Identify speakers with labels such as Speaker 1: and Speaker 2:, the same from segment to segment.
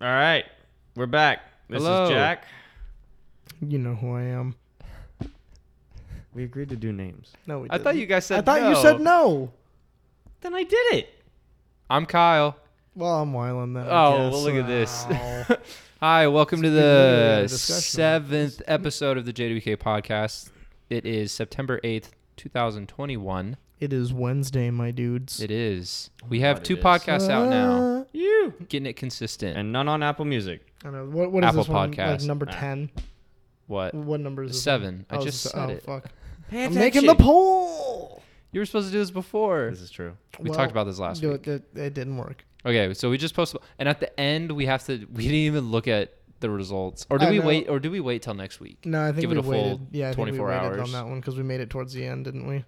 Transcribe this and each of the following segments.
Speaker 1: All right, we're back. This
Speaker 2: Hello.
Speaker 1: is Jack.
Speaker 3: You know who I am.
Speaker 1: We agreed to do names.
Speaker 3: No, we
Speaker 2: I thought you guys said.
Speaker 3: I thought you said no.
Speaker 1: Then I did it.
Speaker 2: I'm Kyle.
Speaker 3: Well, I'm wiling that.
Speaker 2: Oh, well, look at this. Hi, welcome to
Speaker 3: It's been literally
Speaker 2: the
Speaker 3: a discussion.
Speaker 2: seventh episode of the JWK podcast. It is September eighth, two thousand twenty-one.
Speaker 3: it is Wednesday, my dudes.
Speaker 2: It is.
Speaker 1: Oh
Speaker 2: We
Speaker 1: my
Speaker 2: have
Speaker 1: God,
Speaker 2: two
Speaker 1: it is.
Speaker 2: podcasts out now,
Speaker 3: Uh,
Speaker 1: You
Speaker 2: getting it consistent.
Speaker 1: and none on Apple Music.
Speaker 3: I know. What, what is
Speaker 2: Apple
Speaker 3: this one? Like
Speaker 2: Podcast.
Speaker 3: number
Speaker 1: Nah.
Speaker 3: ten.
Speaker 2: what?
Speaker 3: What number is this?
Speaker 2: Seven. I
Speaker 3: one? Oh,
Speaker 2: just
Speaker 3: it's-
Speaker 2: said
Speaker 3: oh,
Speaker 2: it.
Speaker 3: Fuck.
Speaker 1: Pay
Speaker 3: I'm making the poll.
Speaker 2: You were supposed to do this before.
Speaker 1: This is true.
Speaker 2: We
Speaker 3: Well,
Speaker 2: talked about this last
Speaker 3: do
Speaker 2: week.
Speaker 3: It, it, it didn't work.
Speaker 2: Okay, so we just posted, and at the end we have to. We didn't even look at the results, or do
Speaker 3: I
Speaker 2: we
Speaker 3: know.
Speaker 2: wait? Or do we wait till next week?
Speaker 3: No, I think
Speaker 2: Give
Speaker 3: we
Speaker 2: it a full
Speaker 3: waited. yeah, I think we
Speaker 2: 24
Speaker 3: waited
Speaker 2: hours.
Speaker 3: on that one because we made it towards the end, didn't we?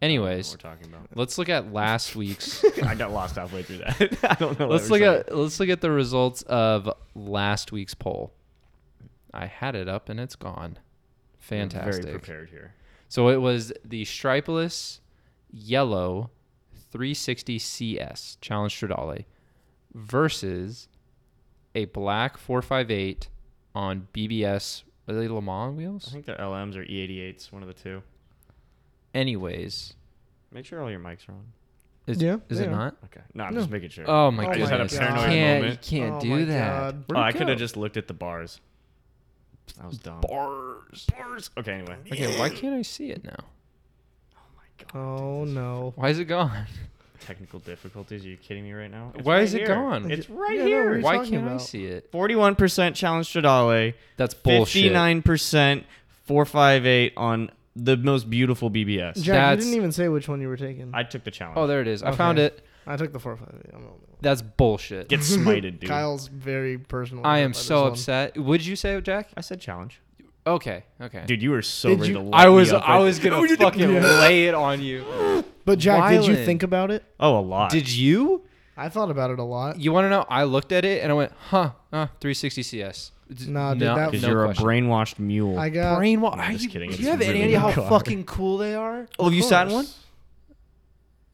Speaker 2: Anyways,
Speaker 1: we're talking about.
Speaker 2: let's look at last week's.
Speaker 1: I got lost halfway through that. I don't know. what
Speaker 2: let's
Speaker 1: we're
Speaker 2: look at let's look at the results of last week's poll. I had it up and it's
Speaker 1: saying.
Speaker 2: gone.
Speaker 1: I'm
Speaker 2: Fantastic.
Speaker 1: Very prepared here.
Speaker 2: So it was the stripeless yellow 360 CS Challenge Stradale versus a black 458 on BBS. Are they Le Mans
Speaker 1: I
Speaker 2: wheels?
Speaker 1: think they're LMs or E88s, E one of the two.
Speaker 2: Anyways,
Speaker 1: Make sure all your mics are on.
Speaker 2: is,
Speaker 3: Yeah,
Speaker 2: is
Speaker 3: they
Speaker 2: it
Speaker 3: are.
Speaker 2: not?
Speaker 1: Okay. No, I'm
Speaker 3: No.
Speaker 1: just making sure.
Speaker 2: Oh my
Speaker 3: Oh
Speaker 2: god!
Speaker 3: my
Speaker 2: goodness!
Speaker 3: God. I just had a
Speaker 2: you
Speaker 3: paranoid
Speaker 2: can't,
Speaker 1: moment.
Speaker 2: You can't
Speaker 3: Oh
Speaker 2: do
Speaker 3: my
Speaker 2: that.
Speaker 3: God.
Speaker 1: Oh, I could have just looked at the bars. I was dumb.
Speaker 2: bars.
Speaker 1: Bars. Okay. Anyway.
Speaker 2: Okay, why can't I see it now?
Speaker 1: Oh my god.
Speaker 3: Oh
Speaker 1: dude, this is
Speaker 3: no.
Speaker 2: Why is it gone?
Speaker 1: Technical difficulties? Are you kidding me right now?
Speaker 2: Why
Speaker 1: right
Speaker 2: is it
Speaker 1: here.
Speaker 2: gone?
Speaker 1: It's right
Speaker 3: Yeah, no,
Speaker 1: here.
Speaker 3: you
Speaker 2: Why
Speaker 3: talking
Speaker 2: can't I
Speaker 3: about?
Speaker 2: see it?
Speaker 1: Forty-one percent challenge Stradale.
Speaker 2: That's bullshit.
Speaker 1: Fifty-nine percent four five eight on the most beautiful BBS.
Speaker 3: Jack,
Speaker 2: That's-
Speaker 3: you didn't even say which one you were taking. I,
Speaker 1: I took the challenge.
Speaker 2: Oh, there it is. I found
Speaker 3: Okay.
Speaker 2: it.
Speaker 3: took the four five eight. I'm the only one.
Speaker 2: That's bullshit.
Speaker 1: Get smited, dude.
Speaker 3: Kyle's very personal.
Speaker 2: I
Speaker 3: about
Speaker 2: am
Speaker 3: this
Speaker 2: so
Speaker 3: one.
Speaker 2: upset. Would you say, Jack?
Speaker 1: I said challenge.
Speaker 2: Okay, okay.
Speaker 1: Dude, you were so
Speaker 3: Did
Speaker 1: ready
Speaker 3: you-
Speaker 1: to light
Speaker 2: I
Speaker 1: me
Speaker 2: was
Speaker 1: up
Speaker 2: I
Speaker 1: right Oh,
Speaker 2: was
Speaker 1: there.
Speaker 2: gonna fucking lay it on you.
Speaker 3: But Jack, did you
Speaker 2: Wyland.
Speaker 3: think about it?
Speaker 1: Oh, a lot.
Speaker 2: Did you?
Speaker 3: I thought about it a lot.
Speaker 2: You want to know? I looked at it and I went, huh? Uh, 360 CS. D-
Speaker 3: Nah, dude, that-
Speaker 1: Because
Speaker 3: No
Speaker 1: you're
Speaker 2: question.
Speaker 1: a brainwashed mule.
Speaker 3: I got
Speaker 2: brainwash.
Speaker 1: No,
Speaker 2: Are
Speaker 1: just
Speaker 2: you,
Speaker 1: kidding.
Speaker 2: do
Speaker 1: It's
Speaker 2: you have any
Speaker 1: really
Speaker 2: idea how
Speaker 1: hard.
Speaker 2: fucking cool they are?
Speaker 1: oh, have you sat in one?
Speaker 3: course.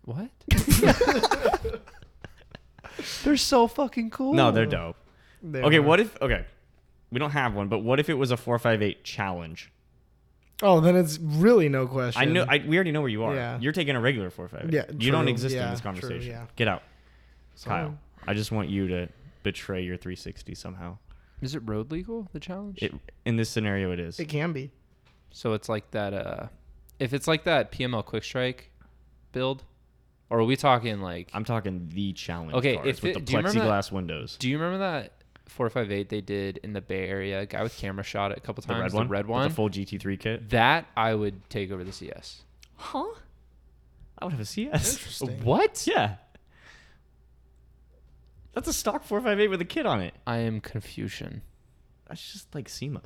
Speaker 2: What? They're so fucking cool.
Speaker 1: No, they're dope.
Speaker 3: They
Speaker 1: Okay,
Speaker 3: are.
Speaker 1: what if? Okay, we don't have one, but what if it was a four five eight challenge?
Speaker 3: Oh, then it's really no question.
Speaker 1: I know. I, we already know where you are.
Speaker 3: Yeah.
Speaker 1: You're taking a regular four five eight.
Speaker 3: Yeah,
Speaker 1: You don't
Speaker 3: true.
Speaker 1: exist in
Speaker 3: Yeah,
Speaker 1: this
Speaker 3: true,
Speaker 1: conversation.
Speaker 3: yeah.
Speaker 1: Get out,
Speaker 3: So-
Speaker 1: Kyle. I just want you to betray your 360 somehow.
Speaker 2: Is it road legal? The challenge.
Speaker 1: It, in this scenario, it is.
Speaker 3: It can be.
Speaker 2: So it's like that. Uh, if it's like that PML Quick Strike build, or are we talking like?
Speaker 1: I'm talking the challenge.
Speaker 2: Okay,
Speaker 1: cars
Speaker 2: if
Speaker 1: with
Speaker 2: it-
Speaker 1: the
Speaker 2: do you remember
Speaker 1: plexiglass windows.
Speaker 2: do you remember that four five eight they did in the Bay Area? A guy with camera shot it a couple
Speaker 1: The red
Speaker 2: times.
Speaker 1: one.
Speaker 2: The red
Speaker 1: with
Speaker 2: one.
Speaker 1: The full GT3 kit.
Speaker 2: that I would take over the CS.
Speaker 1: Huh? I would have a CS.
Speaker 3: Interesting.
Speaker 2: What?
Speaker 1: yeah. That's a stock 458 with a kit on it.
Speaker 2: I am Confucian.
Speaker 1: That's just like SEMA.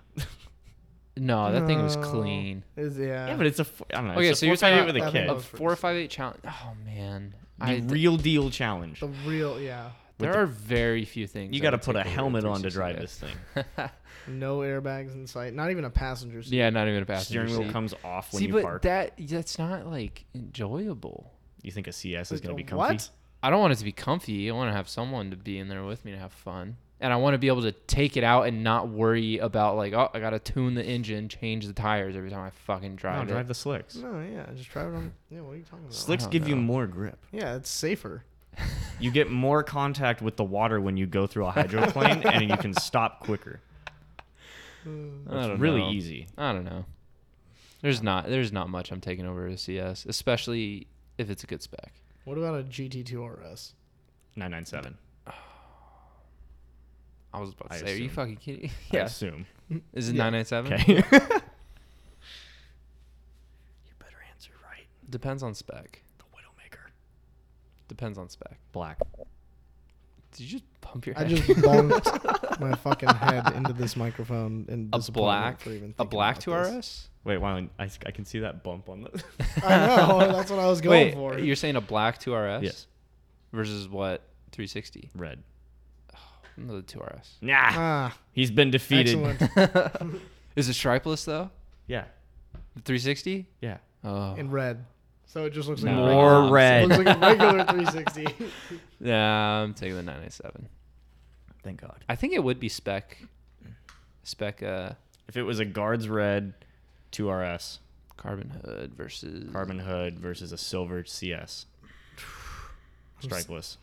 Speaker 2: No, that thing was
Speaker 3: No.
Speaker 2: clean.
Speaker 3: Is yeah.
Speaker 1: yeah, but it's a. f- I don't know.
Speaker 2: Okay,
Speaker 1: it's a
Speaker 2: so you're talking
Speaker 1: 458
Speaker 2: about
Speaker 1: with a
Speaker 3: that
Speaker 1: kit.
Speaker 2: A
Speaker 3: above-
Speaker 2: four five eight challenge. Oh man,
Speaker 1: The
Speaker 2: I th-
Speaker 1: real deal challenge.
Speaker 3: the real yeah.
Speaker 2: there
Speaker 1: the-
Speaker 2: are very few things
Speaker 1: You
Speaker 2: I
Speaker 1: got to
Speaker 2: would
Speaker 1: put a
Speaker 2: take over
Speaker 1: helmet on to
Speaker 2: 360
Speaker 1: drive
Speaker 2: with.
Speaker 1: this thing.
Speaker 3: No airbags in sight. Not even a passenger seat.
Speaker 2: Yeah, not even a passenger
Speaker 1: Steering wheel
Speaker 2: seat.
Speaker 1: comes off when
Speaker 2: See,
Speaker 1: you
Speaker 2: but
Speaker 1: park.
Speaker 2: that that's not like enjoyable.
Speaker 1: you think a CS is
Speaker 3: Like,
Speaker 1: going to be
Speaker 3: a
Speaker 1: comfy?
Speaker 3: What?
Speaker 2: I don't want it to be comfy. I want to have someone to be in there with me to have fun. And I want to be able to take it out and not worry about like, oh, I gotta tune the engine, change the tires every time I fucking
Speaker 1: No,
Speaker 2: drive it.
Speaker 1: drive the slicks.
Speaker 3: No, yeah. Just drive it on. Yeah. What are you talking about?
Speaker 1: Slicks
Speaker 2: don't
Speaker 1: give you
Speaker 2: know.
Speaker 1: more grip.
Speaker 3: Yeah, it's safer.
Speaker 1: You get more contact with the water when you go through a hydroplane, and you can stop quicker.
Speaker 2: I don't
Speaker 1: It's really
Speaker 2: know.
Speaker 1: easy.
Speaker 2: I don't know. There's not there's not much I'm taking over a CS, especially if it's a good spec.
Speaker 3: What about a GT2 RS?
Speaker 1: 997.
Speaker 2: I was about to
Speaker 1: I
Speaker 2: say, are you
Speaker 1: assume.
Speaker 2: fucking kidding?
Speaker 1: I
Speaker 2: yeah.
Speaker 1: assume.
Speaker 2: Is it
Speaker 3: Yeah.
Speaker 2: nine nine seven?
Speaker 1: Okay. you better answer right.
Speaker 2: Depends on spec.
Speaker 1: The Widowmaker.
Speaker 2: Depends on spec.
Speaker 1: Black.
Speaker 2: Did you just pump your
Speaker 3: I
Speaker 2: head?
Speaker 3: just bonked my fucking head into this microphone and
Speaker 2: a black a black two RS?
Speaker 1: Wait, wow. I, s- I can see that bump on the.
Speaker 3: I know. That's what I was going
Speaker 2: Wait,
Speaker 3: for.
Speaker 2: you're saying a black 2RS
Speaker 1: yes.
Speaker 2: versus what 360?
Speaker 1: Red.
Speaker 2: Another 2RS.
Speaker 1: Nah.
Speaker 3: ah,
Speaker 1: He's been defeated.
Speaker 3: excellent.
Speaker 2: Is it stripeless though?
Speaker 1: Yeah.
Speaker 2: The 360?
Speaker 1: Yeah.
Speaker 2: Oh.
Speaker 3: In red. So it just looks like
Speaker 2: No.
Speaker 3: a regular,
Speaker 1: More
Speaker 2: I'm
Speaker 1: red.
Speaker 3: looks like a regular 360.
Speaker 2: Yeah, I'm taking the 997.
Speaker 1: Thank God.
Speaker 2: I think it would be spec. Spec uh,
Speaker 1: If it was a guards red 2RS
Speaker 2: carbon hood versus
Speaker 1: carbon hood versus a silver CS. Strikeless.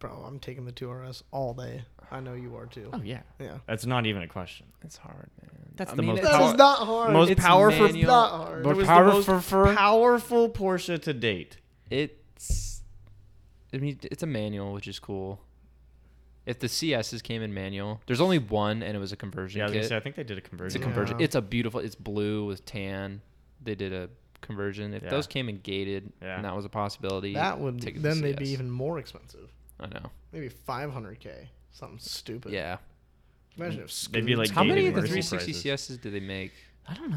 Speaker 3: Bro, I'm taking the 2RS all day. I know you are too.
Speaker 1: yeah.
Speaker 3: Yeah.
Speaker 1: That's not even a question.
Speaker 2: It's hard, man.
Speaker 1: That's
Speaker 2: I
Speaker 1: the
Speaker 2: mean,
Speaker 1: most
Speaker 2: it's-
Speaker 1: power-
Speaker 3: That is not hard.
Speaker 1: most
Speaker 2: it's
Speaker 1: powerful-
Speaker 2: manual.
Speaker 3: Not hard.
Speaker 2: But
Speaker 1: It was the most
Speaker 2: powerful for
Speaker 1: Powerful Porsche to date.
Speaker 2: it's. I mean, it's a manual, which is cool. If the CSs came in manual, there's only one, and it was a conversion
Speaker 1: Yeah, I was gonna
Speaker 2: kit.
Speaker 1: say I think they did a
Speaker 2: it's a
Speaker 1: conversion.
Speaker 3: Yeah.
Speaker 2: conversion. It's a beautiful. It's blue with tan. They did a conversion. If
Speaker 1: Yeah.
Speaker 2: those came in gated,
Speaker 1: Yeah.
Speaker 2: and that was a possibility,
Speaker 3: that would
Speaker 2: take the
Speaker 3: then they'd be
Speaker 2: CS.
Speaker 3: even more expensive.
Speaker 2: I know.
Speaker 3: Maybe 500k, something stupid.
Speaker 2: Yeah.
Speaker 3: Imagine if
Speaker 1: They'd be,
Speaker 3: Scoot-
Speaker 1: like,
Speaker 2: How many
Speaker 1: gated
Speaker 2: of the
Speaker 1: commercial
Speaker 2: 360 CSs did they make?
Speaker 1: I don't know.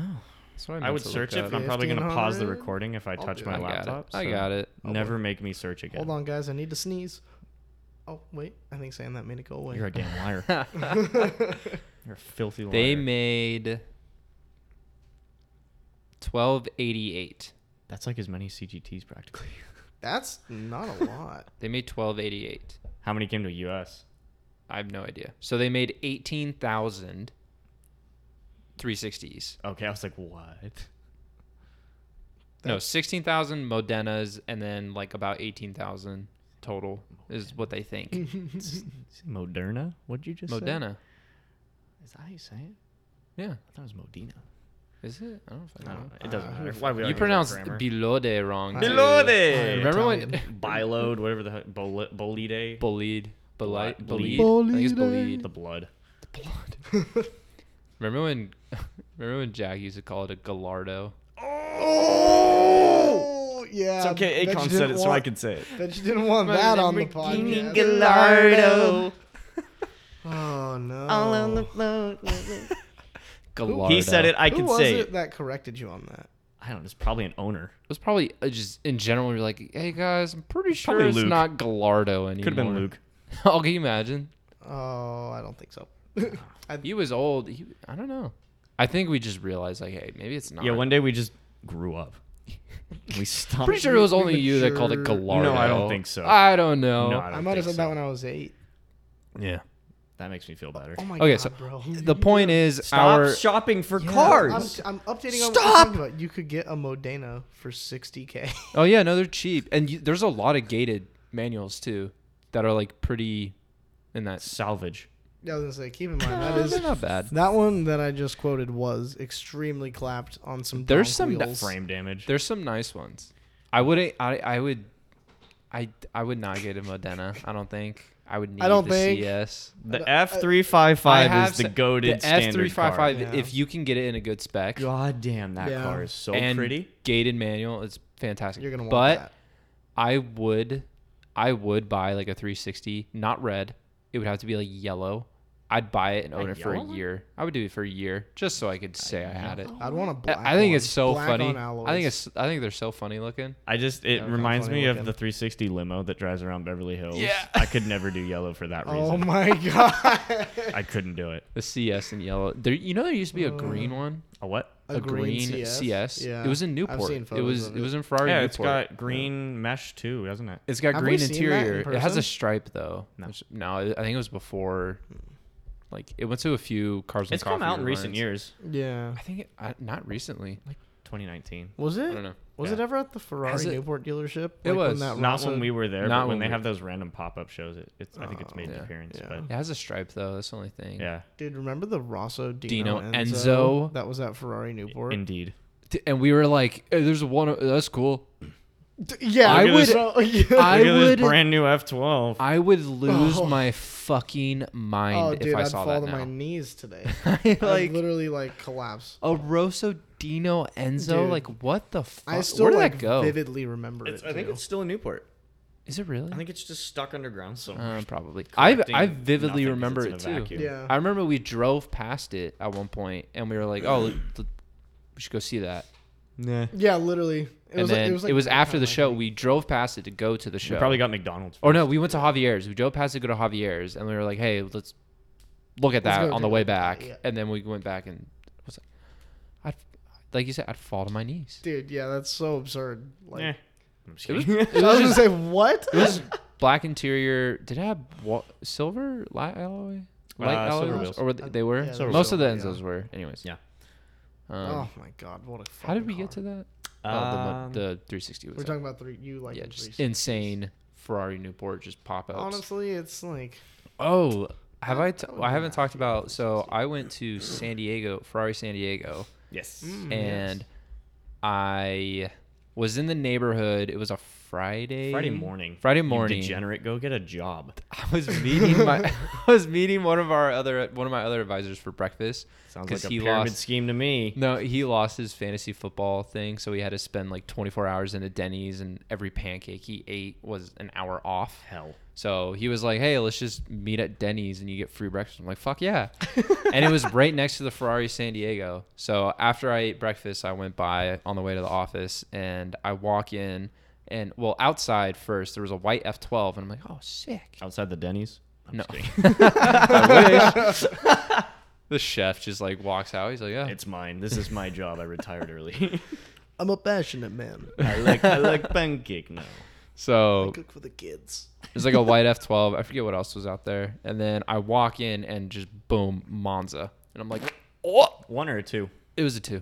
Speaker 2: That's what
Speaker 1: I
Speaker 2: meant
Speaker 1: would
Speaker 2: to
Speaker 1: search
Speaker 2: look
Speaker 1: it,
Speaker 2: up.
Speaker 1: but I'm probably gonna pause the
Speaker 3: 1500?
Speaker 1: recording if I
Speaker 3: I'll
Speaker 1: touch
Speaker 3: do
Speaker 1: my
Speaker 2: I
Speaker 3: it.
Speaker 2: got
Speaker 1: laptop.
Speaker 2: it. I
Speaker 1: so
Speaker 2: got it.
Speaker 3: I'll
Speaker 1: Never make me search again.
Speaker 3: Hold on, guys. I need to sneeze. Oh wait, I think saying that made it go away.
Speaker 1: You're a damn liar. You're a filthy liar.
Speaker 2: They made 1288.
Speaker 1: That's like as many CGTs practically.
Speaker 3: That's not a lot.
Speaker 2: They made 1288.
Speaker 1: How many came to US?
Speaker 2: I have no idea. So they made 18,000 360s.
Speaker 1: Okay, I was like, what?
Speaker 2: No, 16,000 Modenas and then like about 18,000 total is what they think.
Speaker 1: Is it Moderna? What'd you just say?
Speaker 2: Modena.
Speaker 1: Is that how you say it?
Speaker 2: Yeah.
Speaker 1: I thought it was Modena.
Speaker 2: Is it? I don't know. If I
Speaker 1: I
Speaker 2: know.
Speaker 1: don't know. It doesn't
Speaker 3: Uh,
Speaker 1: matter. Why we
Speaker 2: You pronounced Bilode wrong.
Speaker 3: I-
Speaker 2: too.
Speaker 3: I am
Speaker 1: Bilode.
Speaker 2: Remember when
Speaker 3: Italian.
Speaker 1: Bilode, whatever the heck. Bol- Bolide.
Speaker 2: Bolide. Bolide.
Speaker 1: Bolide.
Speaker 2: Bolide. I think it's Bolide.
Speaker 1: the blood.
Speaker 2: Remember when remember when Jack used to call it a Gallardo?
Speaker 3: Oh yeah.
Speaker 1: It's okay.
Speaker 3: bet you
Speaker 1: Akon
Speaker 3: didn't
Speaker 1: said it so I
Speaker 3: want-
Speaker 1: could say it.
Speaker 3: Bet you didn't want that on the podcast. Oh no.
Speaker 1: floor.
Speaker 2: Gallardo.
Speaker 1: He said it. I
Speaker 3: Who
Speaker 1: could
Speaker 3: was
Speaker 1: say
Speaker 3: it
Speaker 1: it.
Speaker 3: that corrected you on that?
Speaker 1: I don't know. It's probably an owner.
Speaker 2: It was probably uh, just in general. You're like, hey guys, I'm pretty sure
Speaker 1: Probably
Speaker 2: it's
Speaker 1: Luke.
Speaker 2: not Gallardo anymore.
Speaker 1: Could have been Luke.
Speaker 2: oh, can you imagine?
Speaker 3: Oh, I don't think so. I,
Speaker 2: He was old. He, I don't know. I think we just realized like, hey, maybe it's not.
Speaker 1: Yeah, one day we just grew up. We stopped.
Speaker 2: pretty sure it was
Speaker 3: We
Speaker 2: only you that called it
Speaker 3: matured.
Speaker 2: Gallardo.
Speaker 1: No, I don't think so.
Speaker 2: I don't know.
Speaker 1: No, I,
Speaker 3: I might have said that when
Speaker 1: one.
Speaker 3: I was eight.
Speaker 2: yeah.
Speaker 1: That makes me feel better.
Speaker 3: Oh my
Speaker 2: Okay,
Speaker 3: god,
Speaker 2: so
Speaker 3: bro.
Speaker 2: The point is
Speaker 1: Stop
Speaker 2: our
Speaker 1: shopping for
Speaker 2: Yeah,
Speaker 1: cars.
Speaker 3: I'm, I'm updating on what
Speaker 1: Stop!
Speaker 3: I'm talking about. You could get a Modena for 60k.
Speaker 2: Oh yeah, no, they're cheap, and you, there's a lot of gated manuals too that are like pretty in that.
Speaker 1: Salvage.
Speaker 3: I was gonna say, keep in mind that is
Speaker 2: they're not bad.
Speaker 3: that one that I just quoted was extremely clapped on some.
Speaker 2: There's
Speaker 3: donk
Speaker 2: some da-
Speaker 3: wheels.
Speaker 1: Frame damage.
Speaker 2: There's some nice ones. I wouldn't. I I would. I I would not get a Modena. I don't think. I would need
Speaker 3: don't
Speaker 2: the
Speaker 3: think-
Speaker 2: CS.
Speaker 1: The
Speaker 3: I-
Speaker 1: F three five five is the goaded standard
Speaker 2: three five
Speaker 1: car.
Speaker 2: five.
Speaker 3: Yeah.
Speaker 2: If you can get it in a good spec
Speaker 1: God damn, that
Speaker 3: Yeah.
Speaker 1: car is so
Speaker 2: and
Speaker 1: pretty.
Speaker 2: gated manual, it's fantastic.
Speaker 3: You're gonna want
Speaker 2: but
Speaker 3: that.
Speaker 2: I would, I would buy like a 360, not red. It would have to be like yellow. I'd buy it and own
Speaker 1: A
Speaker 2: it for a
Speaker 1: yellow one?
Speaker 2: year. I would do it for a year just so I could say I had it.
Speaker 3: I'd want a
Speaker 2: I-
Speaker 3: black.
Speaker 2: I think
Speaker 3: one.
Speaker 2: it's so
Speaker 3: Black
Speaker 2: funny.
Speaker 3: on
Speaker 2: I think
Speaker 3: alloys.
Speaker 2: it's I think they're so funny looking.
Speaker 1: I just it
Speaker 3: kinda
Speaker 1: reminds
Speaker 3: funny
Speaker 1: me of
Speaker 3: looking.
Speaker 1: the 360 limo that drives around Beverly Hills.
Speaker 2: Yeah.
Speaker 1: I could never do yellow for that
Speaker 3: Oh
Speaker 1: reason.
Speaker 3: my god.
Speaker 1: I couldn't do it.
Speaker 2: The CS in yellow. There, you know, there used to be a
Speaker 3: Uh,
Speaker 2: green one,
Speaker 1: A what?
Speaker 2: a, green, CS.
Speaker 3: Yeah.
Speaker 2: It was in Newport.
Speaker 3: I've seen
Speaker 2: it
Speaker 3: photos
Speaker 2: was
Speaker 3: of
Speaker 2: it was in Ferrari.
Speaker 1: yeah,
Speaker 2: Newport.
Speaker 1: it's got green mesh too, doesn't it?
Speaker 2: It's got
Speaker 3: Have we
Speaker 2: green
Speaker 3: seen that in
Speaker 2: interior. it has
Speaker 3: person?
Speaker 2: a stripe though.
Speaker 1: No.
Speaker 2: which- no, I I think it was before. Like it went to a few cars. and
Speaker 1: It's come
Speaker 2: Coffee
Speaker 1: out in recent
Speaker 2: runs.
Speaker 1: years.
Speaker 3: Yeah.
Speaker 2: I think it, I, not recently.
Speaker 1: 2019.
Speaker 3: Was
Speaker 2: I
Speaker 3: it?
Speaker 2: don't know.
Speaker 3: Was
Speaker 1: Yeah.
Speaker 3: it ever at the Ferrari
Speaker 2: it-
Speaker 3: Newport dealership?
Speaker 2: It was.
Speaker 3: When that
Speaker 1: Not
Speaker 3: Rosso-
Speaker 1: when we were there,
Speaker 2: Not
Speaker 1: but when
Speaker 2: when
Speaker 1: they
Speaker 2: we- Oh,
Speaker 1: have those random pop-up shows, it, it's, I think it's made
Speaker 2: Yeah.
Speaker 1: an appearance.
Speaker 3: Yeah.
Speaker 1: But
Speaker 2: It has a stripe though. That's the only thing.
Speaker 1: yeah,
Speaker 3: Dude, remember the Rosso Dino,
Speaker 2: Dino Enzo?
Speaker 3: That was at Ferrari Newport.
Speaker 1: indeed.
Speaker 2: T- And we were like, "Hey, "There's one. o- That's cool."
Speaker 3: D- yeah,
Speaker 1: Look
Speaker 3: I
Speaker 1: at
Speaker 3: would.
Speaker 1: this-
Speaker 3: Bro, yeah.
Speaker 2: I
Speaker 1: Look at
Speaker 2: would.
Speaker 1: this brand new F12.
Speaker 2: I would lose
Speaker 3: Oh.
Speaker 2: my fucking mind
Speaker 3: oh,
Speaker 2: if
Speaker 3: dude,
Speaker 2: I
Speaker 3: I'd
Speaker 2: saw
Speaker 3: fall
Speaker 2: that
Speaker 3: to my
Speaker 2: now.
Speaker 3: knees today.
Speaker 2: I,
Speaker 3: like
Speaker 2: like
Speaker 3: I'd literally like collapse.
Speaker 2: a Rosso Dino Enzo.
Speaker 3: Dude.
Speaker 2: like what the fuck?
Speaker 3: I still
Speaker 2: Where did
Speaker 3: like
Speaker 2: that go?
Speaker 3: vividly remember it. too.
Speaker 1: still in Newport.
Speaker 2: Is it really?
Speaker 1: I think it's just stuck underground somewhere.
Speaker 2: Uh, probably. I I
Speaker 1: Collecting
Speaker 2: vividly
Speaker 1: nothing 'cause
Speaker 2: remember it
Speaker 1: it's in a
Speaker 2: too.
Speaker 1: vacuum.
Speaker 3: yeah.
Speaker 2: I remember we drove past it at one point, and we were like, "Oh, l- l- we should go see that."
Speaker 1: Nah.
Speaker 3: yeah, literally. It
Speaker 2: And
Speaker 3: was
Speaker 2: then
Speaker 3: like, it was, like
Speaker 2: after
Speaker 3: nighttime,
Speaker 2: the
Speaker 3: I
Speaker 2: show.
Speaker 3: think.
Speaker 2: We drove past it to go to the show.
Speaker 1: We probably got McDonald's.
Speaker 2: Or no, we went to Javier's. We drove past to go to Javier's, and we were like, "Hey, let's look at
Speaker 3: Let's
Speaker 2: that
Speaker 3: go
Speaker 2: on
Speaker 3: do
Speaker 2: the way
Speaker 3: it.
Speaker 2: back."
Speaker 3: Yeah.
Speaker 2: And then we went back and was like, "I'd, like you said, I'd fall to my knees."
Speaker 3: Dude, yeah, that's so absurd. Like,
Speaker 1: Eh. I'm just
Speaker 2: It was,
Speaker 1: kidding.
Speaker 2: it
Speaker 3: I was
Speaker 2: was
Speaker 3: gonna
Speaker 2: just
Speaker 3: say what?
Speaker 2: it was black interior. Did it have wa- silver light alloy? Light
Speaker 1: Uh,
Speaker 2: alloy
Speaker 1: silver
Speaker 2: wheels?
Speaker 1: wheels.
Speaker 2: Or were they, they were?
Speaker 3: Yeah,
Speaker 1: Silver
Speaker 2: Most of the
Speaker 3: wheels.
Speaker 2: Enzos were. Anyways.
Speaker 1: Yeah.
Speaker 2: Um,
Speaker 3: oh my god, what a fucking
Speaker 2: how did we get
Speaker 3: car.
Speaker 2: to that? oh,
Speaker 1: Um,
Speaker 2: the, mo- the 360 was
Speaker 3: We're
Speaker 2: it.
Speaker 3: talking about three. You like
Speaker 2: yeah,
Speaker 3: the
Speaker 2: just
Speaker 3: 360s.
Speaker 2: insane Ferrari Newport just pop ups.
Speaker 3: Honestly, it's like
Speaker 2: Oh, have I? T-
Speaker 3: that would
Speaker 2: I
Speaker 3: be
Speaker 2: haven't
Speaker 3: nice.
Speaker 2: talked about. So I went to San Diego, Ferrari San Diego,
Speaker 1: yes.
Speaker 3: Mm.
Speaker 2: and
Speaker 3: yes.
Speaker 2: I was in the neighborhood. It was a Friday.
Speaker 1: Friday morning.
Speaker 2: Friday
Speaker 1: You
Speaker 2: morning.
Speaker 1: degenerate, go get a job.
Speaker 2: I was meeting my. I was meeting one of our other one of my other advisors for breakfast.
Speaker 1: Sounds
Speaker 2: 'cause
Speaker 1: like a
Speaker 2: he
Speaker 1: pyramid
Speaker 2: lost-
Speaker 1: scheme to me.
Speaker 2: No, he lost his fantasy football thing, so he had to spend like 24 hours in a Denny's, and every pancake he ate was an hour off.
Speaker 1: Hell.
Speaker 2: So he was like, "Hey, let's just meet at Denny's and you get free breakfast." I'm like, "Fuck yeah!" and it was right next to the Ferrari San Diego. So after I ate breakfast, I went by on the way to the office and I walk in and well, outside first there was a white F12 and I'm like, "Oh, sick!"
Speaker 1: Outside the Denny's. I'm
Speaker 2: No.
Speaker 1: just kidding.
Speaker 2: I wish. the chef just like walks out. He's like, "Yeah,
Speaker 1: it's mine. This is my job. I retired early.
Speaker 3: I'm a passionate man.
Speaker 1: I like I like pancake now.
Speaker 2: so
Speaker 3: I cook for the kids.
Speaker 2: There's like a white F12. I forget what else was out there. And then I walk in and just boom, Monza. And I'm like, oh,
Speaker 1: One or two.
Speaker 2: it was a two.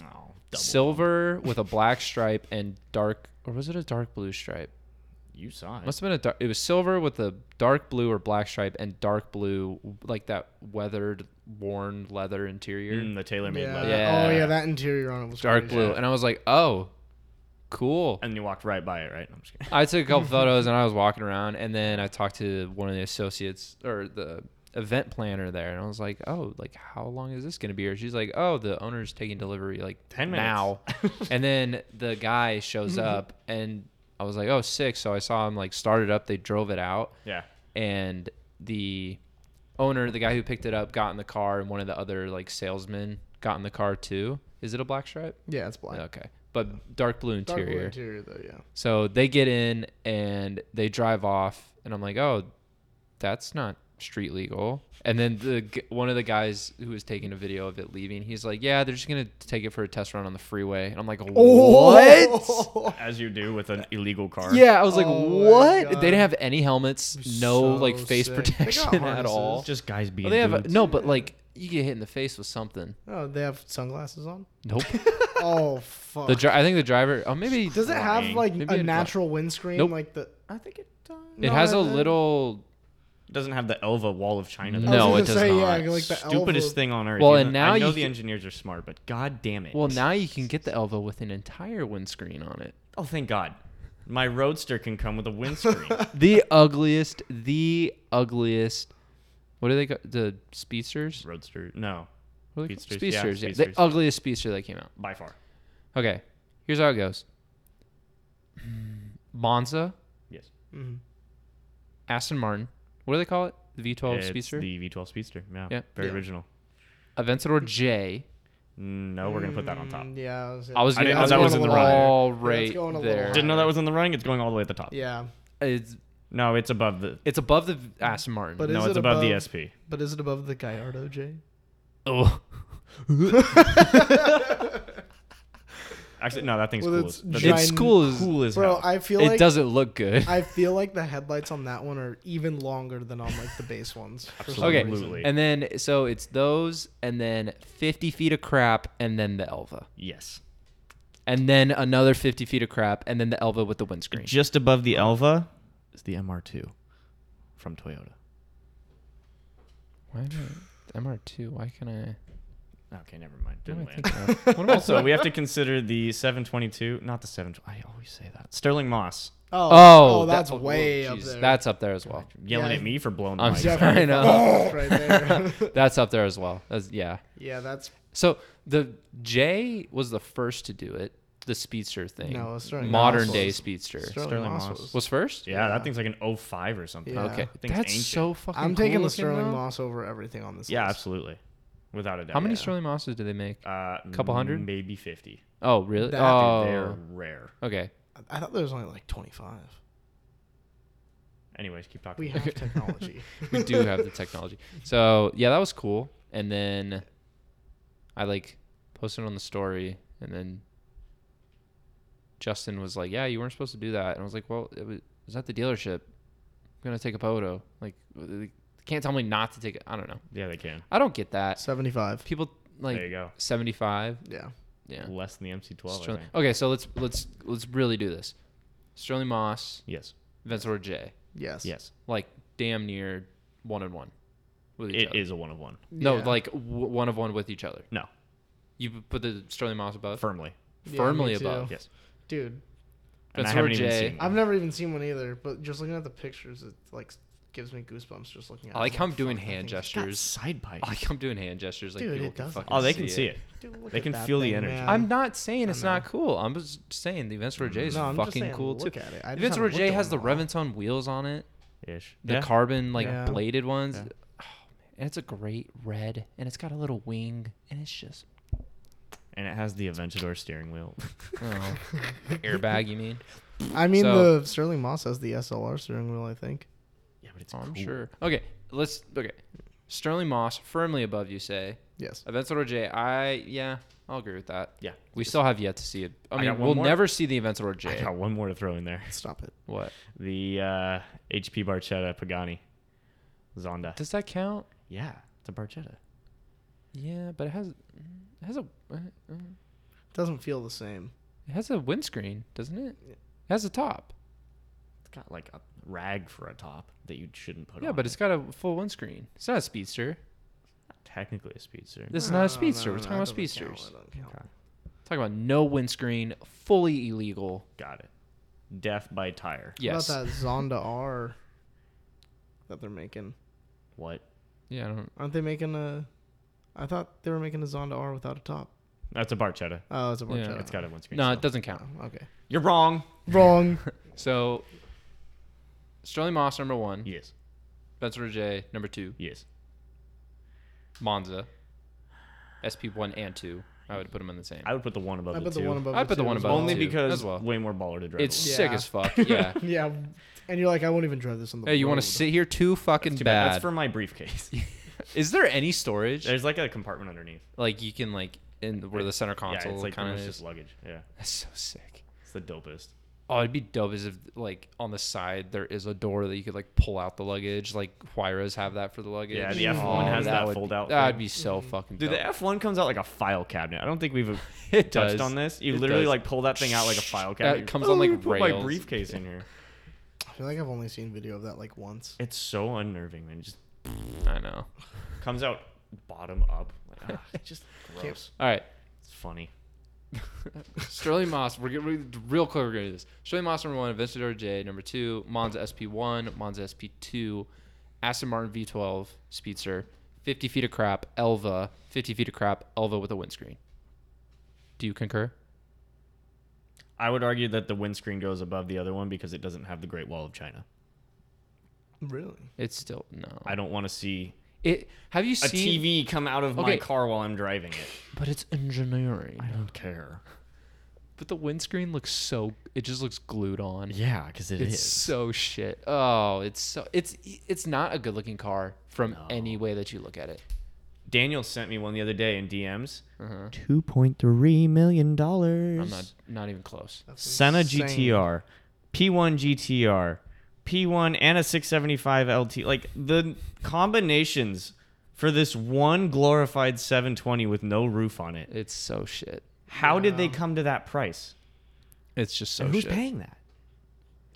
Speaker 1: Oh, double.
Speaker 2: Silver with a black stripe and dark, or was it a dark blue stripe?
Speaker 1: you saw it.
Speaker 2: Must have been a dark, it was silver with a dark blue or black stripe and dark blue, like that weathered, worn leather interior.
Speaker 1: Mm, the tailor made
Speaker 3: Yeah.
Speaker 1: leather.
Speaker 2: Yeah.
Speaker 3: Oh yeah, that interior on it was
Speaker 2: Dark
Speaker 3: crazy.
Speaker 2: blue. And I was like, oh, cool.
Speaker 1: Oh, And you walked right by it, right? I'm just kidding.
Speaker 2: I took a couple photos and I was walking around, and then I talked to one of the associates or the event planner there, and I was like, "Oh, like how long is this gonna be?" Or she's like, "Oh, the owner's taking delivery like
Speaker 1: 10 minutes.
Speaker 2: now," and then the guy shows
Speaker 3: Mm-hmm.
Speaker 2: up, and I was like, "Oh, sick!" So I saw him like start it up. They drove it out,
Speaker 1: Yeah.
Speaker 2: and the owner, the guy who picked it up, got in the car, and one of the other like salesmen got in the car too. Is it a black stripe?
Speaker 3: Yeah, it's black.
Speaker 2: Okay, but dark blue
Speaker 3: Dark
Speaker 2: interior.
Speaker 3: blue interior though, yeah.
Speaker 2: So they get in and they drive off, and I'm like, oh, that's not street legal. And then the g- one of the guys who was taking a video of it leaving, he's like, yeah, they're just gonna take it for a test run on the freeway, and I'm like,
Speaker 3: Oh,
Speaker 2: what?
Speaker 1: As you do with an illegal car.
Speaker 2: Yeah, I was like,
Speaker 3: Oh my
Speaker 2: what?
Speaker 3: God.
Speaker 2: They didn't have any helmets, no
Speaker 3: So
Speaker 2: like face
Speaker 3: sick. They got
Speaker 2: protection at all.
Speaker 3: harnesses.
Speaker 1: Just guys being.
Speaker 2: Well, they have
Speaker 1: dudes.
Speaker 2: no, but like you get hit in the face with something.
Speaker 3: Oh, they have sunglasses on.
Speaker 2: Nope.
Speaker 3: Oh fuck.
Speaker 2: the dri- I think the driver. Oh, maybe
Speaker 3: Does it have
Speaker 1: Flying.
Speaker 3: like
Speaker 2: Maybe
Speaker 3: a
Speaker 2: it-
Speaker 3: natural windscreen?
Speaker 2: Nope.
Speaker 3: Like the I think it. Uh,
Speaker 2: it has a little
Speaker 1: doesn't have the Elva Wall of China.
Speaker 2: No.
Speaker 1: though.
Speaker 2: it does not.
Speaker 3: Yeah, like the
Speaker 1: Stupidest
Speaker 3: Elva-
Speaker 1: thing on earth.
Speaker 2: Well,
Speaker 1: Even-
Speaker 2: and now
Speaker 1: I know
Speaker 2: you
Speaker 1: the
Speaker 2: can-
Speaker 1: engineers are smart, but god damn it.
Speaker 2: Well, now you can get the Elva with an entire windscreen on it.
Speaker 1: Oh, thank God. My Roadster can come with a windscreen.
Speaker 2: The ugliest, the ugliest. What do they call the speedsters?
Speaker 1: Roadster, no,
Speaker 2: What are they
Speaker 1: Speedsters,
Speaker 2: called?
Speaker 1: yeah,
Speaker 2: speedsters, yeah,
Speaker 1: speedsters.
Speaker 2: the ugliest speedster that came out.
Speaker 1: by far.
Speaker 2: Okay, here's how it goes. Monza,
Speaker 1: Yes.
Speaker 3: Mhm.
Speaker 2: Aston Martin. What do they call it? The V12
Speaker 1: It's
Speaker 2: speedster,
Speaker 1: The V12 Speedster. Yeah.
Speaker 2: Yeah.
Speaker 1: Very
Speaker 3: Yeah.
Speaker 1: original.
Speaker 2: Aventador J.
Speaker 1: No, we're gonna put that on top.
Speaker 3: Mm, Yeah, I was.
Speaker 2: I
Speaker 1: I
Speaker 2: was gonna,
Speaker 1: didn't
Speaker 2: I was
Speaker 1: know that
Speaker 2: going
Speaker 1: was in the running.
Speaker 2: all
Speaker 3: Yeah, it's
Speaker 2: right
Speaker 3: going a little
Speaker 2: there.
Speaker 1: Didn't know that was in the running. It's going all the way at the top.
Speaker 3: Yeah,
Speaker 2: It's,
Speaker 1: No, it's above the.
Speaker 2: it's above the Aston Martin.
Speaker 3: But it-
Speaker 1: no,
Speaker 3: Is
Speaker 1: it's above, the
Speaker 3: above-
Speaker 1: SP.
Speaker 3: but is it above the Gallardo J?
Speaker 2: oh,
Speaker 1: Actually, no, that thing's
Speaker 3: Well,
Speaker 1: cool.
Speaker 3: it's
Speaker 1: as- that
Speaker 3: giant-
Speaker 1: thing's
Speaker 2: it's cool as
Speaker 1: cool as
Speaker 3: Bro,
Speaker 1: hell.
Speaker 3: I feel
Speaker 2: it
Speaker 3: like
Speaker 2: doesn't look good.
Speaker 3: I feel like the headlights on that one are even longer than on like the base ones. for some
Speaker 2: Okay.
Speaker 3: reason.
Speaker 1: Absolutely.
Speaker 2: And then so it's those, and then fifty feet of crap, and then the Elva,
Speaker 1: yes.
Speaker 2: and then another fifty feet of crap, and then the Elva with the windscreen.
Speaker 1: Just above the Elva is the MR2 from Toyota.
Speaker 2: Why MR two? Why can I?
Speaker 1: Okay, never mind. Didn't
Speaker 2: What
Speaker 1: land.
Speaker 2: am I thinking of? What am I-
Speaker 1: also, we have to consider the 722, not the 720. I always say that. Sterling Moss
Speaker 3: Oh,
Speaker 2: Oh,
Speaker 3: oh,
Speaker 2: that-
Speaker 3: that's
Speaker 2: oh,
Speaker 3: way up
Speaker 2: jeez,
Speaker 3: there.
Speaker 2: That's up there as well.
Speaker 1: yelling
Speaker 3: Yeah.
Speaker 1: at me for blowing
Speaker 2: I'm
Speaker 1: my
Speaker 2: sorry.
Speaker 1: mic.
Speaker 2: I know.
Speaker 3: right there.
Speaker 2: That's up there as well. That's, yeah.
Speaker 3: yeah, that's
Speaker 2: So the J was the first to do it. The speedster thing.
Speaker 3: No, it's Sterling
Speaker 2: modern
Speaker 3: Moss
Speaker 2: day
Speaker 3: was-
Speaker 2: speedster
Speaker 3: Sterling,
Speaker 1: Sterling
Speaker 3: Moss.
Speaker 1: Moss.
Speaker 3: was-
Speaker 2: was first.
Speaker 1: Yeah, that thing's like an 05 or something.
Speaker 3: Yeah.
Speaker 2: Okay,
Speaker 1: That thing's
Speaker 2: that's
Speaker 1: ancient.
Speaker 2: so fucking.
Speaker 3: I'm taking
Speaker 2: cool
Speaker 3: the
Speaker 2: looking,
Speaker 3: Sterling
Speaker 2: though.
Speaker 3: Moss over everything on this.
Speaker 1: Yeah,
Speaker 3: list.
Speaker 1: absolutely. Without a doubt.
Speaker 2: How many
Speaker 1: Oh, Yeah.
Speaker 2: Sterling Mosses do they make?
Speaker 1: Uh,
Speaker 2: Couple hundred?
Speaker 1: Maybe 50.
Speaker 2: Oh, really?
Speaker 3: That-
Speaker 2: oh,
Speaker 1: Dude, they're rare.
Speaker 2: okay.
Speaker 3: I I thought there was only like 25.
Speaker 1: Anyways, keep talking.
Speaker 3: We have technology.
Speaker 2: we do have the technology. So yeah, that was cool. And then I like posted on the story, and then Justin was like, "Yeah, you weren't supposed to do that," and I was like, "Well, it was, it was at the dealership. I'm gonna take a photo. Like, they can't tell me not to take it. I don't know.
Speaker 1: Yeah, they can.
Speaker 2: I don't get that.
Speaker 3: Seventy-five.
Speaker 2: People
Speaker 1: there you
Speaker 2: like
Speaker 1: go.
Speaker 2: 75.
Speaker 3: Yeah.
Speaker 2: Yeah.
Speaker 1: Less than the MC12. I
Speaker 2: Sterling-
Speaker 1: think.
Speaker 2: Okay, so let's let's let's really do this. Sterling Moss,
Speaker 1: Yes.
Speaker 2: Vincent J,
Speaker 3: Yes.
Speaker 1: Yes.
Speaker 2: like damn near one and one with each
Speaker 1: It
Speaker 2: other.
Speaker 1: is a one of one.
Speaker 2: No,
Speaker 3: Yeah.
Speaker 2: like w- one of one with each other.
Speaker 1: No.
Speaker 2: You put the Sterling Moss above,
Speaker 1: Firmly.
Speaker 3: Yeah, me
Speaker 2: firmly
Speaker 3: too.
Speaker 2: above.
Speaker 1: Yes.
Speaker 3: Dude,
Speaker 1: And I
Speaker 2: That's
Speaker 1: haven't
Speaker 2: where
Speaker 1: even
Speaker 2: Jay-
Speaker 1: seen.
Speaker 3: I've never even seen one either, but just looking at the pictures, it like gives me goosebumps just looking at.
Speaker 2: I
Speaker 3: it.
Speaker 2: like
Speaker 3: It's
Speaker 2: how I'm doing
Speaker 3: fuck, that
Speaker 2: hand
Speaker 3: thing's-
Speaker 1: Got
Speaker 2: gestures.
Speaker 1: side pipe.
Speaker 2: I like I'm doing hand gestures. Like
Speaker 3: Dude,
Speaker 2: people
Speaker 3: it
Speaker 2: can
Speaker 3: doesn't-
Speaker 2: fucking
Speaker 1: Oh, they can see it.
Speaker 3: Dude, look
Speaker 1: They
Speaker 3: at
Speaker 1: can
Speaker 3: that
Speaker 1: feel the
Speaker 3: thing,
Speaker 1: energy.
Speaker 3: man.
Speaker 2: I'm not saying it's
Speaker 3: I know.
Speaker 2: not cool. I'm just saying the Vince Roger is
Speaker 3: No, I'm just
Speaker 2: fucking
Speaker 3: saying
Speaker 2: cool
Speaker 3: look
Speaker 2: too.
Speaker 3: at it. I just
Speaker 2: Vince
Speaker 3: haven't looked
Speaker 2: Roger
Speaker 3: at
Speaker 2: has
Speaker 3: one
Speaker 2: the
Speaker 3: in a while.
Speaker 2: Reventon wheels on it.
Speaker 1: Ish.
Speaker 2: the
Speaker 1: Yeah.
Speaker 2: carbon like
Speaker 3: Yeah.
Speaker 2: bladed ones.
Speaker 1: Yeah.
Speaker 2: Oh, man. And it's a great red, and it's got a little wing, and it's just
Speaker 1: And it has the Aventador steering wheel.
Speaker 2: oh, airbag. You mean?
Speaker 3: I mean,
Speaker 2: So-
Speaker 3: the Sterling Moss has the SLR steering wheel, I think.
Speaker 1: yeah, but it's
Speaker 2: Oh, I'm
Speaker 1: cool.
Speaker 2: sure. Okay, let's okay. Sterling Moss firmly above you say.
Speaker 3: Yes.
Speaker 2: Events Order J. I yeah, I'll agree with that.
Speaker 1: Yeah.
Speaker 2: We still have yet to see it. I
Speaker 1: I
Speaker 2: mean,
Speaker 1: got one
Speaker 2: we'll
Speaker 1: more.
Speaker 2: never see the Events Order J.
Speaker 1: I got one more to throw in there.
Speaker 3: Stop it.
Speaker 2: What
Speaker 1: The uh, HP Barchetta Pagani Zonda.
Speaker 2: does that count?
Speaker 1: Yeah, it's a Barchetta.
Speaker 2: Yeah, but it has it has a it
Speaker 3: Doesn't feel the same.
Speaker 2: has a windscreen, doesn't it?
Speaker 3: Yeah.
Speaker 2: It has a top.
Speaker 1: It's got like a rag for a top that you shouldn't put on.
Speaker 2: yeah,
Speaker 1: it.
Speaker 2: but it's got a full windscreen. It's not a speedster.
Speaker 1: technically a speedster.
Speaker 2: This is not
Speaker 3: No,
Speaker 2: a speedster.
Speaker 3: no,
Speaker 2: We're
Speaker 3: no,
Speaker 2: talking
Speaker 3: it
Speaker 2: about
Speaker 3: doesn't count.
Speaker 2: speedsters.
Speaker 3: It doesn't count.
Speaker 1: Okay.
Speaker 2: Talking about no windscreen, fully illegal.
Speaker 1: Got it. Deaf by tire.
Speaker 2: Yes.
Speaker 3: What about that Zonda R that they're making?
Speaker 1: What?
Speaker 2: Yeah, I don't.
Speaker 3: Aren't they making a? I thought they were making a Zonda R without a top.
Speaker 1: That's a Barchetta.
Speaker 3: Oh, it's a
Speaker 2: Yeah.
Speaker 3: Barchetta.
Speaker 2: Uh,
Speaker 1: It's got a windscreen.
Speaker 2: No,
Speaker 1: still.
Speaker 2: it doesn't count.
Speaker 3: Oh, okay.
Speaker 1: You're wrong.
Speaker 3: Wrong.
Speaker 2: So, Sterling Moss number one,
Speaker 1: Yes.
Speaker 2: Spencer J number two,
Speaker 1: Yes.
Speaker 2: Monza, SP one and two. I would put them in the same.
Speaker 1: I would put the one above
Speaker 3: I
Speaker 1: the
Speaker 3: put
Speaker 1: two.
Speaker 3: the one above.
Speaker 2: I put the
Speaker 3: two
Speaker 2: one
Speaker 3: as
Speaker 2: above
Speaker 1: Only
Speaker 2: two
Speaker 1: because
Speaker 2: as well.
Speaker 1: way more baller to drive.
Speaker 2: It's
Speaker 1: with.
Speaker 2: sick
Speaker 3: Yeah.
Speaker 2: as fuck. Yeah.
Speaker 3: well. Yeah, and you're like, I won't even drive this on the.
Speaker 2: hey, you want to
Speaker 3: road.
Speaker 2: sit here too fucking
Speaker 1: That's too bad.
Speaker 2: bad?
Speaker 1: That's for my briefcase.
Speaker 2: Is there any storage
Speaker 1: There's like a compartment underneath.
Speaker 2: like you can like in where the center console
Speaker 1: yeah, it's like pretty
Speaker 2: kind
Speaker 1: much
Speaker 2: of
Speaker 1: just luggage. Yeah,
Speaker 2: That's so sick.
Speaker 1: it's the dopest.
Speaker 2: Oh, it'd be dope is if like on the side there is a door that you could like pull out the luggage, like Huayras have that for the luggage.
Speaker 1: Yeah, the
Speaker 3: Mm.
Speaker 1: F1
Speaker 2: Oh,
Speaker 1: has that,
Speaker 2: would be-
Speaker 1: fold out.
Speaker 2: That'd
Speaker 1: thing.
Speaker 2: be so fucking
Speaker 1: Dude,
Speaker 2: dope.
Speaker 1: the F1 comes out like a file cabinet. I don't think we've
Speaker 2: it
Speaker 1: touched
Speaker 2: does.
Speaker 1: on this. You
Speaker 2: It
Speaker 1: literally
Speaker 2: does.
Speaker 1: like pull that thing out like a file
Speaker 2: That
Speaker 1: cabinet. You're
Speaker 2: comes on, like,
Speaker 1: "Oh, put my
Speaker 2: rails."
Speaker 1: briefcase in here.
Speaker 3: I feel like I've only seen video of that like once.
Speaker 1: It's so unnerving, man. It just
Speaker 2: I know.
Speaker 1: comes out bottom up. Like, ah, it's just gross.
Speaker 2: All right,
Speaker 1: It's funny.
Speaker 2: Sterling Moss. We're getting we're- real quick. We're gonna do this. Sterling Moss number one, Aventador J number two, Monza SP1, Monza SP2, Aston Martin V12 Speedster, 50 feet of crap, Elva, 50 feet of crap, Elva with a windscreen. Do you concur?
Speaker 1: I would argue that the windscreen goes above the other one because it doesn't have the Great Wall of China.
Speaker 3: Really?
Speaker 2: It's still no.
Speaker 1: I don't want to see
Speaker 2: It have you
Speaker 1: a
Speaker 2: seen?
Speaker 1: TV come out of
Speaker 2: Okay.
Speaker 1: my car while I'm driving it.
Speaker 2: But it's engineering.
Speaker 1: I don't care.
Speaker 2: But the windscreen looks so. It just looks glued on.
Speaker 1: Yeah, because it
Speaker 2: it's
Speaker 1: is.
Speaker 2: so shit. Oh, it's so. It's it's not a good looking car from
Speaker 1: No.
Speaker 2: any way that you look at it.
Speaker 1: Daniel sent me one the other day in DMs.
Speaker 2: Uh-huh.
Speaker 1: Two point three million dollars.
Speaker 2: I'm not not even close.
Speaker 3: That's
Speaker 1: Senna
Speaker 3: insane.
Speaker 1: GTR, P1 GTR, P1 and a 675 LT. Like the combinations for this one glorified 720 with no roof on it.
Speaker 2: It's so shit.
Speaker 1: How did they
Speaker 3: Yeah.
Speaker 1: come to that price?
Speaker 2: It's just so
Speaker 1: And who's
Speaker 2: shit.
Speaker 1: paying that?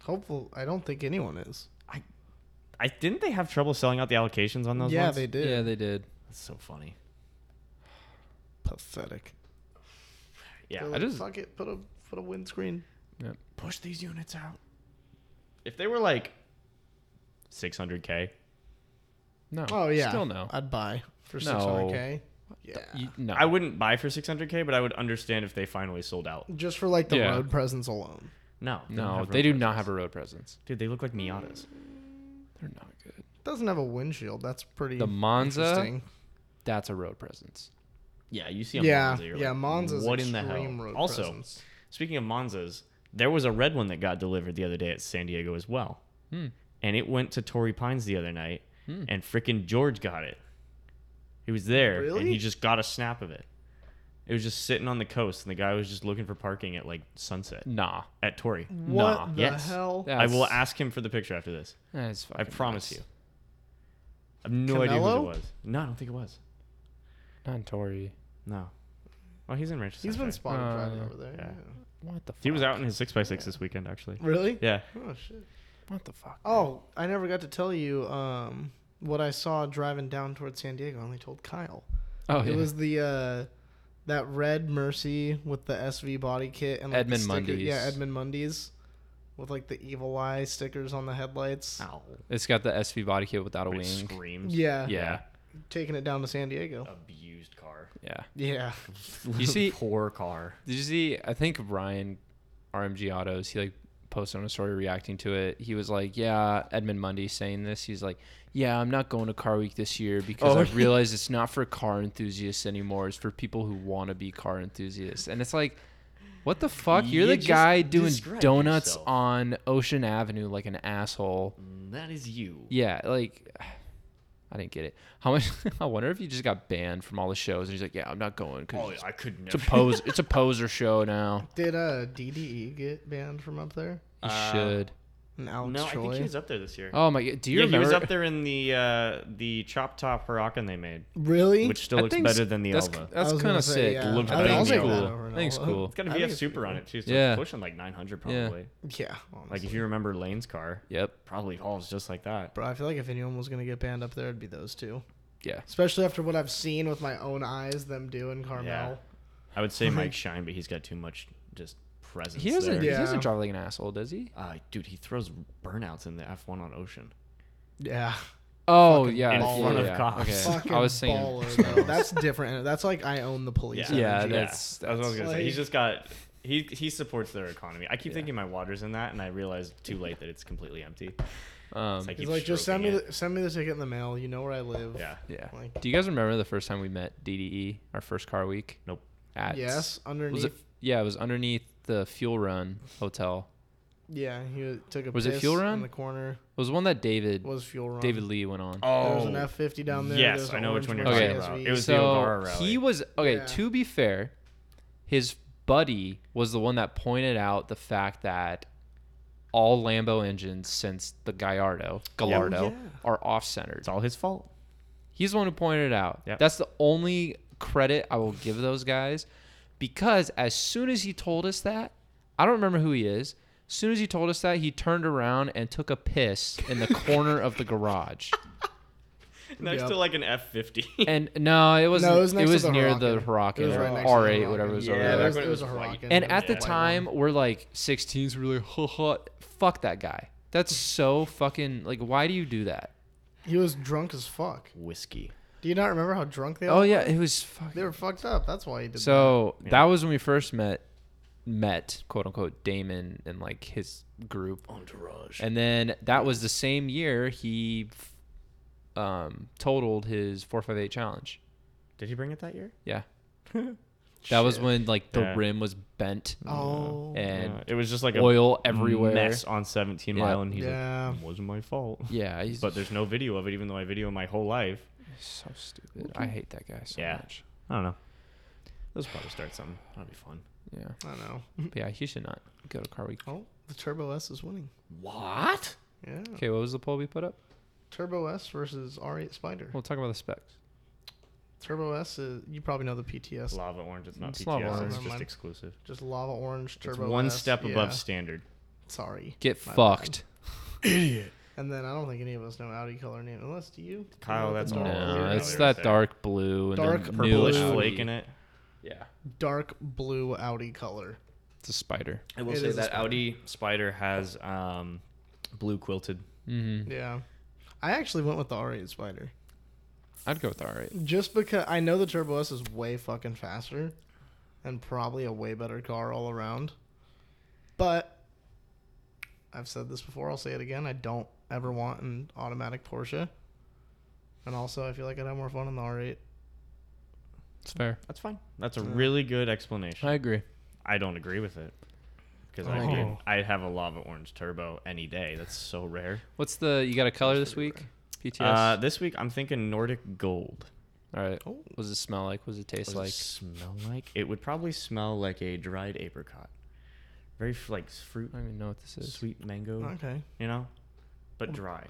Speaker 3: Hopeful. I don't think anyone is.
Speaker 1: I didn't they have trouble selling out the allocations on those
Speaker 3: yeah,
Speaker 1: ones?
Speaker 3: they did.
Speaker 2: Yeah, they did.
Speaker 1: That's so funny.
Speaker 3: Pathetic.
Speaker 1: Yeah.
Speaker 3: They're
Speaker 2: I
Speaker 3: like,
Speaker 2: just-
Speaker 3: fuck it. Put a put a windscreen.
Speaker 1: Push these units out. If they were like 600k,
Speaker 2: No.
Speaker 3: Oh yeah.
Speaker 2: Still no.
Speaker 3: I'd buy for
Speaker 2: No.
Speaker 3: six hundred k. Yeah.
Speaker 2: You- no.
Speaker 1: I wouldn't buy for 600k, but I would understand if they finally sold out.
Speaker 3: Just for like the
Speaker 2: Yeah.
Speaker 3: road presence alone.
Speaker 1: No. don't
Speaker 2: no.
Speaker 1: have
Speaker 2: They
Speaker 1: road
Speaker 2: do
Speaker 1: presence.
Speaker 2: not have a road presence.
Speaker 1: Dude, they look like Miatas.
Speaker 2: They're not good.
Speaker 3: Doesn't have a windshield. That's pretty.
Speaker 2: The Monza.
Speaker 3: Hmm. interesting.
Speaker 2: That's a road presence.
Speaker 1: Yeah, you see a
Speaker 3: Yeah.
Speaker 1: Monza. You're
Speaker 3: yeah.
Speaker 1: like,
Speaker 3: Monza's
Speaker 1: what in
Speaker 3: extreme
Speaker 1: the hell?
Speaker 3: road
Speaker 1: also,
Speaker 3: presence.
Speaker 1: speaking of Monzas, there was a red one that got delivered the other day at San Diego as well,
Speaker 2: Hmm.
Speaker 1: and it went to Torrey Pines the other night,
Speaker 2: Hmm.
Speaker 1: and frickin' George got it. He was there, and
Speaker 3: Really?
Speaker 1: he just got a snap of it. It was just sitting on the coast, and the guy was just looking for parking at like sunset
Speaker 2: Nah.
Speaker 1: at Torrey.
Speaker 3: What
Speaker 2: Nah.
Speaker 3: the
Speaker 1: Yes.
Speaker 3: hell?
Speaker 1: I
Speaker 2: That's-
Speaker 1: will ask him for the picture after this.
Speaker 2: That's
Speaker 1: I
Speaker 2: fucking
Speaker 1: promise
Speaker 2: nuts.
Speaker 1: you. I have no idea who it
Speaker 3: Canelo?
Speaker 1: was. No, I don't think it was.
Speaker 2: Not Tory.
Speaker 1: No. Oh, he's in Manchester.
Speaker 3: He's been
Speaker 1: okay.
Speaker 3: spotted driving
Speaker 2: Uh,
Speaker 3: over there.
Speaker 1: yeah.
Speaker 3: yeah.
Speaker 2: What the fuck?
Speaker 1: He was out in his six x six this weekend, actually.
Speaker 3: Really?
Speaker 1: Yeah.
Speaker 3: Oh shit.
Speaker 2: What the fuck?
Speaker 3: Oh, I never got to tell you um, what I saw driving down towards San Diego. I only told Kyle.
Speaker 2: Oh,
Speaker 3: it
Speaker 2: yeah.
Speaker 3: was the uh, that red Mercy with the SV body kit and like, the
Speaker 2: Edmund
Speaker 3: sticker-
Speaker 2: Mundy's.
Speaker 3: Yeah, Edmund Mundy's with like the evil eye stickers on the headlights.
Speaker 2: Oh,
Speaker 1: Ow.
Speaker 2: It's got the SV body kit without a
Speaker 1: It
Speaker 2: wing.
Speaker 1: screams.
Speaker 3: Yeah,
Speaker 2: Yeah.
Speaker 3: taking it down to San Diego.
Speaker 1: Abused car.
Speaker 2: Yeah.
Speaker 3: Yeah,
Speaker 2: You see-
Speaker 1: poor car.
Speaker 2: Did you see? I think Ryan, RMG Autos, he like posted on a story reacting to it. He was like, "Yeah, Edmund Mundy saying this. He's like, yeah, I'm not going to Car Week this year because
Speaker 1: Oh,
Speaker 2: I
Speaker 1: yeah.
Speaker 2: realize it's not for car enthusiasts anymore. It's for people who want to be car enthusiasts." And it's like, what the fuck? You're
Speaker 1: You
Speaker 2: the
Speaker 1: just
Speaker 2: guy doing
Speaker 1: described
Speaker 2: donuts
Speaker 1: yourself. Mm.
Speaker 2: on Ocean Avenue like an asshole.
Speaker 1: That is you.
Speaker 2: Yeah, like I didn't get it. How much? I wonder if he just got banned from all the shows. And he's like, "Yeah, I'm not going because
Speaker 1: Oh, I could
Speaker 2: it's a
Speaker 1: never.
Speaker 2: pose. It's a poser show now.
Speaker 3: did uh, DDE get banned from up there?
Speaker 2: You
Speaker 1: Uh,
Speaker 2: should."
Speaker 3: And Alex
Speaker 1: No, I
Speaker 3: Troy.
Speaker 1: think he was up there this year.
Speaker 2: Oh my god! Do you
Speaker 1: yeah,
Speaker 2: remember?
Speaker 1: he was up there in the uh, the chop top Huracan they made,
Speaker 3: really?
Speaker 1: which still looks better than the
Speaker 2: that's,
Speaker 1: Elva.
Speaker 3: I
Speaker 2: That's
Speaker 3: was
Speaker 2: kind
Speaker 3: gonna
Speaker 2: of
Speaker 3: say,
Speaker 2: sick.
Speaker 3: yeah.
Speaker 1: Looked
Speaker 2: I
Speaker 1: I'll
Speaker 2: think
Speaker 1: take
Speaker 2: cool.
Speaker 1: that
Speaker 3: over an
Speaker 2: I think it's
Speaker 3: Elva.
Speaker 2: cool.
Speaker 1: It's got a
Speaker 3: I think
Speaker 1: VF
Speaker 3: it's
Speaker 1: Super
Speaker 3: pretty
Speaker 1: on
Speaker 3: cool.
Speaker 1: it too, so
Speaker 2: Yeah.
Speaker 1: it's pushing like 900 probably.
Speaker 2: Yeah.
Speaker 3: Yeah. Oh,
Speaker 1: Like
Speaker 3: honestly.
Speaker 1: if you remember Lane's car,
Speaker 2: Yep.
Speaker 1: probably hauls just like that.
Speaker 3: Bro, I feel like if anyone was gonna get banned up there, it'd be those two.
Speaker 2: Yeah.
Speaker 3: Especially after what I've seen with my own eyes, them do in Carmel.
Speaker 1: Yeah. I would say Mike Shine, but he's got too much just presence.
Speaker 2: He doesn't.
Speaker 1: There.
Speaker 2: He
Speaker 3: Yeah.
Speaker 2: doesn't drive like an asshole, does he?
Speaker 1: Uh, dude, he throws burnouts in the F1 on Ocean.
Speaker 3: Yeah.
Speaker 2: Oh yeah.
Speaker 1: in
Speaker 2: yeah,
Speaker 1: front of
Speaker 2: yeah.
Speaker 1: cops.
Speaker 2: Okay.
Speaker 3: Fucking
Speaker 2: I was saying.
Speaker 3: baller, though. That's different. That's like I own the police.
Speaker 1: Yeah.
Speaker 2: Yeah,
Speaker 3: energy.
Speaker 2: that's-
Speaker 1: That's what I was gonna say. He's
Speaker 3: like-
Speaker 1: just got he he supports their economy. I keep
Speaker 2: Yeah.
Speaker 1: thinking my water's in that, and I realized too late that it's completely empty.
Speaker 2: Um,
Speaker 1: It's like,
Speaker 3: He's
Speaker 1: keep
Speaker 3: like, just send me
Speaker 1: stroking
Speaker 3: the, send me the ticket in the mail. You know where I live.
Speaker 1: Yeah.
Speaker 2: yeah.
Speaker 3: Like,
Speaker 2: Do you guys remember the first time we met DDE? Our first car week.
Speaker 1: Nope.
Speaker 2: At
Speaker 3: yes,
Speaker 2: Was
Speaker 3: underneath.
Speaker 2: it? Yeah, it was underneath the Fuel Run Hotel.
Speaker 3: Yeah, he took a
Speaker 2: Was it
Speaker 3: piss
Speaker 2: Fuel Run?
Speaker 3: in the corner.
Speaker 2: It was one that David
Speaker 3: Was fuel run.
Speaker 2: David Lee went on.
Speaker 1: Oh,
Speaker 3: There was an F fifty down there.
Speaker 1: Yes,
Speaker 3: There's an
Speaker 1: I know which
Speaker 3: orange
Speaker 1: one you're
Speaker 2: talking
Speaker 3: Mercedes
Speaker 1: about.
Speaker 3: SV.
Speaker 1: It was- the
Speaker 2: so
Speaker 1: Elvira rally.
Speaker 2: he was okay.
Speaker 3: Yeah.
Speaker 2: To be fair, his buddy was the one that pointed out the fact that all Lambo engines since the Gallardo, Gallardo
Speaker 3: Oh, yeah.
Speaker 2: are off-centered.
Speaker 1: It's all his fault.
Speaker 2: He's the one who pointed it out.
Speaker 1: Yep.
Speaker 2: That's the only credit I will give those guys because as soon as he told us that, I don't remember who he is. As soon as he told us that, he turned around and took a piss in the corner of the garage.
Speaker 1: Next
Speaker 3: Yep.
Speaker 1: to like an F50.
Speaker 2: And no, it was
Speaker 3: No,
Speaker 2: it
Speaker 3: it
Speaker 2: was,
Speaker 3: was next to the
Speaker 2: near the
Speaker 3: Huracan.
Speaker 2: Huracan
Speaker 3: It was
Speaker 2: or
Speaker 3: right next to the
Speaker 2: R8, whatever it
Speaker 3: Huracan.
Speaker 2: was
Speaker 3: Yeah,
Speaker 2: over
Speaker 1: back
Speaker 3: it
Speaker 2: there.
Speaker 3: was,
Speaker 1: when
Speaker 3: it
Speaker 1: it
Speaker 3: was a
Speaker 1: was white.
Speaker 3: rocket.
Speaker 2: And at the
Speaker 1: Yeah.
Speaker 2: time, we're like 16s. We're like, "Ha, ha, fuck that guy. That's so fucking like. Why do you do that?
Speaker 3: he was drunk as fuck.
Speaker 1: Whiskey.
Speaker 3: Do you not remember how drunk they
Speaker 2: Oh
Speaker 3: were?
Speaker 2: yeah, it was
Speaker 3: They
Speaker 2: fucking.
Speaker 3: were fucked up. That's why he did
Speaker 2: So that was when we first met, met quote unquote Damon and like his group.
Speaker 1: Entourage.
Speaker 2: And then that was the same year he, um, totaled his 458 challenge.
Speaker 1: Did he bring it that year?
Speaker 2: Yeah,
Speaker 3: that.
Speaker 2: that was
Speaker 3: Shit.
Speaker 2: when like the
Speaker 1: Yeah.
Speaker 2: rim was bent
Speaker 3: Oh.
Speaker 2: and
Speaker 1: Yeah, it was just like a
Speaker 2: oil everywhere.
Speaker 1: mess on 17
Speaker 2: Yeah.
Speaker 1: mile, and he's
Speaker 3: Yeah.
Speaker 1: like, "Wasn't my fault."
Speaker 2: Yeah, he's
Speaker 1: But there's no video of it, even though I video my whole life.
Speaker 2: so stupid. I hate that guy so
Speaker 1: Yeah.
Speaker 2: much.
Speaker 1: I don't know. Let's probably start something. That'd be fun.
Speaker 2: Yeah,
Speaker 3: I don't know.
Speaker 2: but yeah, he should not go to car week.
Speaker 3: Oh, the Turbo S is winning.
Speaker 1: What?
Speaker 3: Yeah.
Speaker 1: Hmm.
Speaker 2: Okay, what was the poll we put up?
Speaker 3: Turbo S versus R8 Spider.
Speaker 2: We'll talk about the specs.
Speaker 3: Turbo S is you probably know the PTS.
Speaker 1: Lava orange. It's not
Speaker 2: It's
Speaker 1: PTS.
Speaker 2: lava
Speaker 1: It's
Speaker 3: orange.
Speaker 1: just
Speaker 3: Never mind.
Speaker 1: exclusive.
Speaker 3: Just lava orange turbo.
Speaker 1: it's one
Speaker 3: S,
Speaker 1: step
Speaker 3: yeah.
Speaker 1: above standard.
Speaker 3: Sorry.
Speaker 2: Get
Speaker 3: My
Speaker 2: fucked.
Speaker 3: And then I don't think any of us know Audi color name unless do you?
Speaker 1: Kyle,
Speaker 3: You know
Speaker 1: that's
Speaker 3: the
Speaker 1: all.
Speaker 3: dark blue?
Speaker 2: No,
Speaker 1: Earlier
Speaker 2: it's
Speaker 1: was
Speaker 2: that
Speaker 1: there.
Speaker 2: dark blue and
Speaker 3: Dark
Speaker 2: the
Speaker 3: Blue
Speaker 1: Purplish
Speaker 3: Audi.
Speaker 1: flake in it.
Speaker 2: Yeah,
Speaker 3: dark blue Audi color.
Speaker 2: it's a spider.
Speaker 1: I will
Speaker 3: It
Speaker 1: say
Speaker 3: is a
Speaker 1: that
Speaker 3: spider.
Speaker 1: Audi Spider has um, blue quilted.
Speaker 2: Mm-hmm.
Speaker 3: Yeah. I actually went with the R8 Spider
Speaker 2: I'd go with all right.
Speaker 3: just because I know the Turbo S is way fucking faster and probably a way better car all around. But I've said this before, I'll say it again. I don't ever want an automatic Porsche. And also, I feel like I'd have more fun in the R8.
Speaker 2: It's fair.
Speaker 1: That's fine. That's a
Speaker 3: Yeah.
Speaker 1: really good explanation.
Speaker 2: I agree.
Speaker 1: I don't agree with it because I
Speaker 2: Oh.
Speaker 1: do. I'd have a lava orange turbo any day. That's so rare.
Speaker 2: What's the? You got a color this week? PTS.
Speaker 1: Uh, this week I'm thinking Nordic gold.
Speaker 2: All right.
Speaker 3: Oh.
Speaker 2: What does it smell like? What does it taste
Speaker 1: What
Speaker 2: like?
Speaker 1: does it smell like it would probably smell like a dried apricot, very f- like fruit,
Speaker 2: I don't even know what this is.
Speaker 1: sweet mango,
Speaker 3: Okay.
Speaker 1: you know, but dry.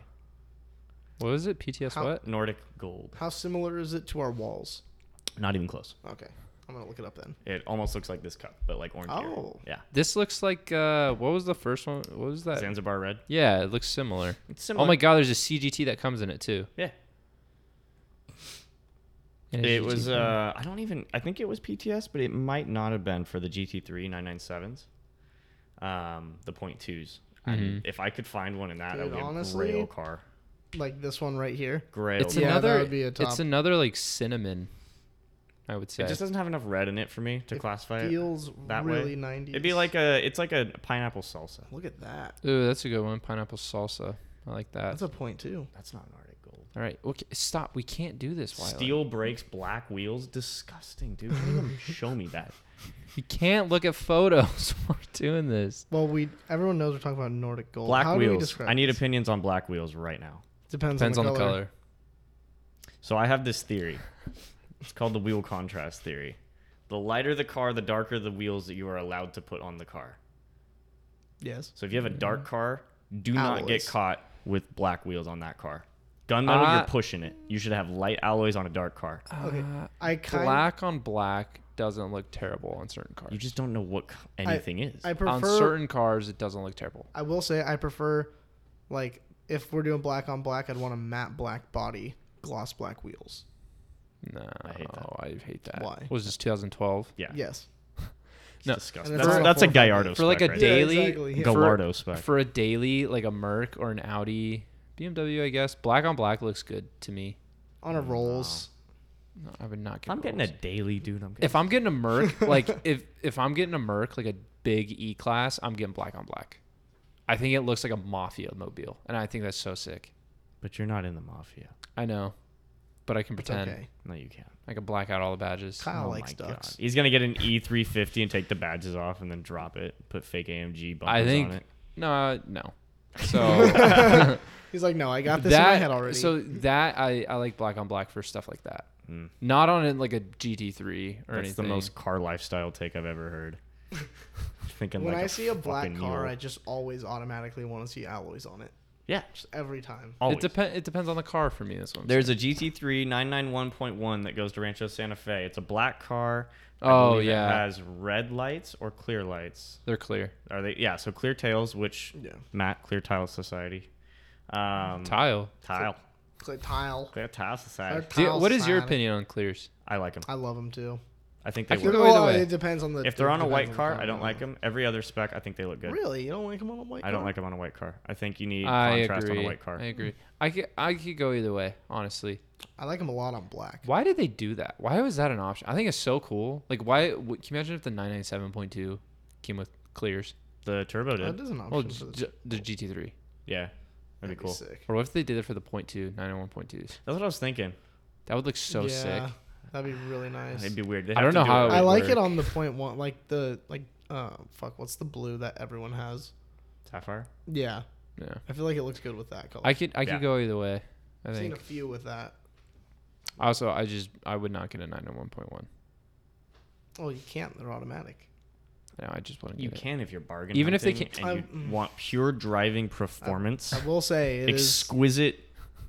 Speaker 2: What is it? PTS
Speaker 3: How-
Speaker 2: what?
Speaker 1: Nordic gold,
Speaker 3: How similar is it to our walls?
Speaker 1: not even close.
Speaker 3: Okay. I'm gonna look it up then.
Speaker 1: It almost looks like this cup, but like orange.
Speaker 3: Oh.
Speaker 1: yeah,
Speaker 2: This looks like uh what was the first one? What was that?
Speaker 1: Zanzibar red.
Speaker 2: Yeah, it looks similar.
Speaker 1: It's similar.
Speaker 2: Oh my god, there's a CGT that comes in it too.
Speaker 1: Yeah,
Speaker 2: And a
Speaker 1: it
Speaker 2: GT
Speaker 1: was.
Speaker 2: thing.
Speaker 1: Uh, I don't even. I think it was PTS, but it might not have been for the GT3 997s, um, the point twos. I,
Speaker 2: Mhm.
Speaker 1: if I could find one in that, that
Speaker 3: Dude,
Speaker 1: would be
Speaker 3: honestly,
Speaker 1: a grail car.
Speaker 3: Like this one right here.
Speaker 1: Grail.
Speaker 2: it's
Speaker 3: Yeah, that
Speaker 2: another
Speaker 3: would be a top.
Speaker 2: It's another like cinnamon. I would say.
Speaker 1: It just doesn't have enough red in it for me to
Speaker 3: It
Speaker 1: classify it.
Speaker 3: Feels
Speaker 1: that way.
Speaker 3: really 90s.
Speaker 1: It'd be like a. It's like a pineapple salsa.
Speaker 3: Look at that.
Speaker 2: Ooh, that's a good one. Pineapple salsa. I like that.
Speaker 3: That's a point too.
Speaker 1: That's not Nordic gold.
Speaker 2: All right. Okay, stop. We can't do this, Wiley.
Speaker 1: Steel brakes, black wheels. Disgusting, dude. Don't even show me that.
Speaker 2: You can't look at photos while doing this.
Speaker 3: Well, we everyone knows we're talking about Nordic gold.
Speaker 1: Black
Speaker 3: How do we
Speaker 1: wheels.
Speaker 3: describe
Speaker 1: I need
Speaker 3: this?
Speaker 1: opinions on black wheels right now.
Speaker 3: Depends,
Speaker 2: Depends on the color.
Speaker 1: So I have this theory. It's called the wheel contrast theory. The lighter the car, the darker the wheels that you are allowed to put on the car.
Speaker 3: Yes.
Speaker 1: So if you have a dark
Speaker 2: Mm-hmm.
Speaker 1: car, do not get
Speaker 3: Alloys.
Speaker 1: caught with black wheels on that car. Gunmetal,
Speaker 2: Ah.
Speaker 1: you're pushing it. You should have light alloys on a dark car.
Speaker 3: Okay.
Speaker 2: Uh,
Speaker 3: I kind
Speaker 2: black on black doesn't look terrible on certain cars.
Speaker 1: You just don't know what c- anything is.
Speaker 3: I
Speaker 2: on
Speaker 3: prefer
Speaker 2: certain cars, it doesn't look terrible.
Speaker 3: I will say I prefer like if we're doing black on black, I'd want a matte black body, gloss black wheels.
Speaker 2: No, I
Speaker 1: hate
Speaker 2: hate
Speaker 1: that.
Speaker 2: that.
Speaker 3: Why?
Speaker 2: was this 2012
Speaker 1: yeah,
Speaker 3: Yes.
Speaker 1: it's
Speaker 2: no.
Speaker 1: disgusting.
Speaker 3: And it's
Speaker 1: That's,
Speaker 3: not a
Speaker 1: that's a
Speaker 3: 458.
Speaker 1: Gallardo
Speaker 2: for like a
Speaker 1: spec right
Speaker 3: Yeah,
Speaker 2: daily
Speaker 3: exactly, yeah.
Speaker 1: Gallardo spec.
Speaker 2: for a daily like a Merc or an Audi, BMW, I guess. Black on black looks good to me.
Speaker 3: On a Rolls.
Speaker 2: No, I would not
Speaker 1: If
Speaker 2: get.
Speaker 1: I'm getting a
Speaker 2: Rolls.
Speaker 1: daily, dude, I'm getting
Speaker 2: If I'm getting a Merc, like if if I'm getting a Merc, like a big E class, I'm getting black on black. I think it looks like a mafia mobile, and I think that's so sick.
Speaker 1: But you're not in the mafia.
Speaker 2: I know, but I can
Speaker 3: It's
Speaker 2: pretend.
Speaker 3: okay.
Speaker 1: No, you can't.
Speaker 2: I can black out all the badges.
Speaker 3: Kyle
Speaker 1: Oh
Speaker 3: likes
Speaker 1: my God.
Speaker 3: ducks.
Speaker 1: He's gonna get an E350 and take the badges off and then drop it. Put fake AMG bumpers
Speaker 2: I think
Speaker 1: on it.
Speaker 2: no, uh, no. So
Speaker 3: He's like, no, I got this
Speaker 2: that
Speaker 3: in my head already.
Speaker 2: so that I I like black on black for stuff like that.
Speaker 1: Mm.
Speaker 2: Not on it like a GT3 or
Speaker 1: That's
Speaker 2: anything.
Speaker 1: the most car lifestyle take I've ever heard. Thinking
Speaker 3: when
Speaker 1: like
Speaker 3: I see a black
Speaker 1: fucking
Speaker 3: car,
Speaker 1: mule.
Speaker 3: I just always automatically want to see alloys on it.
Speaker 1: yeah,
Speaker 3: Just every time.
Speaker 1: always.
Speaker 2: It depends. It depends on the car for me. This one.
Speaker 1: There's a GT3 991.1 that goes to Rancho Santa Fe. It's a black car. I
Speaker 2: Oh,
Speaker 1: believe
Speaker 2: yeah.
Speaker 1: it has red lights or clear lights.
Speaker 2: They're clear
Speaker 1: Are they? Yeah, so clear tails, which
Speaker 3: Yeah.
Speaker 1: Matt Clear Tile Society. Um,
Speaker 2: tile.
Speaker 1: tile,
Speaker 3: It's like tile.
Speaker 1: clear tile society.
Speaker 3: They're
Speaker 2: Do you-
Speaker 3: tile
Speaker 2: what is your
Speaker 3: sign.
Speaker 2: opinion on clears?
Speaker 1: I like them.
Speaker 3: I love them too.
Speaker 1: I think
Speaker 2: I
Speaker 1: they
Speaker 2: feel
Speaker 1: work.
Speaker 2: go either
Speaker 3: Well,
Speaker 2: way.
Speaker 3: It depends on the.
Speaker 1: If they're
Speaker 3: it
Speaker 1: on a
Speaker 3: depends
Speaker 1: white
Speaker 3: the
Speaker 1: car,
Speaker 3: car,
Speaker 1: I don't like them. Every other spec, I think they look good.
Speaker 3: Really, you don't like them on a white car?
Speaker 1: I don't like them on a white car. I think you need
Speaker 2: I
Speaker 1: contrast
Speaker 2: agree.
Speaker 1: on a white car.
Speaker 2: I agree. I could, I could go either way, honestly.
Speaker 3: I like them a lot on black.
Speaker 2: Why did they do that? Why was that an option? I think it's so cool. Like, why? What, can you imagine if the 997.2 came with clears?
Speaker 1: The turbo did.
Speaker 3: That is an option
Speaker 2: Well,
Speaker 3: for
Speaker 2: j-
Speaker 3: the.
Speaker 2: j- the GT3.
Speaker 1: Yeah, that'd be cool.
Speaker 3: sick.
Speaker 2: Or what if they did it for the .2, 901.2s?
Speaker 1: That's what I was thinking.
Speaker 2: That would look so sick.
Speaker 3: That'd be really nice.
Speaker 1: It'd be weird. They'd
Speaker 2: I
Speaker 1: have
Speaker 2: don't
Speaker 1: to
Speaker 2: know
Speaker 1: do
Speaker 2: how
Speaker 1: it
Speaker 2: it
Speaker 3: I
Speaker 2: would
Speaker 1: with
Speaker 3: like it
Speaker 2: work.
Speaker 3: on the point one, like the like. Uh, fuck. What's the blue that everyone has?
Speaker 1: Sapphire.
Speaker 3: Yeah,
Speaker 2: Yeah.
Speaker 3: I feel like it looks good with that color.
Speaker 2: I could I
Speaker 1: Yeah.
Speaker 2: could go either way. I
Speaker 3: have seen
Speaker 2: think.
Speaker 3: a few with that.
Speaker 2: Also, I just I would not get a 901.1.
Speaker 3: Oh, you can't. They're automatic.
Speaker 2: No, I just wouldn't
Speaker 1: You
Speaker 2: get it.
Speaker 1: can if you're bargain.
Speaker 2: Even if they
Speaker 1: hunting
Speaker 2: can't-
Speaker 1: and you want pure driving performance,
Speaker 3: I will say it is.
Speaker 1: exquisite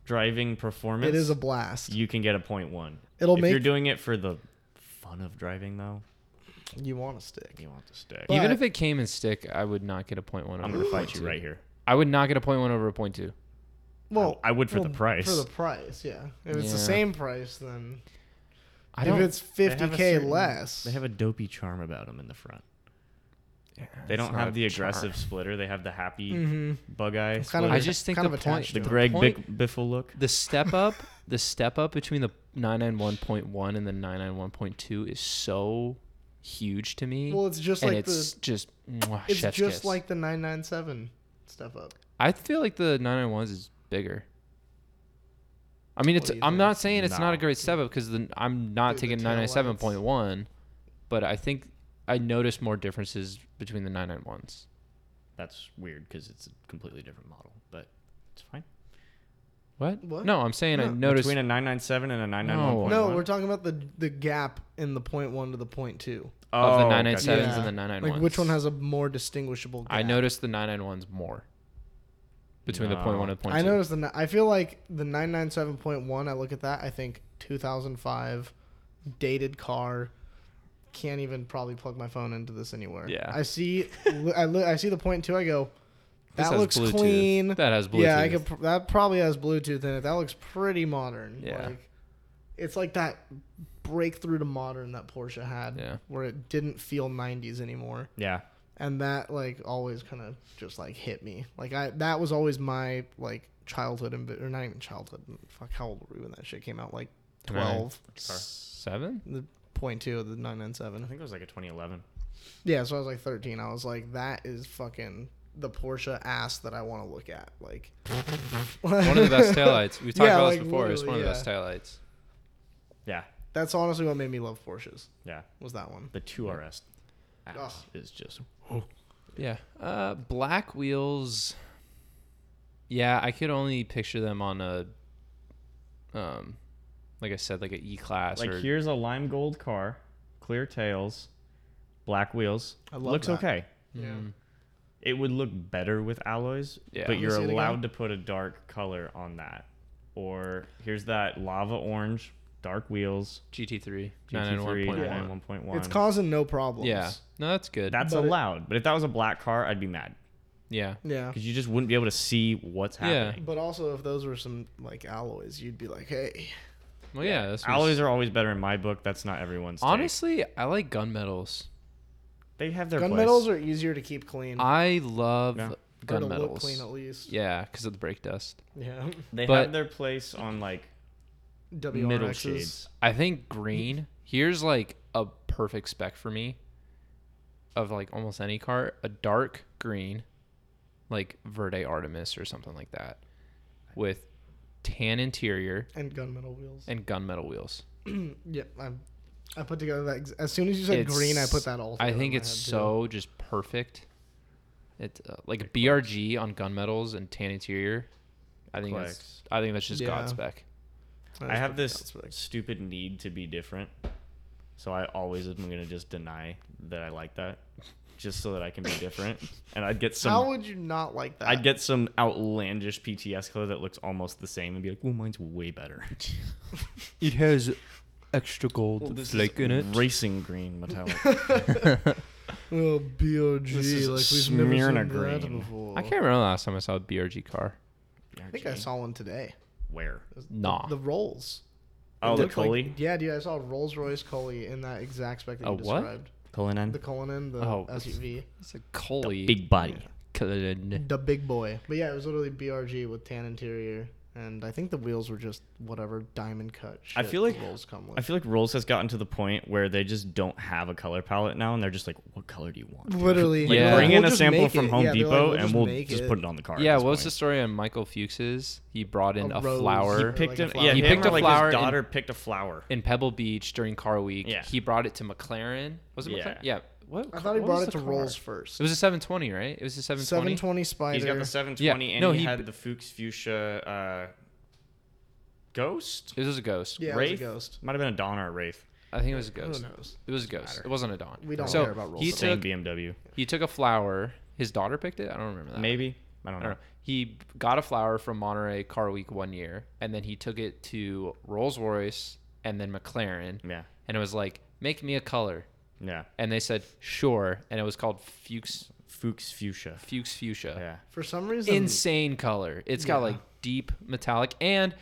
Speaker 1: driving performance.
Speaker 3: It is a blast.
Speaker 1: You can get a point one.
Speaker 3: It'll
Speaker 1: if
Speaker 3: make
Speaker 1: you're doing it for the fun of driving, though,
Speaker 3: you want to stick.
Speaker 1: you want to stick.
Speaker 3: But-
Speaker 2: Even if it came in stick, I would not get a point one.
Speaker 1: I'm
Speaker 2: over
Speaker 1: gonna
Speaker 2: a
Speaker 1: fight
Speaker 2: point
Speaker 1: you
Speaker 2: two.
Speaker 1: right here.
Speaker 2: I would not get a point one over a point two.
Speaker 3: Well,
Speaker 1: I would for the
Speaker 3: well,
Speaker 1: price.
Speaker 3: For the price, yeah. If it's the
Speaker 2: Yeah.
Speaker 3: same price, then
Speaker 2: I
Speaker 3: if
Speaker 2: don't.
Speaker 3: it's
Speaker 1: They have a
Speaker 3: fifty k
Speaker 1: certain-
Speaker 3: less,
Speaker 1: They have a dopey charm about them in the front.
Speaker 2: Yeah,
Speaker 1: They
Speaker 2: it's
Speaker 1: don't
Speaker 2: not
Speaker 1: have
Speaker 2: a
Speaker 1: the
Speaker 2: char.
Speaker 1: aggressive splitter. They have the happy
Speaker 3: hmm
Speaker 1: bug eye.
Speaker 3: It's kind of
Speaker 1: splitter.
Speaker 2: I just think
Speaker 3: kind
Speaker 2: the
Speaker 3: of
Speaker 2: point-
Speaker 3: attached
Speaker 1: the
Speaker 3: to it.
Speaker 1: Greg
Speaker 2: point-
Speaker 1: Bic- Biffle look.
Speaker 2: The step up, the step up between the 991.1 and the 991.2 is so huge to me,
Speaker 3: Well, it's just
Speaker 2: and
Speaker 3: like
Speaker 2: it's
Speaker 3: the.
Speaker 2: just mwah,
Speaker 3: It's
Speaker 2: chef's
Speaker 3: just
Speaker 2: kiss.
Speaker 3: like the nine nine seven stuff up.
Speaker 2: I feel like the 991s is bigger. I mean,
Speaker 3: What
Speaker 2: it's.
Speaker 3: do you
Speaker 2: I'm
Speaker 3: think?
Speaker 2: not saying it's not a
Speaker 1: No.
Speaker 2: great step up because I'm not
Speaker 3: Dude, the
Speaker 2: taking
Speaker 3: tail lights.
Speaker 2: 997.1, but I think I noticed more differences between the 991s.
Speaker 1: That's weird because it's a completely different model, but it's fine.
Speaker 2: What?
Speaker 3: What?
Speaker 2: No, I'm saying I
Speaker 3: No.
Speaker 2: noticed.
Speaker 1: Between a 997 and a 991.
Speaker 2: Point
Speaker 3: No,
Speaker 2: one.
Speaker 3: we're talking about the the gap in the point one to the point two.
Speaker 2: of the
Speaker 1: Oh,
Speaker 2: 997s
Speaker 1: gotcha.
Speaker 2: and the
Speaker 3: Like which
Speaker 2: 991s.
Speaker 3: one has a more distinguishable? Gap?
Speaker 2: I noticed the 991s more between the point
Speaker 1: No.
Speaker 2: one and the point
Speaker 3: I
Speaker 2: two.
Speaker 3: noticed the. ni- I feel like the nine nine seven point one. I look at that. I think two thousand five, dated car. Can't even probably plug my phone into this anywhere.
Speaker 1: Yeah.
Speaker 3: I see. li- I look. I see the point two. I go.
Speaker 2: This
Speaker 3: That
Speaker 2: has
Speaker 3: looks
Speaker 2: Bluetooth.
Speaker 3: clean.
Speaker 2: That has Bluetooth.
Speaker 3: Yeah, I could. pr- That probably has Bluetooth in it. That looks pretty modern.
Speaker 2: Yeah.
Speaker 3: Like, it's like that breakthrough to modern that Porsche had,
Speaker 2: Yeah.
Speaker 3: where it didn't feel '90s anymore
Speaker 1: Yeah.
Speaker 3: and that like always kind of just like hit me like i that was always my like childhood inv- or not even childhood mm, fuck how old were we when that shit came out like
Speaker 2: Can I-
Speaker 3: 12
Speaker 2: Seven?
Speaker 3: the point two of the
Speaker 1: I
Speaker 3: 997
Speaker 1: think it was like a 2011.
Speaker 3: yeah so i was like 13 i was like that is fucking the porsche ass that i want to look at like
Speaker 2: One of the best taillights. We've talked
Speaker 3: Yeah,
Speaker 2: about
Speaker 3: like,
Speaker 2: this before. It's
Speaker 3: literally,
Speaker 2: one of the
Speaker 3: yeah.
Speaker 2: best taillights.
Speaker 1: Yeah.
Speaker 3: that's honestly what made me love porsches
Speaker 1: Yeah.
Speaker 3: was that one
Speaker 1: The 2RS ass
Speaker 3: Ugh.
Speaker 1: is just.
Speaker 2: Yeah. Uh, black wheels. Yeah, I could only picture them on a, um, like I said, like an E class
Speaker 1: Like,
Speaker 2: or
Speaker 1: here's a lime gold car, clear tails, black wheels.
Speaker 3: I love
Speaker 1: Looks
Speaker 3: that.
Speaker 1: okay.
Speaker 3: yeah
Speaker 2: Mm.
Speaker 1: It would look better with alloys,
Speaker 2: Yeah. Let
Speaker 1: but
Speaker 2: me
Speaker 1: you're
Speaker 3: see it again.
Speaker 1: allowed to put a dark color on that. Or here's that lava orange, dark wheels,
Speaker 2: GT3,
Speaker 1: GT3,
Speaker 2: 991.1.
Speaker 1: 991.1.
Speaker 3: it's causing no problems
Speaker 2: Yeah. No, that's good.
Speaker 1: That's
Speaker 3: But it-
Speaker 1: allowed. but if that was a black car, I'd be mad
Speaker 2: yeah.
Speaker 3: yeah
Speaker 1: because you just wouldn't be able to see what's
Speaker 2: Yeah.
Speaker 1: happening.
Speaker 3: but also if those were some like alloys you'd be like hey
Speaker 2: Well, yeah. This was-
Speaker 1: Alloys are always better in my book. That's not everyone's. Honestly,
Speaker 2: honestly, I like gunmetals.
Speaker 1: they have their place.
Speaker 3: gunmetals are easier to keep clean
Speaker 2: I love
Speaker 1: Yeah.
Speaker 3: Or to look clean at
Speaker 2: gunmetals.
Speaker 3: least.
Speaker 2: Yeah, because of the brake dust.
Speaker 3: Yeah.
Speaker 1: they
Speaker 2: but-
Speaker 1: have their place on like
Speaker 3: WRXs.
Speaker 1: middle shades.
Speaker 2: I think green. Here's like a perfect spec for me. Of like almost any car, a dark green, like Verde Artemis or something like that, with tan interior
Speaker 3: And gunmetal wheels.
Speaker 2: and gunmetal wheels.
Speaker 3: yeah, I'm, I put together that. ex- As soon as you said
Speaker 2: It's-
Speaker 3: green, I put that all
Speaker 2: I
Speaker 3: together
Speaker 2: think
Speaker 3: in my
Speaker 2: it's
Speaker 3: head, too.
Speaker 2: so just perfect. It's uh, like a BRG on gunmetals and tan interior. I think that's
Speaker 1: Clicks.
Speaker 2: I think that's just
Speaker 3: Yeah.
Speaker 2: God spec.
Speaker 3: That
Speaker 1: I
Speaker 3: is
Speaker 1: have
Speaker 3: pretty
Speaker 1: this
Speaker 3: down spec.
Speaker 1: stupid need to be different, so I always am gonna just deny that I like that, just so that I can be different. and I'd get some.
Speaker 3: How would you not like that?
Speaker 1: I'd get some outlandish PTS color that looks almost the same and be like, well, mine's way better.
Speaker 2: It has extra gold flake in it.
Speaker 1: Racing green metallic.
Speaker 3: oh, BOG.
Speaker 1: This is
Speaker 3: like we've never
Speaker 1: Smyrna
Speaker 3: seen that
Speaker 1: green.
Speaker 3: before.
Speaker 2: I can't remember the last time I saw a BRG car.
Speaker 3: I think I saw one today.
Speaker 1: where.
Speaker 2: Nah.
Speaker 3: The Rolls.
Speaker 1: Oh, the
Speaker 3: Looked like-
Speaker 1: Coley,
Speaker 3: yeah, dude, I saw a Rolls Royce Coley in that exact spec that
Speaker 2: A
Speaker 3: you
Speaker 2: what?
Speaker 3: described.
Speaker 1: Cullinan,
Speaker 3: The Cullinan, the
Speaker 2: Oh.
Speaker 3: SUV,
Speaker 2: It's a Coley.
Speaker 1: big body.
Speaker 2: Cullinan.
Speaker 3: the big boy. But yeah, it was literally BRG with tan interior, and I think the wheels were just whatever diamond cut. Shit
Speaker 1: I feel like-
Speaker 3: the Rolls come with.
Speaker 1: I feel like Rolls has gotten to the point where they just don't have a color palette now, and they're just like, "What color do you want?"
Speaker 3: Literally,
Speaker 1: Like,
Speaker 2: Yeah.
Speaker 1: bring
Speaker 3: We'll
Speaker 1: in a
Speaker 3: just
Speaker 1: sample
Speaker 3: make
Speaker 1: from
Speaker 3: it.
Speaker 1: Home
Speaker 3: Yeah, they're like,
Speaker 1: Depot, and we'll
Speaker 3: make
Speaker 1: just
Speaker 3: it.
Speaker 1: put it on the car.
Speaker 2: Yeah,
Speaker 1: at
Speaker 2: what was the
Speaker 1: this
Speaker 2: story on Michael Fuchs's? He brought in
Speaker 3: A
Speaker 2: a,
Speaker 3: rose.
Speaker 2: flower
Speaker 3: He
Speaker 1: point. picked
Speaker 3: Like a
Speaker 1: him? Yeah,
Speaker 3: flower.
Speaker 1: he picked a like
Speaker 2: flower
Speaker 1: His
Speaker 2: and-
Speaker 1: daughter picked a flower.
Speaker 2: in Pebble Beach during car week.
Speaker 1: Yeah.
Speaker 2: He brought it to McLaren. Was it
Speaker 1: Yeah.
Speaker 2: McLaren? Yeah. What?
Speaker 3: I thought he
Speaker 2: what
Speaker 3: brought
Speaker 2: was the
Speaker 3: it to
Speaker 2: car?
Speaker 3: Rolls first.
Speaker 2: It was a 720, right? It was a 720.
Speaker 3: 720
Speaker 1: He's got
Speaker 3: Spider.
Speaker 1: the 720,
Speaker 2: Yeah,
Speaker 1: and
Speaker 2: no,
Speaker 1: he,
Speaker 2: he b-
Speaker 1: had the Fuchs Fuchsia uh, Ghost.
Speaker 2: It was a ghost.
Speaker 3: yeah, it was a
Speaker 1: Wraith
Speaker 3: ghost.
Speaker 1: might have been a Don or a Wraith.
Speaker 2: I think it was a ghost.
Speaker 3: Who knows?
Speaker 2: It was a ghost. It wasn't a Don.
Speaker 3: We don't
Speaker 2: so
Speaker 3: care about Rolls
Speaker 2: He
Speaker 3: Royce.
Speaker 1: Same
Speaker 2: took,
Speaker 1: BMW,
Speaker 2: he took a flower. His daughter picked it? I don't remember that.
Speaker 1: maybe. I don't
Speaker 2: I
Speaker 1: know.
Speaker 2: don't know. He got a flower from Monterey Car Week one year, and then he took it to Rolls Royce and then McLaren,
Speaker 1: Yeah,
Speaker 2: and it was like, "Make me a color,"
Speaker 1: yeah.
Speaker 2: and they said, "Sure," and it was called Fuchs
Speaker 1: Fuchs Fuchsia.
Speaker 2: Fuchs Fuchsia.
Speaker 1: Yeah.
Speaker 3: For some reason,
Speaker 2: Insane color. It's got
Speaker 3: Yeah.
Speaker 2: like deep metallic, and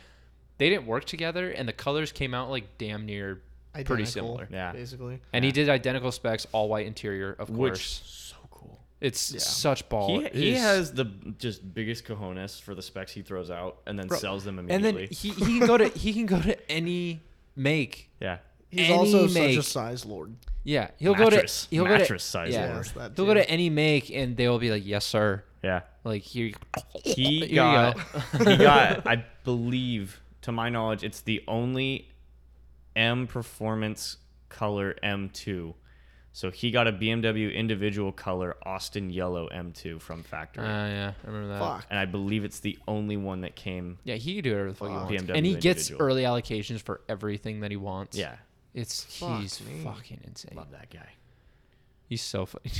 Speaker 2: they didn't work together, and the colors came out like damn near pretty
Speaker 3: identical,
Speaker 2: similar.
Speaker 1: Yeah.
Speaker 3: Basically,
Speaker 2: And he did identical specs, all white interior, of
Speaker 1: Which
Speaker 2: course.
Speaker 1: so cool.
Speaker 2: it's such ball.
Speaker 1: He,
Speaker 2: It
Speaker 1: he
Speaker 2: is-
Speaker 1: has the just biggest cojones for the specs he throws out and then
Speaker 2: Bro,
Speaker 1: sells them
Speaker 2: and
Speaker 1: immediately.
Speaker 2: then he, he can go to he can go to any make.
Speaker 1: yeah.
Speaker 3: he's
Speaker 2: Any
Speaker 3: also
Speaker 2: make-
Speaker 3: such a size lord.
Speaker 2: Yeah, he'll
Speaker 1: Mattress.
Speaker 2: go to he'll
Speaker 1: Mattress
Speaker 2: go to
Speaker 1: size
Speaker 2: yeah,
Speaker 1: lord.
Speaker 3: Yes, that
Speaker 2: he'll go
Speaker 3: too.
Speaker 2: to any make and they will be like, yes sir.
Speaker 1: Yeah.
Speaker 2: Like here,
Speaker 1: He
Speaker 2: here you
Speaker 1: got
Speaker 2: go.
Speaker 1: he got I believe to my knowledge it's the only M performance color M2. So he got a BMW individual color Austin yellow M2 from
Speaker 2: Uh,
Speaker 1: factory.
Speaker 2: yeah, I remember that.
Speaker 3: Fuck.
Speaker 1: and I believe it's the only one that came.
Speaker 2: Yeah, he can do whatever the fuck he
Speaker 3: Fuck.
Speaker 2: wants,
Speaker 1: BMW
Speaker 2: and he gets
Speaker 1: individual.
Speaker 2: early allocations for everything that he wants.
Speaker 1: Yeah.
Speaker 2: it's
Speaker 3: Fuck
Speaker 2: he's
Speaker 3: me.
Speaker 2: fucking insane.
Speaker 1: Love that guy.
Speaker 2: He's so funny.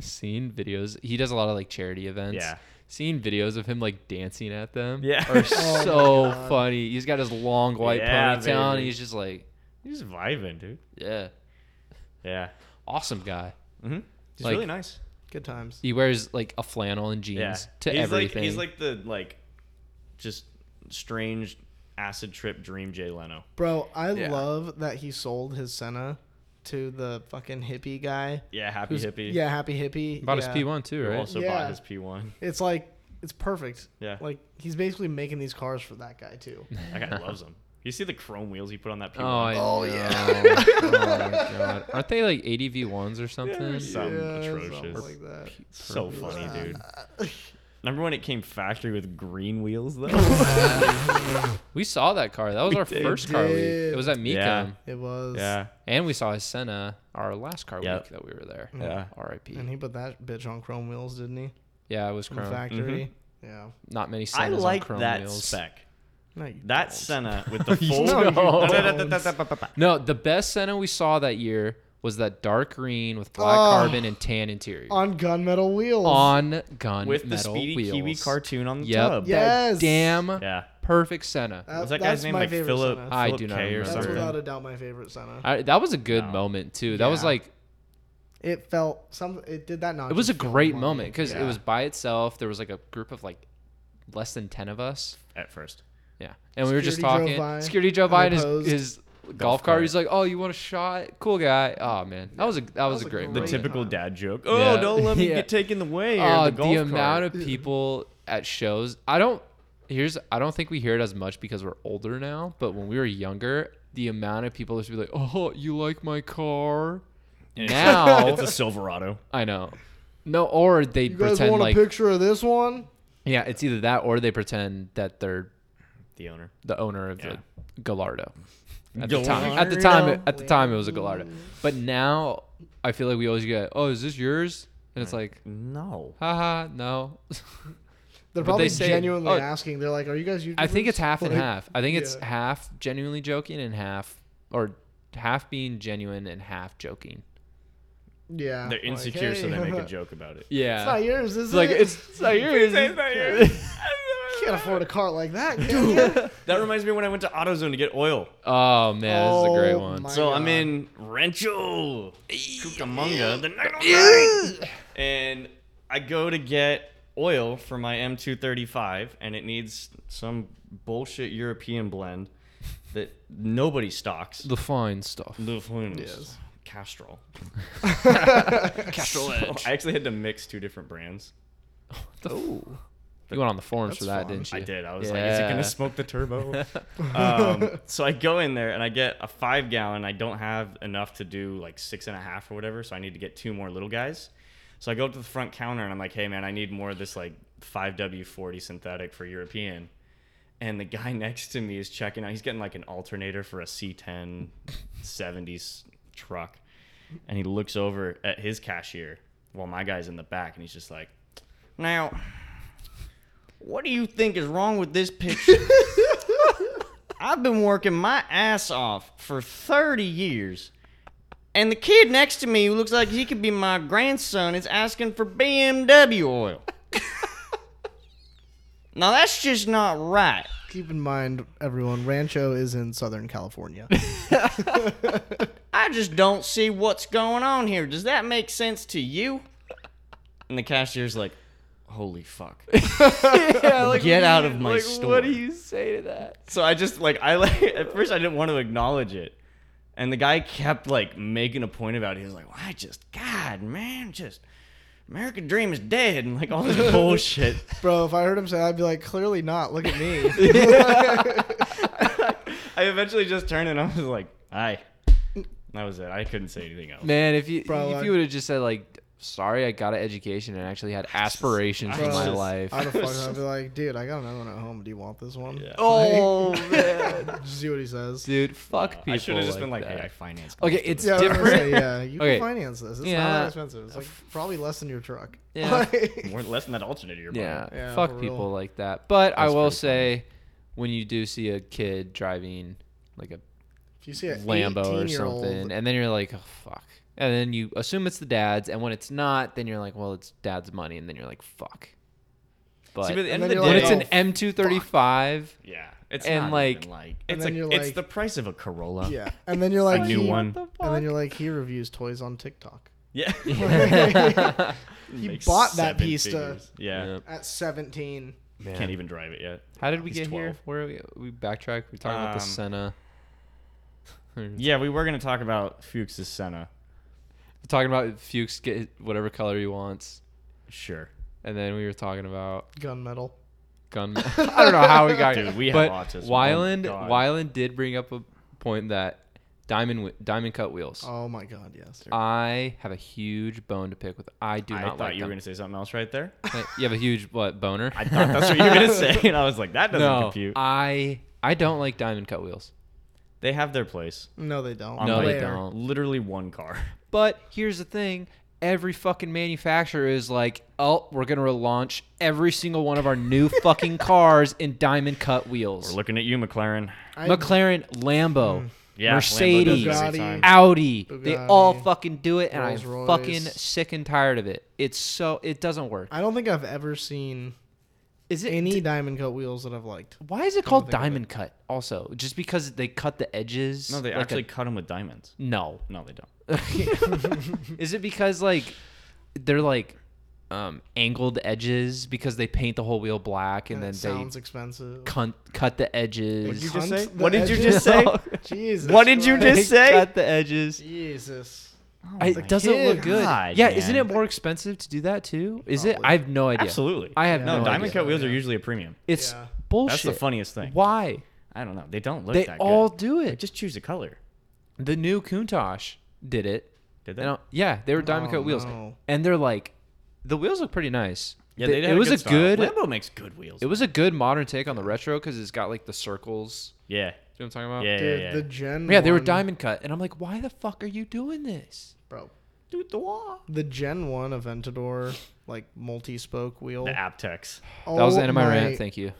Speaker 2: Seeing videos, he does a lot of like charity events.
Speaker 1: Yeah.
Speaker 2: Seeing videos of him like dancing at them
Speaker 1: Yeah.
Speaker 2: are
Speaker 1: Oh
Speaker 2: so
Speaker 3: my God.
Speaker 2: funny. He's got his long white
Speaker 1: Yeah,
Speaker 2: ponytail and
Speaker 1: baby.
Speaker 2: he's just like,
Speaker 1: He's vibing, dude.
Speaker 2: yeah,
Speaker 1: Yeah.
Speaker 2: awesome guy.
Speaker 1: Mm-hmm. He's
Speaker 2: Like-
Speaker 1: really nice.
Speaker 3: Good times.
Speaker 2: He wears like a flannel and jeans to
Speaker 1: he's
Speaker 2: everything.
Speaker 1: Like, he's like the like, just strange acid trip dream Jay Leno.
Speaker 3: Bro, I
Speaker 2: Yeah.
Speaker 3: love that he sold his Senna to the fucking hippie guy.
Speaker 1: Yeah, happy
Speaker 3: who's-
Speaker 1: hippie.
Speaker 3: Yeah, happy hippie.
Speaker 2: bought
Speaker 3: yeah.
Speaker 2: his P1 too,
Speaker 1: who
Speaker 2: right?
Speaker 1: also
Speaker 3: Yeah.
Speaker 1: bought his P1.
Speaker 3: It's like it's perfect.
Speaker 1: Yeah,
Speaker 3: Like he's basically making these cars for that guy too.
Speaker 1: that guy loves him. You see the chrome wheels he put on that P1?
Speaker 2: Oh, I
Speaker 3: Oh,
Speaker 2: know.
Speaker 3: yeah.
Speaker 2: oh my god, aren't they like ADV ones or something?
Speaker 1: Yeah, Something atrocious.
Speaker 3: like that.
Speaker 1: so
Speaker 2: Perfect.
Speaker 1: funny,
Speaker 3: Yeah.
Speaker 1: dude. Remember when it came factory with green wheels though?
Speaker 2: We saw that car. That was
Speaker 1: We
Speaker 2: our
Speaker 1: did.
Speaker 2: first car week.
Speaker 3: Did.
Speaker 2: It was at Mecum.
Speaker 1: Yeah.
Speaker 3: It was.
Speaker 1: yeah,
Speaker 2: And we saw his Senna our last car
Speaker 1: Yep.
Speaker 2: week that we were there.
Speaker 1: yeah.
Speaker 2: R.I.P.
Speaker 3: And he put that bitch on chrome wheels, didn't he?
Speaker 2: Yeah, it was
Speaker 3: From the
Speaker 2: chrome.
Speaker 3: factory.
Speaker 1: Mm-hmm.
Speaker 3: Yeah.
Speaker 2: Not many
Speaker 1: I
Speaker 2: Senna's on
Speaker 1: like
Speaker 2: chrome
Speaker 1: that
Speaker 2: wheels.
Speaker 1: spec.
Speaker 3: No, you
Speaker 1: That
Speaker 3: don't.
Speaker 1: Senna with the
Speaker 2: You
Speaker 1: full.
Speaker 2: don't. No, the best Senna we saw that year was that dark green with black
Speaker 3: Oh.
Speaker 2: carbon and tan interior
Speaker 3: on gunmetal wheels.
Speaker 2: on gun
Speaker 1: with the
Speaker 2: metal
Speaker 1: speedy
Speaker 2: wheels.
Speaker 1: kiwi cartoon on the
Speaker 2: Yep.
Speaker 1: tub.
Speaker 3: Yeah. Yes.
Speaker 2: That damn
Speaker 1: Yeah.
Speaker 2: perfect Senna.
Speaker 3: That-
Speaker 1: Was that
Speaker 3: that's
Speaker 1: guy's name
Speaker 3: my
Speaker 1: like
Speaker 3: favorite
Speaker 1: Philip?
Speaker 3: Senna.
Speaker 2: I
Speaker 1: Philip
Speaker 2: do not
Speaker 1: K or
Speaker 2: remember.
Speaker 3: That's
Speaker 1: something.
Speaker 3: without a doubt my favorite Senna.
Speaker 2: I, that was a good
Speaker 1: No.
Speaker 2: moment too. That was
Speaker 3: Yeah.
Speaker 2: like
Speaker 3: it felt some. It did that not.
Speaker 2: it was a
Speaker 3: just feel
Speaker 2: great
Speaker 3: money.
Speaker 2: moment because
Speaker 1: Yeah.
Speaker 2: it was by itself. There was like a group of like less than ten of us.
Speaker 1: At first,
Speaker 2: Yeah, and we were just
Speaker 3: Security drove
Speaker 2: talking.
Speaker 3: by,
Speaker 2: Security drove
Speaker 3: and
Speaker 2: by
Speaker 3: they
Speaker 2: in his,
Speaker 3: posed.
Speaker 2: his golf,
Speaker 1: cart.
Speaker 2: cart. He's like, "Oh, you want a shot? Cool guy." Oh man, that was a that was, a great.
Speaker 1: the
Speaker 2: moment.
Speaker 1: typical dad joke. Oh,
Speaker 2: Yeah.
Speaker 1: don't let me
Speaker 2: Yeah.
Speaker 1: get taken away. or
Speaker 2: Oh,
Speaker 1: the
Speaker 2: the,
Speaker 1: golf cart.
Speaker 2: amount of people at shows. I don't. Here's. I don't think we hear it as much because we're older now. But when we were younger, the amount of people that would be like, "Oh, you like my car?"
Speaker 1: And
Speaker 2: Now-
Speaker 1: it's a Silverado.
Speaker 2: I know. No, or they
Speaker 3: You guys
Speaker 2: pretend
Speaker 3: want
Speaker 2: like
Speaker 3: a picture of this one?
Speaker 2: yeah, it's either that or they pretend that they're
Speaker 1: The owner.
Speaker 2: the owner of
Speaker 1: Yeah.
Speaker 2: the Gallardo. At the time, at the time, it- at the time, it was a Gallardo. But now, I feel like we always get, "Oh, is this yours?" And it's like,
Speaker 1: No.
Speaker 2: haha, no.
Speaker 3: They're
Speaker 2: But
Speaker 3: probably
Speaker 2: they say-
Speaker 3: genuinely
Speaker 2: oh.
Speaker 3: asking. They're like, "Are you guys?" YouTubers?
Speaker 2: I think it's half and
Speaker 3: Like,
Speaker 2: half. I think it's
Speaker 3: yeah.
Speaker 2: half genuinely joking and half, or half being genuine and half joking.
Speaker 3: Yeah,
Speaker 1: They're
Speaker 3: like,
Speaker 1: insecure, so they
Speaker 3: hey,
Speaker 1: make a joke about it.
Speaker 2: Yeah.
Speaker 3: It's not yours, is
Speaker 2: like
Speaker 3: it?
Speaker 2: it's, it's not yours.
Speaker 3: you can't afford a car like that, can you?
Speaker 1: That reminds me when I went to AutoZone to get oil.
Speaker 2: oh man, this is a great
Speaker 3: Oh,
Speaker 2: one.
Speaker 3: my-
Speaker 1: So I'm
Speaker 3: God.
Speaker 1: in Rancho Cucamonga, the 909, and I go to get oil for my M235, and it needs some bullshit European blend that nobody stocks.
Speaker 2: The fine stuff.
Speaker 1: The Flames.
Speaker 3: Yes.
Speaker 1: Castrol.
Speaker 2: Castrol
Speaker 1: So I actually had to mix two different brands.
Speaker 2: You went on the forums
Speaker 3: That's
Speaker 2: for that,
Speaker 3: fun.
Speaker 2: didn't you?
Speaker 1: I did. I was like, is it going
Speaker 2: Yeah.
Speaker 1: to smoke the turbo? um, so I go in there and I get a five gallon. I don't have enough to do like six and a half or whatever. So I need to get two more little guys. So I go up to the front counter and I'm like, hey, man, I need more of this like 5W40 synthetic for European. And the guy next to me is checking out. He's getting like an alternator for a C10 70s truck. And he looks over at his cashier while my guy's in the back and he's just like, now, what do you think is wrong with this picture? I've been working my ass off for 30 years. And the kid next to me, who looks like he could be my grandson, is asking for BMW oil. now, that's just not right.
Speaker 3: Keep in mind, everyone, Rancho is in Southern California.
Speaker 1: I just don't see what's going on here. Does that make sense to you? And the cashier's like, holy fuck.
Speaker 2: yeah,
Speaker 1: Get
Speaker 2: like, what do
Speaker 1: out
Speaker 2: you-
Speaker 1: of my
Speaker 2: like,
Speaker 1: store.
Speaker 2: What do you say to that?
Speaker 1: So I just like I like at first I didn't want to acknowledge it. And the guy kept like making a point about it. He was like, well, I just God, man, just American dream is dead and like all this bullshit.
Speaker 3: Bro, if I heard him say that, I'd be like, clearly not. Look at me.
Speaker 1: I eventually just turned and I was like, Aye. That was it. I couldn't say anything else.
Speaker 2: Man, if you
Speaker 3: Bro,
Speaker 2: if
Speaker 3: I-
Speaker 2: you would have just said like sorry I got an education and actually had aspirations
Speaker 1: I
Speaker 2: for my
Speaker 1: just-
Speaker 2: life.
Speaker 3: I'd have fucking I'd be like, dude, I got another one at home. Do you want this one?
Speaker 1: Yeah.
Speaker 2: oh man,
Speaker 3: Just see what he says.
Speaker 2: dude, fuck people.
Speaker 1: Uh, I should have just been like,
Speaker 2: that.
Speaker 1: hey, I financed.
Speaker 2: Okay,
Speaker 1: most of
Speaker 2: it's
Speaker 1: this.
Speaker 3: I was gonna
Speaker 2: different.
Speaker 3: say, yeah, you
Speaker 2: Okay.
Speaker 3: can finance this. It's not
Speaker 2: Yeah.
Speaker 3: that expensive. It's like probably less than your truck.
Speaker 2: Yeah.
Speaker 3: Like-
Speaker 1: more less than that alternate you're buying.
Speaker 2: yeah,
Speaker 3: Yeah, for
Speaker 2: fuck
Speaker 3: real.
Speaker 2: people like that. But I
Speaker 1: That's pretty
Speaker 2: will
Speaker 1: funny.
Speaker 2: say, when you do see a kid driving like a
Speaker 3: if you see a
Speaker 2: Lambo or
Speaker 3: 18-year-old
Speaker 2: something, and then you're like, oh fuck. And then you assume it's the dad's, and when it's not, then you're like, well, it's dad's money, and then you're like, fuck. But
Speaker 1: See, but at the end
Speaker 3: And
Speaker 1: of the day,
Speaker 3: then you're
Speaker 2: when
Speaker 3: like,
Speaker 2: it's an
Speaker 3: "Oh,
Speaker 2: M235,
Speaker 1: yeah, it's
Speaker 2: and
Speaker 1: not
Speaker 2: like-
Speaker 1: even like
Speaker 3: And
Speaker 1: it's
Speaker 3: then
Speaker 1: like
Speaker 3: you're
Speaker 1: it's
Speaker 3: like-
Speaker 1: the price of a Corolla.
Speaker 3: Yeah, and then you're like,
Speaker 1: new
Speaker 3: he-
Speaker 1: one.
Speaker 3: and then you're like, he reviews toys on TikTok
Speaker 1: yeah.
Speaker 2: Yeah.
Speaker 3: He
Speaker 1: Makes
Speaker 3: bought that
Speaker 1: seven
Speaker 3: piece to-
Speaker 1: figures. Yeah,
Speaker 2: Yeah.
Speaker 3: at 17.
Speaker 1: can't even drive it yet.
Speaker 2: How did we
Speaker 1: He's
Speaker 2: get here?
Speaker 1: 12.
Speaker 2: Where are we? We backtrack. We're talking about the
Speaker 1: Um,
Speaker 2: Senna. We're
Speaker 1: Yeah, we were gonna talk about Fuchs's Senna.
Speaker 2: talking about Fuchs get whatever color he wants,
Speaker 1: Sure,
Speaker 2: and then we were talking about
Speaker 3: Gunmetal.
Speaker 2: gunmen. I don't know how we got here.
Speaker 1: dude, we
Speaker 2: but
Speaker 1: have autism.
Speaker 2: Wyland,
Speaker 1: oh, God.
Speaker 2: Wyland did bring up a point that diamond wi- diamond cut wheels.
Speaker 3: Oh my god, yes.
Speaker 2: I have a huge bone to pick with. I do
Speaker 1: I
Speaker 2: not
Speaker 1: thought
Speaker 2: like
Speaker 1: you
Speaker 2: them.
Speaker 1: were gonna say something else right there.
Speaker 2: Like, you have a huge what boner?
Speaker 1: I thought that's what you were gonna say, and I was like, that doesn't
Speaker 2: no,
Speaker 1: compute.
Speaker 2: I I don't like diamond cut wheels.
Speaker 1: They have their place.
Speaker 3: No, they don't.
Speaker 1: on
Speaker 2: No, they
Speaker 1: like
Speaker 2: don't.
Speaker 1: Literally one car.
Speaker 2: But here's the thing. Every fucking manufacturer is like, oh, we're gonna relaunch every single one of our new fucking cars in diamond cut
Speaker 1: We're
Speaker 2: wheels.
Speaker 1: looking at you, McLaren.
Speaker 3: I,
Speaker 2: McLaren, Lambo,
Speaker 1: Yeah, Lambo does it every
Speaker 2: Mercedes,
Speaker 3: Hmm. Bugatti.
Speaker 1: time.
Speaker 2: Audi. They all
Speaker 3: Bugatti,
Speaker 2: fucking do it, and I'm
Speaker 3: Rolls-Royce.
Speaker 2: fucking sick and tired of it. It's so it doesn't work.
Speaker 3: I don't think I've ever seen
Speaker 2: Is it
Speaker 3: any diamond cut wheels that I've liked.
Speaker 2: Why is it called diamond cut? Also, just because they cut the edges?
Speaker 1: No, they
Speaker 2: like a-
Speaker 1: actually cut them with diamonds.
Speaker 2: no.
Speaker 1: No, they don't.
Speaker 2: is it because like they're like um, angled edges because they paint the whole wheel black and,
Speaker 3: And it
Speaker 2: then
Speaker 3: sounds
Speaker 2: they
Speaker 3: expensive.
Speaker 2: cunt, cut the
Speaker 1: What did you
Speaker 2: edges?
Speaker 1: just
Speaker 3: Cunt
Speaker 1: say?
Speaker 3: the
Speaker 1: What did you
Speaker 3: edges?
Speaker 1: just say? Oh,
Speaker 2: No.
Speaker 3: Jesus.
Speaker 1: What did you
Speaker 3: Christ.
Speaker 1: just say?
Speaker 2: Cut the edges.
Speaker 3: Jesus.
Speaker 2: I- it doesn't look good.
Speaker 1: God,
Speaker 2: yeah, isn't it
Speaker 1: man.
Speaker 2: more expensive to do that too? Is it?
Speaker 3: Probably.
Speaker 2: I have no idea.
Speaker 1: Absolutely.
Speaker 2: I have
Speaker 1: no,
Speaker 2: no
Speaker 1: diamond
Speaker 2: idea.
Speaker 1: cut wheels are usually a premium.
Speaker 2: It's
Speaker 3: Yeah.
Speaker 2: bullshit.
Speaker 1: That's the funniest thing.
Speaker 2: Why?
Speaker 1: I don't know. They don't look
Speaker 2: They
Speaker 1: that
Speaker 2: all
Speaker 1: good.
Speaker 2: do
Speaker 1: They
Speaker 2: it.
Speaker 1: just choose a color.
Speaker 2: the new Countach did it.
Speaker 1: Did they?
Speaker 2: They don't- yeah, they were diamond
Speaker 3: Oh,
Speaker 2: cut wheels,
Speaker 3: no.
Speaker 2: and they're like, the wheels look pretty nice.
Speaker 1: yeah,
Speaker 2: They-
Speaker 1: they did
Speaker 2: it
Speaker 1: have
Speaker 2: was a
Speaker 1: style.
Speaker 2: good,
Speaker 1: Lambo makes good wheels.
Speaker 2: it was a good modern take on the retro because it's got like the circles.
Speaker 1: yeah.
Speaker 2: You know what I'm talking about?
Speaker 1: Yeah,
Speaker 3: Dude,
Speaker 1: yeah, yeah.
Speaker 3: the Gen.
Speaker 2: But yeah, they were
Speaker 3: one-
Speaker 2: diamond cut, and I'm like, why the fuck are you doing this?
Speaker 3: Bro,
Speaker 1: Dude, the wall.
Speaker 3: the Gen One Aventador, like multi-spoke wheel.
Speaker 1: The Aptex.
Speaker 2: That was
Speaker 3: Oh
Speaker 2: the end of my,
Speaker 3: my-
Speaker 2: rant. Thank you.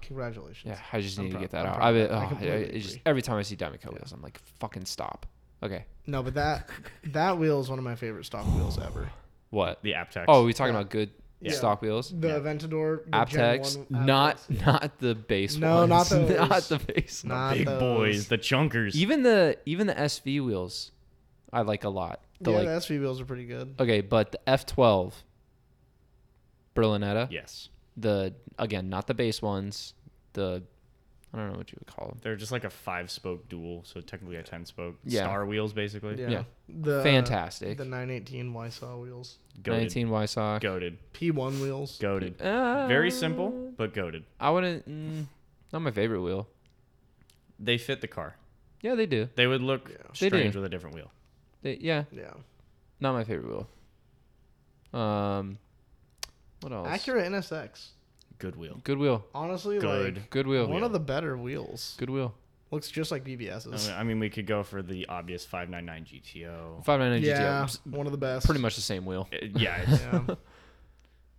Speaker 3: Congratulations.
Speaker 2: Yeah, I just
Speaker 3: I'm
Speaker 2: need to
Speaker 3: proud-
Speaker 2: get that
Speaker 3: I'm
Speaker 2: out.
Speaker 3: proud
Speaker 2: I,
Speaker 3: of
Speaker 2: mean,
Speaker 3: that. I
Speaker 2: oh, I-
Speaker 3: completely
Speaker 2: it's just
Speaker 3: agree.
Speaker 2: every time I see diamond cut wheels, I'm like, fucking stop. Okay,
Speaker 3: No, but that that wheel is one of my favorite stock wheels ever.
Speaker 2: what?
Speaker 1: The Aptex.
Speaker 2: Oh, are we talking
Speaker 3: Yeah.
Speaker 2: about good
Speaker 3: Yeah.
Speaker 2: stock wheels?
Speaker 3: The
Speaker 1: Yeah.
Speaker 3: Aventador, the Gen
Speaker 2: Aptex,
Speaker 3: one
Speaker 2: not
Speaker 3: Aptex.
Speaker 2: not the base
Speaker 3: No,
Speaker 2: ones.
Speaker 3: not
Speaker 2: not
Speaker 3: those.
Speaker 2: the base. ones.
Speaker 3: Not
Speaker 1: big
Speaker 3: those.
Speaker 1: boys. The chunkers.
Speaker 2: Even the even the SV wheels, I like a lot. The
Speaker 3: yeah,
Speaker 2: like,
Speaker 3: the SV wheels are pretty good.
Speaker 2: okay, but the F12, Berlinetta,
Speaker 1: yes.
Speaker 2: the again not the base ones, the I don't know what you would call them.
Speaker 1: They're just like a five spoke dual, so technically a ten spoke.
Speaker 2: Yeah.
Speaker 1: Star wheels basically.
Speaker 3: Yeah.
Speaker 2: yeah.
Speaker 3: The
Speaker 2: Fantastic.
Speaker 3: The 918 YSAW wheels.
Speaker 1: Goated.
Speaker 2: 19 Y sock.
Speaker 1: Goated.
Speaker 3: P1 wheels.
Speaker 1: Goated.
Speaker 2: Uh,
Speaker 1: Very simple, but goaded.
Speaker 2: I wouldn't. Mm, not my favorite wheel.
Speaker 1: They fit the car.
Speaker 2: Yeah, they do.
Speaker 1: They would look
Speaker 2: They
Speaker 1: strange
Speaker 2: do.
Speaker 1: with a different wheel.
Speaker 2: They, yeah,
Speaker 3: Yeah.
Speaker 2: not my favorite wheel. Um, what else?
Speaker 3: Acura NSX.
Speaker 1: Good wheel.
Speaker 2: Good wheel.
Speaker 3: Honestly,
Speaker 1: Good.
Speaker 3: like
Speaker 2: Good wheel.
Speaker 3: one of the better wheels.
Speaker 2: Good wheel.
Speaker 3: Looks just like BBS's.
Speaker 1: I mean, we could go for the obvious 599 GTO.
Speaker 2: Five nine nine
Speaker 3: yeah,
Speaker 2: GTO.
Speaker 3: one of the best.
Speaker 2: Pretty much the same wheel.
Speaker 1: Uh, yeah, it's
Speaker 3: Yeah. Mm-hmm.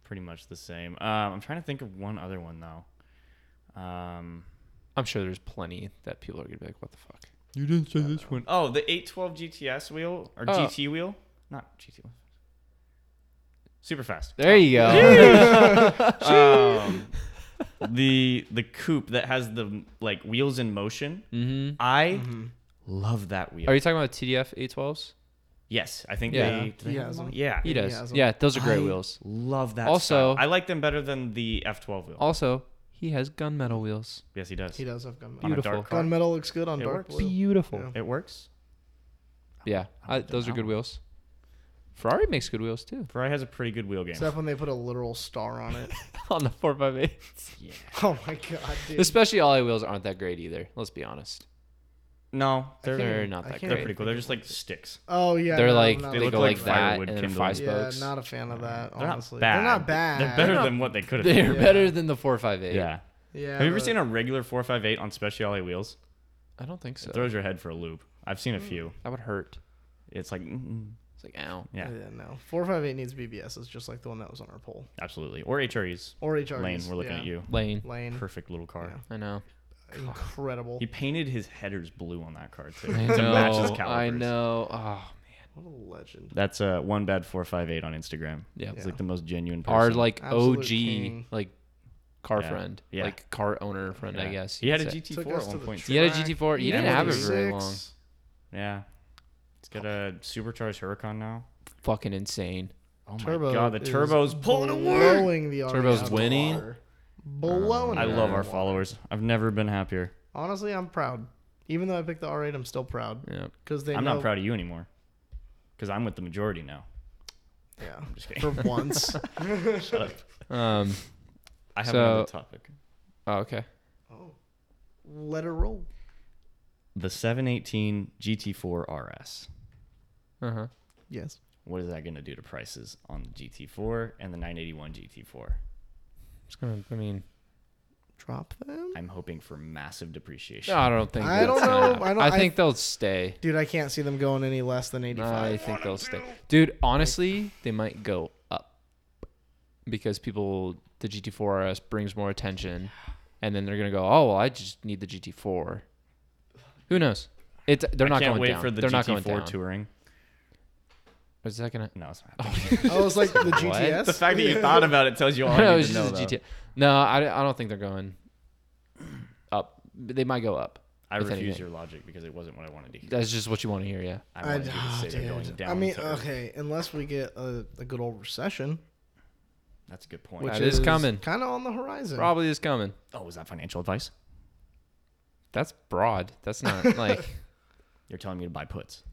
Speaker 1: pretty much the same. Um, I'm trying to think of one other one though. Um,
Speaker 2: I'm sure there's plenty that people are gonna be like, "What the fuck?"
Speaker 4: You didn't say this one.
Speaker 1: oh, the 812 GTS wheel or
Speaker 2: Oh.
Speaker 1: GT wheel, not GT. wheel. Super fast.
Speaker 2: There you go.
Speaker 1: Oh. Um, the the coupe that has the like wheels in motion.
Speaker 2: mm-hmm.
Speaker 1: I love that wheel.
Speaker 2: Are you talking about TDF 812s?
Speaker 1: yes, I think
Speaker 2: Yeah.
Speaker 1: they. do they
Speaker 3: He
Speaker 1: have
Speaker 3: has
Speaker 1: them on?
Speaker 3: them.
Speaker 1: Yeah,
Speaker 2: He
Speaker 3: Yeah,
Speaker 2: does.
Speaker 3: as well.
Speaker 2: Yeah, those are great
Speaker 1: I
Speaker 2: wheels.
Speaker 1: Love that.
Speaker 2: Also-
Speaker 1: style. I like them better than the F12 wheel.
Speaker 2: Also, he has gunmetal wheels.
Speaker 1: yes, he does.
Speaker 3: He does have gunmetal.
Speaker 1: On a
Speaker 2: Beautiful.
Speaker 1: dark car.
Speaker 3: Gunmetal looks good on
Speaker 1: It
Speaker 3: dark
Speaker 1: works.
Speaker 3: blue.
Speaker 2: Beautiful.
Speaker 3: Yeah.
Speaker 2: Yeah,
Speaker 1: It works.
Speaker 2: I, those are good wheels. Ferrari makes good wheels too.
Speaker 1: Ferrari has a pretty good wheel game.
Speaker 3: Except when they put a literal star on it.
Speaker 2: On the 458.
Speaker 1: Yeah.
Speaker 3: oh my god, dude.
Speaker 2: Especially ollie wheels aren't that great either. Let's be honest.
Speaker 1: no, they're
Speaker 3: can't-
Speaker 2: They're not
Speaker 3: I
Speaker 2: that
Speaker 3: can't
Speaker 1: they're
Speaker 3: even
Speaker 1: pretty cool. They're
Speaker 3: think
Speaker 1: just like sticks.
Speaker 3: Oh yeah,
Speaker 2: they're
Speaker 3: no,
Speaker 2: like
Speaker 3: not
Speaker 2: they
Speaker 1: They
Speaker 2: look
Speaker 1: look
Speaker 2: like,
Speaker 1: like
Speaker 2: that
Speaker 1: firewood
Speaker 2: and then
Speaker 1: kindles.
Speaker 2: five
Speaker 3: yeah,
Speaker 2: spokes.
Speaker 3: not a fan of that.
Speaker 1: They're
Speaker 3: honestly,
Speaker 1: not bad.
Speaker 3: they're not bad.
Speaker 1: They're better
Speaker 3: not-
Speaker 1: than what they could have. been.
Speaker 2: They're
Speaker 3: Yeah.
Speaker 2: better than the four five eight.
Speaker 1: Yeah.
Speaker 3: Yeah.
Speaker 1: Have you ever
Speaker 3: the-
Speaker 1: seen a regular 458 on speciale wheels?
Speaker 2: I don't think so.
Speaker 1: It throws your head for a loop. I've seen a few.
Speaker 2: That would hurt.
Speaker 1: It's like, mm-mm.
Speaker 2: It's like ow.
Speaker 1: yeah,
Speaker 3: Mm. Yeah, no. Four five eight needs BBS. It's just like the one that was on our poll
Speaker 1: absolutely. Or HREs.
Speaker 3: or HR.
Speaker 1: Lane, we're looking at you.
Speaker 2: Lane.
Speaker 3: Lane,
Speaker 1: Perfect little car.
Speaker 3: Yeah.
Speaker 2: I know.
Speaker 3: incredible.
Speaker 1: He painted his headers blue on that car too
Speaker 2: I
Speaker 1: to match his
Speaker 2: know.
Speaker 1: calipers.
Speaker 2: I know. Oh,
Speaker 3: What a legend.
Speaker 1: That's uh, one bad four five eight on Instagram.
Speaker 2: yeah.
Speaker 1: It's
Speaker 3: Yeah.
Speaker 1: like the most genuine. Person.
Speaker 2: Our like
Speaker 3: Absolute
Speaker 2: OG
Speaker 3: king.
Speaker 2: like car
Speaker 1: Yeah.
Speaker 2: friend,
Speaker 1: Yeah.
Speaker 2: like car owner friend, I
Speaker 1: Yeah.
Speaker 2: guess.
Speaker 1: He
Speaker 2: you
Speaker 1: had
Speaker 2: could
Speaker 1: a
Speaker 2: say.
Speaker 1: GT4
Speaker 3: Took us
Speaker 1: at
Speaker 3: to
Speaker 1: one
Speaker 3: the
Speaker 1: point.
Speaker 2: He had a
Speaker 3: track.
Speaker 2: GT4. He didn't have it very long. Oh
Speaker 3: 46.
Speaker 1: Yeah, it's got a supercharged Huracan now.
Speaker 2: Fucking insane.
Speaker 1: Oh my
Speaker 3: Turbo
Speaker 1: god, the
Speaker 3: is
Speaker 1: turbo's pulling away.
Speaker 3: Blowing the army
Speaker 2: Turbo's
Speaker 3: out of the
Speaker 2: winning.
Speaker 3: water. Blowing.
Speaker 1: I
Speaker 3: it out
Speaker 1: love
Speaker 3: of
Speaker 1: our
Speaker 3: the water.
Speaker 1: followers. I've never been happier.
Speaker 3: Honestly, I'm proud. Even though I picked the R8, I'm still proud
Speaker 2: Yeah.
Speaker 3: because they.
Speaker 1: I'm
Speaker 3: know,
Speaker 1: not proud of you anymore, because I'm with the majority now.
Speaker 3: Yeah.
Speaker 1: Just kidding.
Speaker 3: For once.
Speaker 1: Shut up.
Speaker 2: Um.
Speaker 1: I have
Speaker 2: So-
Speaker 1: another topic.
Speaker 2: oh, okay.
Speaker 3: Oh. Let her roll.
Speaker 1: The 718 GT4 RS.
Speaker 2: Uh huh.
Speaker 3: Yes.
Speaker 1: What is that going to do to prices on the GT4 and the 981 GT4?
Speaker 2: It's gonna. I mean,
Speaker 3: Drop them.
Speaker 1: I'm hoping for massive depreciation.
Speaker 2: I don't think.
Speaker 3: I don't
Speaker 2: that's gonna
Speaker 3: know.
Speaker 2: happen.
Speaker 3: I don't-
Speaker 2: I
Speaker 3: I-
Speaker 2: think they'll stay.
Speaker 3: Dude, I can't see them going any less than
Speaker 2: I
Speaker 3: 85.
Speaker 2: think they'll stay. Dude, honestly, they might go up because people the GT4 RS brings more attention, and then they're gonna go, oh well, I just need the GT4. Who knows? It's they're
Speaker 1: I
Speaker 2: not
Speaker 1: can't
Speaker 2: going
Speaker 1: wait
Speaker 2: down.
Speaker 1: for the
Speaker 2: they're not going
Speaker 1: GT4
Speaker 2: down.
Speaker 1: touring.
Speaker 2: Is that gonna?
Speaker 1: No, it's not.
Speaker 2: Oh,
Speaker 1: happening.
Speaker 3: I was like the GTS.
Speaker 1: the fact that you thought about it tells you all I
Speaker 2: no,
Speaker 1: need
Speaker 2: it's
Speaker 1: to know,
Speaker 2: just a
Speaker 1: though.
Speaker 2: GT. No, I, I don't think they're going up. But They might go up.
Speaker 1: I
Speaker 2: if
Speaker 1: refuse
Speaker 2: anything.
Speaker 1: your logic because it wasn't what I wanted to hear.
Speaker 2: That's just what you want to hear, yeah.
Speaker 1: I wanted you
Speaker 3: oh,
Speaker 1: to say they're going
Speaker 3: dude.
Speaker 1: down.
Speaker 3: I mean,
Speaker 1: to earth.
Speaker 3: okay, unless we get a, a good old recession,
Speaker 1: That's a good point.
Speaker 3: which
Speaker 2: That is coming.
Speaker 3: kind of on the horizon.
Speaker 2: Probably is coming.
Speaker 1: oh, is that financial advice?
Speaker 2: That's broad. That's not like
Speaker 1: You're telling me to buy puts.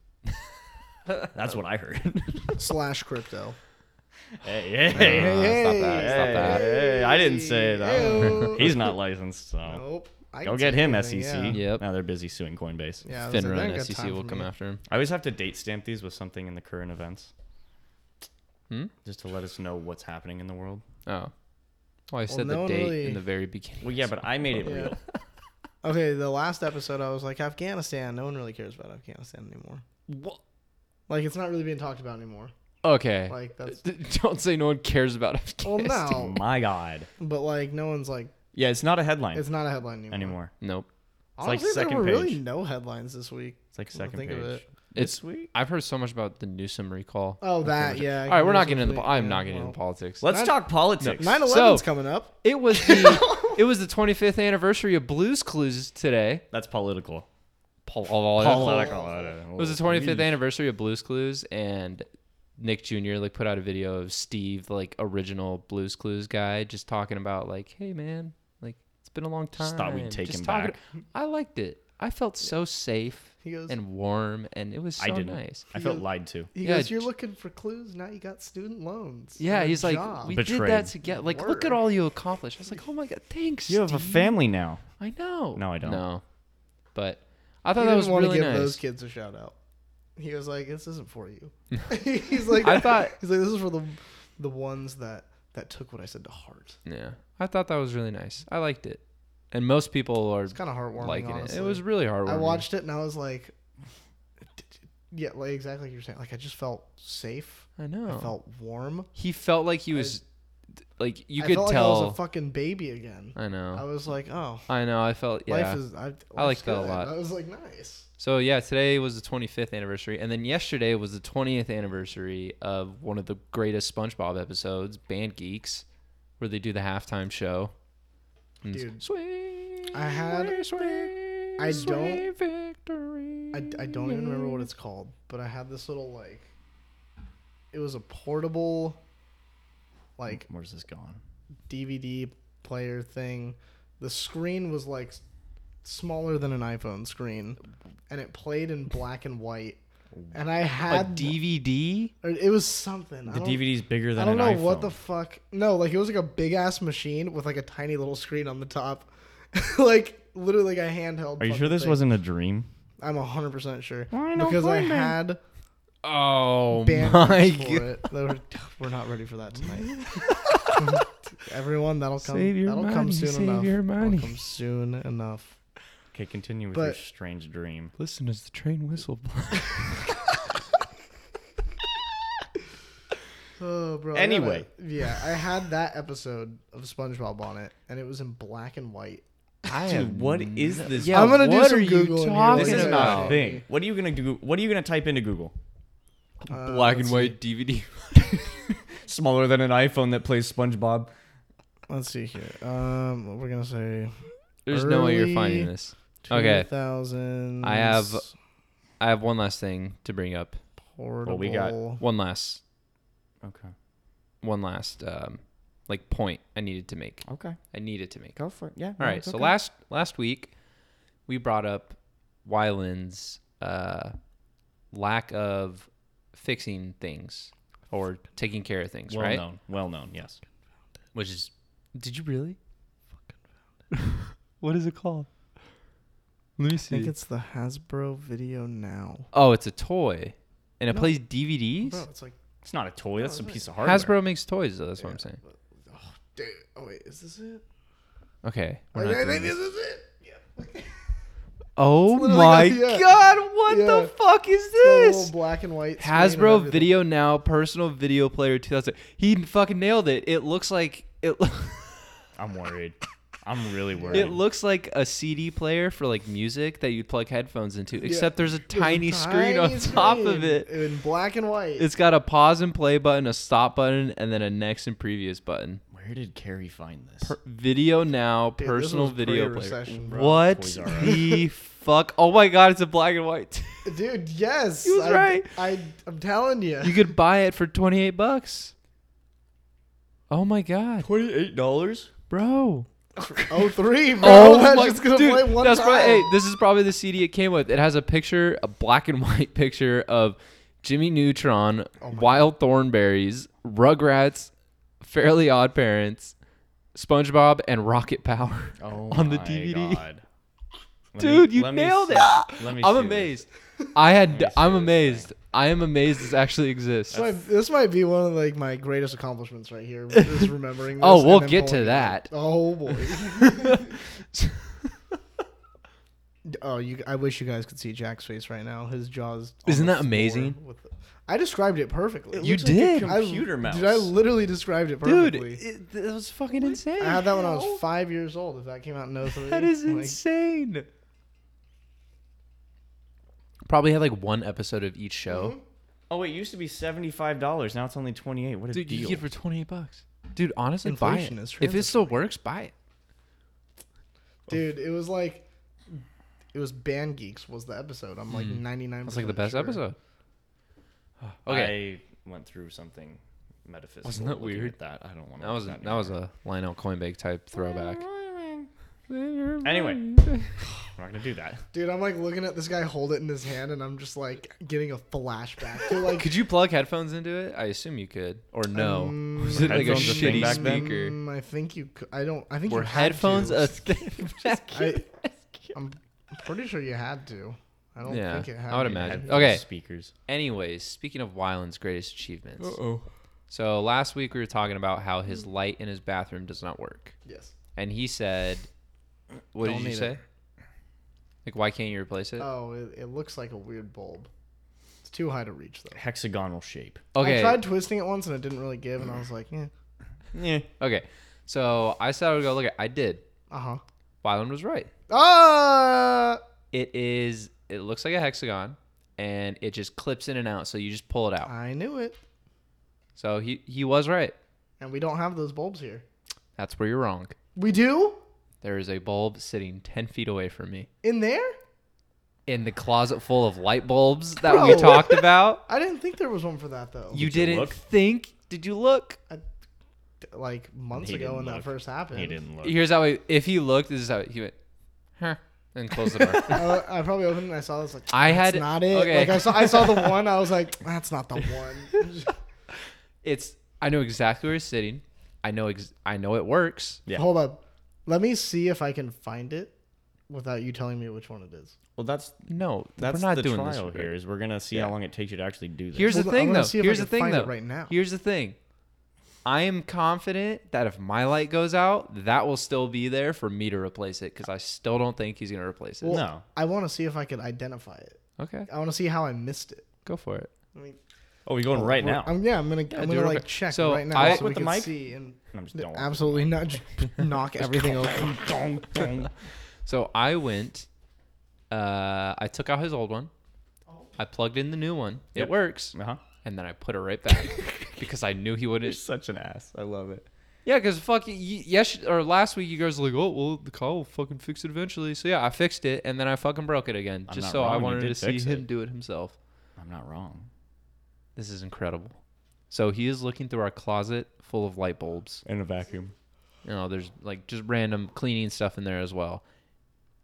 Speaker 1: That's what I heard.
Speaker 3: Slash crypto.
Speaker 1: hey, hey, hey,
Speaker 2: Uh, stop that. Stop
Speaker 1: hey,
Speaker 2: that.
Speaker 1: hey, I didn't say
Speaker 3: Ew.
Speaker 1: that. He's not licensed, so
Speaker 2: Oh.
Speaker 3: Nope. I
Speaker 1: go
Speaker 3: can
Speaker 1: get
Speaker 3: say
Speaker 1: him, E SEC.
Speaker 3: anything, Yeah.
Speaker 2: Yep.
Speaker 1: Now they're busy suing Coinbase.
Speaker 3: yeah I was like,
Speaker 2: FINRA
Speaker 3: they ain't
Speaker 2: and
Speaker 3: got
Speaker 2: SEC
Speaker 3: time
Speaker 2: E will
Speaker 3: for
Speaker 2: come
Speaker 3: me.
Speaker 2: after him.
Speaker 1: I always have to date stamp these with something in the current events.
Speaker 2: Hmm?
Speaker 1: Just to let us know what's happening in the world.
Speaker 2: Oh. Well, I said
Speaker 3: no
Speaker 2: the
Speaker 3: one
Speaker 2: date
Speaker 3: really-
Speaker 2: in the very beginning.
Speaker 1: Well, yeah, but I made it
Speaker 3: Yeah.
Speaker 1: real.
Speaker 3: Okay, the last episode I was like Afghanistan. No one really cares about Afghanistan anymore. Like it's not really being talked about anymore.
Speaker 2: Okay.
Speaker 3: Like that's
Speaker 2: Don't say no one cares about
Speaker 3: well
Speaker 2: Afghanistan.
Speaker 1: Oh
Speaker 3: no,
Speaker 1: my god.
Speaker 3: but like no one's like
Speaker 1: Yeah, it's not a headline
Speaker 3: it's not a headline anymore.
Speaker 1: anymore.
Speaker 2: Nope.
Speaker 1: It's like
Speaker 3: Honestly,
Speaker 1: second
Speaker 3: there were really
Speaker 1: page.
Speaker 3: no headlines this week.
Speaker 1: It's like
Speaker 3: Come to
Speaker 1: second
Speaker 3: think
Speaker 1: page.
Speaker 3: of
Speaker 2: It's
Speaker 1: sweet.
Speaker 2: I've heard so much about the Newsom recall.
Speaker 3: Oh, that yeah.
Speaker 2: All right, we're not getting into the. I'm not getting into politics.
Speaker 1: Let's
Speaker 3: Nine-
Speaker 1: talk politics.
Speaker 3: Nine
Speaker 2: So-
Speaker 3: coming up.
Speaker 2: It was the it was the 25th anniversary of Blues Clues today.
Speaker 1: That's political.
Speaker 2: Paul, Paul,
Speaker 1: It
Speaker 2: It was
Speaker 1: Oh,
Speaker 2: the 25th anniversary of Blues Clues, and Nick Jr. like put out a video of Steve, the, like original Blues Clues guy, just talking about like, "Hey man, like it's been a long time."
Speaker 1: Just thought we'd take
Speaker 2: Just
Speaker 1: him
Speaker 2: talking-
Speaker 1: back."
Speaker 2: I liked it. I felt so safe
Speaker 3: He goes-
Speaker 2: and warm, and it was so
Speaker 1: I didn't.
Speaker 2: nice.
Speaker 1: I felt lied to.
Speaker 3: He
Speaker 2: Yeah,
Speaker 3: goes,
Speaker 2: j-
Speaker 3: "You're looking for clues. Now you got student loans.
Speaker 2: Yeah,
Speaker 3: and a
Speaker 2: he's like,
Speaker 3: job."
Speaker 2: we did
Speaker 1: Betrayed.
Speaker 2: that together. Like, look at
Speaker 3: Word.
Speaker 2: all you accomplished. I was like, oh my god, thanks.
Speaker 1: You have a
Speaker 2: Steve."
Speaker 1: family now.
Speaker 2: I know.
Speaker 1: No, I don't.
Speaker 2: No, but I
Speaker 3: He
Speaker 2: thought that
Speaker 3: didn't
Speaker 2: was
Speaker 3: want
Speaker 2: really
Speaker 3: to give
Speaker 2: nice.
Speaker 3: those kids a shout out. He was like, "This isn't for you." he's like,
Speaker 2: I thought-
Speaker 3: he's like, "This is for the the ones that that took what I said to heart."
Speaker 2: Yeah, I thought that was really nice. I liked it, and most people are
Speaker 3: It's kind of heartwarming.
Speaker 2: liking
Speaker 3: honestly.
Speaker 2: it. It was really hard.
Speaker 3: I watched it and I was like, "Yeah, like exactly like you're saying. Like I just felt safe.
Speaker 2: I know.
Speaker 3: I felt warm.
Speaker 2: he felt like he was, like you
Speaker 3: I
Speaker 2: could
Speaker 3: felt
Speaker 2: tell.
Speaker 3: like I was a fucking baby again.
Speaker 2: I
Speaker 3: I
Speaker 2: know.
Speaker 3: was like, "Oh,
Speaker 2: I know. I felt yeah.
Speaker 3: life is." I,
Speaker 2: I
Speaker 3: life's
Speaker 2: liked that a
Speaker 3: good.
Speaker 2: lot.
Speaker 3: I was like, "Nice."
Speaker 2: so yeah, today was the 25th anniversary, and then yesterday was the 20th anniversary of one of the greatest SpongeBob episodes, Band Geeks, where they do the halftime show. And it's,
Speaker 3: Dude,
Speaker 2: swing,
Speaker 3: I had-
Speaker 2: sway, sway,
Speaker 3: I
Speaker 2: sway, victory.
Speaker 3: I, I don't even remember what it's called, but I had this little like it was a portable like
Speaker 1: Where's this going?
Speaker 3: DVD player thing. The screen was like s- smaller than an iPhone screen and it played in black and white. And I
Speaker 2: a
Speaker 3: had
Speaker 2: DVD.
Speaker 3: or it was something. I
Speaker 1: The
Speaker 3: don't-
Speaker 1: DVD's bigger
Speaker 3: I
Speaker 1: than
Speaker 3: don't know
Speaker 1: an iPhone.
Speaker 3: what the fuck. No, like it was like a big ass machine with like a tiny little screen on the top. like literally like a handheld.
Speaker 1: Are you
Speaker 3: fucking
Speaker 1: sure this
Speaker 3: thing.
Speaker 1: wasn't a dream?
Speaker 3: I'm 100% sure.
Speaker 2: Why no
Speaker 3: Because I
Speaker 2: flaming?
Speaker 3: had
Speaker 2: Oh my
Speaker 3: bandwidth for
Speaker 2: god.
Speaker 3: it. They were, we're not ready for that tonight. Everyone, that'll come.
Speaker 2: Save your
Speaker 3: that'll
Speaker 2: money,
Speaker 3: come soon
Speaker 2: save
Speaker 3: enough.
Speaker 2: your
Speaker 3: That'll
Speaker 2: money.
Speaker 3: come soon enough.
Speaker 1: Okay, continue with your
Speaker 3: But-
Speaker 1: strange dream.
Speaker 2: Listen as the train whistle blows.
Speaker 3: Oh, bro. I gotta-
Speaker 1: Anyway.
Speaker 3: yeah, I had that episode of SpongeBob on it, and it was in black and white.
Speaker 2: I
Speaker 1: Dude, what is this?
Speaker 2: Yeah,
Speaker 3: I'm gonna do
Speaker 2: what
Speaker 3: some
Speaker 2: are you
Speaker 3: Googling here.
Speaker 2: talking
Speaker 1: this is
Speaker 2: about?
Speaker 1: the thing. What are you gonna do? What are you gonna type into Google?
Speaker 3: Uh,
Speaker 2: Black and
Speaker 3: let's
Speaker 2: white DVD.
Speaker 1: Smaller than an iPhone that plays SpongeBob.
Speaker 3: Let's see here. Um, we're gonna say
Speaker 2: There's no way you're finding
Speaker 3: Early
Speaker 2: this. Okay.
Speaker 3: two thousand.
Speaker 2: I have- I have one last thing to bring up.
Speaker 3: portable.
Speaker 1: we got-
Speaker 2: One last,
Speaker 1: Okay.
Speaker 2: one last, um, like point I needed to make.
Speaker 1: Okay.
Speaker 2: I needed to make.
Speaker 1: Go for it. Yeah.
Speaker 2: All right. So last last week, we brought up Wyland's uh, lack of fixing things or taking care of things,
Speaker 1: well
Speaker 2: right?
Speaker 1: known. Well known. Yes.
Speaker 2: Which is, did you really? what is it called? Let me
Speaker 3: I think it's the Hasbro Video Now.
Speaker 2: Oh, it's a toy, and it
Speaker 3: No.
Speaker 2: plays DVDs.
Speaker 3: Bro, it's like
Speaker 1: It's not a toy. That's a piece of hardware.
Speaker 2: Hasbro makes toys, though. That's what I'm saying.
Speaker 3: dude. Oh wait, is this it?
Speaker 2: Okay. we're not
Speaker 3: I
Speaker 2: doing
Speaker 3: think
Speaker 2: this.
Speaker 3: this is it. Yeah.
Speaker 2: Oh
Speaker 3: literally
Speaker 2: my
Speaker 3: got the- yeah.
Speaker 2: god! What
Speaker 3: Yeah.
Speaker 2: the fuck is
Speaker 3: The little
Speaker 2: this?
Speaker 3: black and white. screen and
Speaker 2: Hasbro
Speaker 3: everything.
Speaker 2: Video Now personal video player 2000. He fucking nailed it. It looks like it. lo-
Speaker 1: I'm worried. I'm really worried.
Speaker 2: It looks like a CD player for like music that you plug headphones into, except there's a
Speaker 3: There's a
Speaker 2: tiny screen on
Speaker 3: tiny
Speaker 2: top
Speaker 3: screen
Speaker 2: of it.
Speaker 3: in black and white.
Speaker 2: It's got a pause and play button, a stop button, and then a next and previous button.
Speaker 1: Where did Carrie find this?
Speaker 2: Per- video now,
Speaker 3: Dude, this
Speaker 2: personal
Speaker 3: was
Speaker 2: video player.
Speaker 3: pre-recession, bro.
Speaker 2: What
Speaker 1: Toys R Us.
Speaker 2: the fuck? Oh my god, it's a black and white.
Speaker 3: Dude, yes.
Speaker 2: He was
Speaker 3: I,
Speaker 2: right.
Speaker 3: I, I'm telling you.
Speaker 2: you could buy it for 28 bucks. Oh my god,
Speaker 1: Twenty-eight dollars.
Speaker 2: bro.
Speaker 3: Oh three, bro.
Speaker 2: Oh
Speaker 3: that's
Speaker 2: my
Speaker 3: just gonna
Speaker 2: dude,
Speaker 3: play one
Speaker 2: that's
Speaker 3: time.
Speaker 2: right. Hey, this is probably the CD it came with. It has a picture, a black and white picture of Jimmy Neutron,
Speaker 3: Oh
Speaker 2: Wild Thornberries, Rugrats, Fairly Odd Parents, SpongeBob, and Rocket Power.
Speaker 1: Oh
Speaker 2: On the
Speaker 1: my
Speaker 2: DVD.
Speaker 1: God. Let
Speaker 2: Dude, you
Speaker 1: let me
Speaker 2: nailed
Speaker 1: see
Speaker 2: it.
Speaker 1: Let me
Speaker 2: I'm
Speaker 1: see this.
Speaker 2: amazed. I had.
Speaker 1: me see
Speaker 2: I'm
Speaker 1: this
Speaker 2: amazed. I am amazed this actually exists.
Speaker 3: This might, this might be one of like my greatest accomplishments right here. Is remembering. This
Speaker 2: Oh,
Speaker 3: and
Speaker 2: we'll
Speaker 3: then
Speaker 2: get to
Speaker 3: pulling it
Speaker 2: that.
Speaker 3: out. Oh boy. oh, you. I wish you guys could see Jack's face right now. His jaws.
Speaker 2: Isn't that amazing?
Speaker 3: I described it perfectly.
Speaker 1: It
Speaker 2: You
Speaker 1: looks like a
Speaker 2: did.
Speaker 3: I-
Speaker 1: computer mouse.
Speaker 3: Dude, I literally described it
Speaker 2: Dude,
Speaker 3: perfectly.
Speaker 2: it, that was fucking insane.
Speaker 3: I had that when I
Speaker 2: How?
Speaker 3: was five years old. If that came out in 03.
Speaker 2: That is
Speaker 3: like,
Speaker 2: insane. Probably had like one episode of each show.
Speaker 3: hmm?
Speaker 1: Oh, it used to be seventy-five dollars. Now it's only twenty-eight. What a
Speaker 2: Dude, you
Speaker 1: deal!
Speaker 2: get it for twenty bucks. Dude, honestly,
Speaker 3: Inflation
Speaker 2: buy
Speaker 3: is
Speaker 2: it. If it still works, buy it.
Speaker 3: dude, it was like. It was Band Geeks was the episode. I'm
Speaker 1: Hmm.
Speaker 3: like 99.
Speaker 2: That's like the best episode. Okay,
Speaker 1: I went through something metaphysical.
Speaker 2: Wasn't that
Speaker 1: looking
Speaker 2: weird?
Speaker 1: at That I don't want to.
Speaker 2: that was that was a Lionel Coinbake type throwback.
Speaker 1: Anyway, we're not gonna do that.
Speaker 3: Dude, I'm like looking at this guy hold it in his hand, and I'm just like getting a flashback to like.
Speaker 2: could you plug headphones into it? I assume you could, or no?
Speaker 3: Um,
Speaker 2: Was it like a
Speaker 1: Headphones a thing
Speaker 2: shitty
Speaker 1: back then?
Speaker 2: speaker?
Speaker 3: Mm, I think you. Could, I don't. I think
Speaker 2: Were
Speaker 3: you had
Speaker 2: headphones
Speaker 3: To.
Speaker 2: a thing? back then?
Speaker 3: I, I'm pretty sure you had to. I don't
Speaker 2: Yeah,
Speaker 3: think it had.
Speaker 2: I would
Speaker 3: to.
Speaker 2: imagine.
Speaker 1: Headphones,
Speaker 2: Okay.
Speaker 1: Speakers.
Speaker 2: Anyways, speaking of Wyland's greatest achievements,
Speaker 1: oh.
Speaker 2: So last week we were talking about how his light in his bathroom does not work,
Speaker 3: Yes.
Speaker 2: and he said, "What
Speaker 3: Don't
Speaker 2: did you
Speaker 3: need
Speaker 2: say?
Speaker 3: it.
Speaker 2: Like, why can't you replace it?"
Speaker 3: Oh, it, it looks like a weird bulb. It's too high to reach though.
Speaker 1: Hexagonal shape.
Speaker 2: okay,
Speaker 3: I tried twisting it once and it didn't really give, and I was like, eh, yeah,
Speaker 1: Yeah.
Speaker 2: okay. So I said I would go look at. I did.
Speaker 3: uh huh.
Speaker 2: Wyland was right.
Speaker 3: Ah.
Speaker 2: It is. It looks like a hexagon, and it just clips in and out. So you just pull it out.
Speaker 3: I knew it.
Speaker 2: So he he was right.
Speaker 3: And we don't have those bulbs here.
Speaker 2: That's where you're wrong.
Speaker 3: We do
Speaker 2: There is a bulb sitting ten feet away from me
Speaker 3: in there.
Speaker 2: in the closet full of light bulbs that we
Speaker 3: Bro.
Speaker 2: talked about.
Speaker 3: I didn't think there was one for that
Speaker 2: You
Speaker 3: though.
Speaker 1: Oh, Did you
Speaker 2: didn't
Speaker 1: look?
Speaker 2: think? Did you look?
Speaker 3: I, like months
Speaker 1: He
Speaker 3: ago
Speaker 1: didn't
Speaker 3: when
Speaker 1: look.
Speaker 3: that first happened.
Speaker 1: He didn't look.
Speaker 2: Here's how he, if he looked, this is how he went, huh, and closed the door.
Speaker 3: I, I probably opened it and I saw this like
Speaker 2: I had
Speaker 3: that's not it.
Speaker 2: Okay,
Speaker 3: Like I saw I saw the one I was like that's not the one.
Speaker 2: it's I know exactly where he's sitting. I know ex- I know it works.
Speaker 1: Yeah.
Speaker 3: Hold up. Let me see if I can find it without you telling me which one it is.
Speaker 1: Well, that's
Speaker 2: No,
Speaker 1: that's
Speaker 2: we're not
Speaker 1: the
Speaker 2: doing
Speaker 1: trial
Speaker 2: this.
Speaker 1: here. Is we're gonna see
Speaker 2: Yeah.
Speaker 1: how long it takes you to actually do this.
Speaker 2: Here's
Speaker 3: Hold
Speaker 2: the
Speaker 3: on, I
Speaker 2: thing,
Speaker 3: wanna
Speaker 2: though.
Speaker 3: see if I
Speaker 2: Here's the
Speaker 3: can
Speaker 2: thing,
Speaker 3: find it
Speaker 2: though.
Speaker 3: right now.
Speaker 2: Here's the thing. I am confident that if my light goes out, that will still be there for me to replace it because I still don't think he's gonna replace it.
Speaker 1: Well- No.
Speaker 3: I want to see if I could identify it.
Speaker 2: okay,
Speaker 3: I want to see how I missed it.
Speaker 2: go for it.
Speaker 3: I mean,
Speaker 1: oh, we're going right
Speaker 3: we're-
Speaker 1: now.
Speaker 3: I'm, yeah, I'm gonna I'm
Speaker 2: do it
Speaker 3: gonna
Speaker 2: real
Speaker 3: like
Speaker 2: quick.
Speaker 3: check
Speaker 2: So,
Speaker 3: right now
Speaker 2: I-
Speaker 3: so
Speaker 1: With
Speaker 3: we
Speaker 1: the
Speaker 3: can
Speaker 1: mic?
Speaker 3: see and
Speaker 1: No, I'm just don't.
Speaker 3: absolutely not just knock everything over.
Speaker 1: Dong, dong.
Speaker 2: So I went. Uh, I took out his old one. I plugged in the new one.
Speaker 1: Yep.
Speaker 2: It works,
Speaker 1: Uh-huh.
Speaker 2: and then I put it right back because I knew he
Speaker 1: You're
Speaker 2: wouldn't.
Speaker 1: such an ass. I love it.
Speaker 2: Yeah, because fuck y- y- yes or last week you guys were like, oh well, the call will fucking fix it eventually. So yeah, I fixed it, and then I fucking broke it again,
Speaker 1: I'm
Speaker 2: just
Speaker 1: not
Speaker 2: so
Speaker 1: wrong,
Speaker 2: I
Speaker 1: you
Speaker 2: wanted
Speaker 1: did
Speaker 2: to see
Speaker 1: fix
Speaker 2: him
Speaker 1: it.
Speaker 2: do it himself.
Speaker 1: I'm not wrong.
Speaker 2: This is incredible. So he is looking through our closet full of light bulbs.
Speaker 1: In a vacuum.
Speaker 2: You know, there's like just random cleaning stuff in there as well.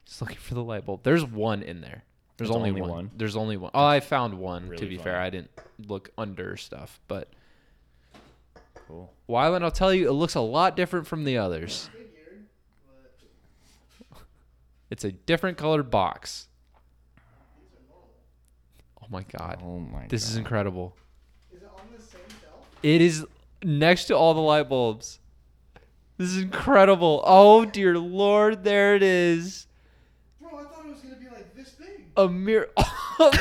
Speaker 2: He's looking for the light bulb. There's one in there. There's
Speaker 1: There's
Speaker 2: only,
Speaker 1: only
Speaker 2: one.
Speaker 1: one?
Speaker 2: There's only one. Oh, I found one. to
Speaker 1: Really
Speaker 2: be fair,
Speaker 1: funny.
Speaker 2: I didn't look under stuff, but
Speaker 1: Cool.
Speaker 2: Wyland, I'll tell you, it looks a lot different from the others. It's a different colored box. Oh my god.
Speaker 1: Oh my.
Speaker 2: This is incredible.
Speaker 3: Is it on the same shelf?
Speaker 2: It is next to all the light bulbs. This is incredible. Oh dear lord, there it is.
Speaker 3: Bro, I thought it was gonna be like this big.
Speaker 2: A mere foot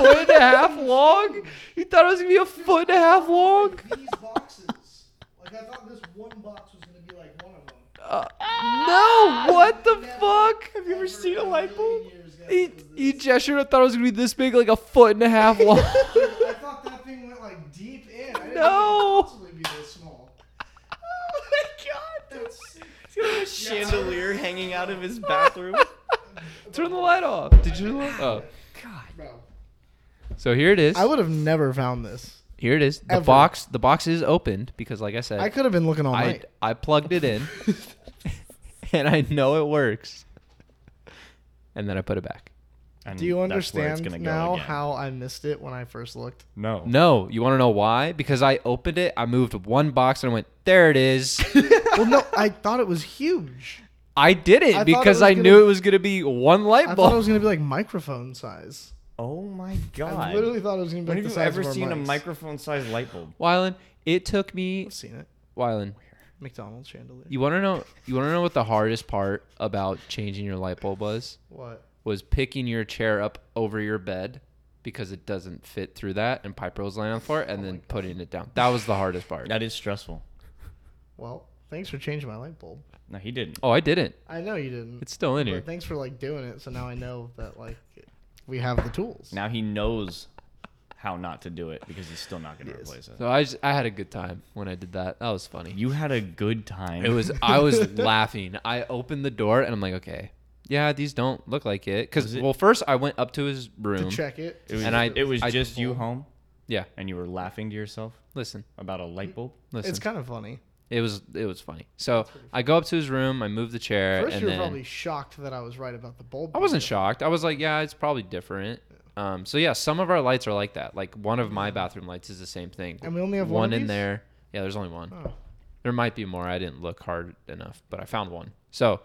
Speaker 2: and a half long? You thought it was gonna be a foot and a half long?
Speaker 3: These boxes. Like I thought this one box was gonna be like one of them.
Speaker 2: Uh, no, what the fuck? Have
Speaker 3: Never in a million years guessed
Speaker 2: He,
Speaker 3: it was
Speaker 2: he
Speaker 3: this.
Speaker 2: gestured. I thought it was gonna be this big, like a foot and a half long.
Speaker 3: I thought that thing went like deep in. I didn't
Speaker 2: No.
Speaker 3: think it could possibly be this small.
Speaker 2: God!
Speaker 3: That's
Speaker 1: chandelier hanging out of his bathroom.
Speaker 2: Turn the light off. Did you? Oh, God.
Speaker 3: bro.
Speaker 2: So here it is.
Speaker 3: I would have never found this.
Speaker 2: Here it is. The
Speaker 3: Ever.
Speaker 2: box. The box is opened because, like I said,
Speaker 3: I could have been looking all
Speaker 2: I
Speaker 3: night.
Speaker 2: I plugged it in, and I know it works. And then I put it back.
Speaker 3: Do you understand now how I missed it when I first looked?
Speaker 1: No.
Speaker 2: No, you want to know why? Because I opened it. I moved one box and I went. There it is.
Speaker 3: well, no, I thought it was huge.
Speaker 2: I did
Speaker 3: I
Speaker 2: it
Speaker 3: thought
Speaker 2: because
Speaker 3: it was
Speaker 2: I
Speaker 3: gonna-
Speaker 2: knew it was gonna be one
Speaker 3: I
Speaker 2: light
Speaker 3: thought it
Speaker 2: bulb.
Speaker 3: was gonna be like microphone size.
Speaker 1: Oh my god.
Speaker 3: I literally thought it was gonna be
Speaker 1: when have
Speaker 3: like the
Speaker 1: you
Speaker 3: size
Speaker 1: ever
Speaker 3: of our
Speaker 1: seen a
Speaker 3: mics.
Speaker 1: microphone-sized light bulb?
Speaker 2: Wylan, it took me.
Speaker 3: I've seen it.
Speaker 2: Wylan,
Speaker 3: McDonald's chandelier.
Speaker 2: you want to know? You want to know what the hardest part about changing your light bulb was?
Speaker 3: What?
Speaker 2: was picking your chair up over your bed because it doesn't fit through that, and Piper was laying on the floor, and then putting it down. That was the hardest part.
Speaker 1: That is stressful.
Speaker 3: Well, thanks for changing my light bulb.
Speaker 1: No, he didn't.
Speaker 2: Oh, I didn't.
Speaker 3: I know you didn't.
Speaker 2: It's still in here.
Speaker 3: But thanks for like doing it. So now I know that like we have the tools.
Speaker 1: Now he knows how not to do it because he's still not going to
Speaker 3: Yes.
Speaker 1: replace it.
Speaker 2: So I just, I had a good time when I did that. That was funny.
Speaker 1: You had a good time.
Speaker 2: It was I was laughing. I opened the door and I'm like, okay, yeah, these don't look like it. Because
Speaker 1: Was it-
Speaker 2: well, first I went up to his room.
Speaker 3: to check it.
Speaker 1: It was,
Speaker 2: And I-
Speaker 1: it was
Speaker 2: I-
Speaker 1: just you home,
Speaker 2: Yeah,
Speaker 1: and you were laughing to yourself
Speaker 2: listen,
Speaker 1: about a light bulb.
Speaker 2: listen.
Speaker 3: It's kind of funny.
Speaker 2: it was it was funny. So I go up to his room. I move the chair.
Speaker 3: First,
Speaker 2: and
Speaker 3: you were
Speaker 2: then,
Speaker 3: probably shocked that I was right about the bulb.
Speaker 2: I wasn't
Speaker 3: being
Speaker 2: shocked. I was like, yeah, it's probably different. Um, so yeah, some of our lights are like that. Like one of my bathroom lights is the same thing.
Speaker 3: And we only have one of
Speaker 2: in
Speaker 3: these?
Speaker 2: there. Yeah, there's only one.
Speaker 3: different. Oh.
Speaker 2: There might be more. I didn't look hard enough, but I found one. So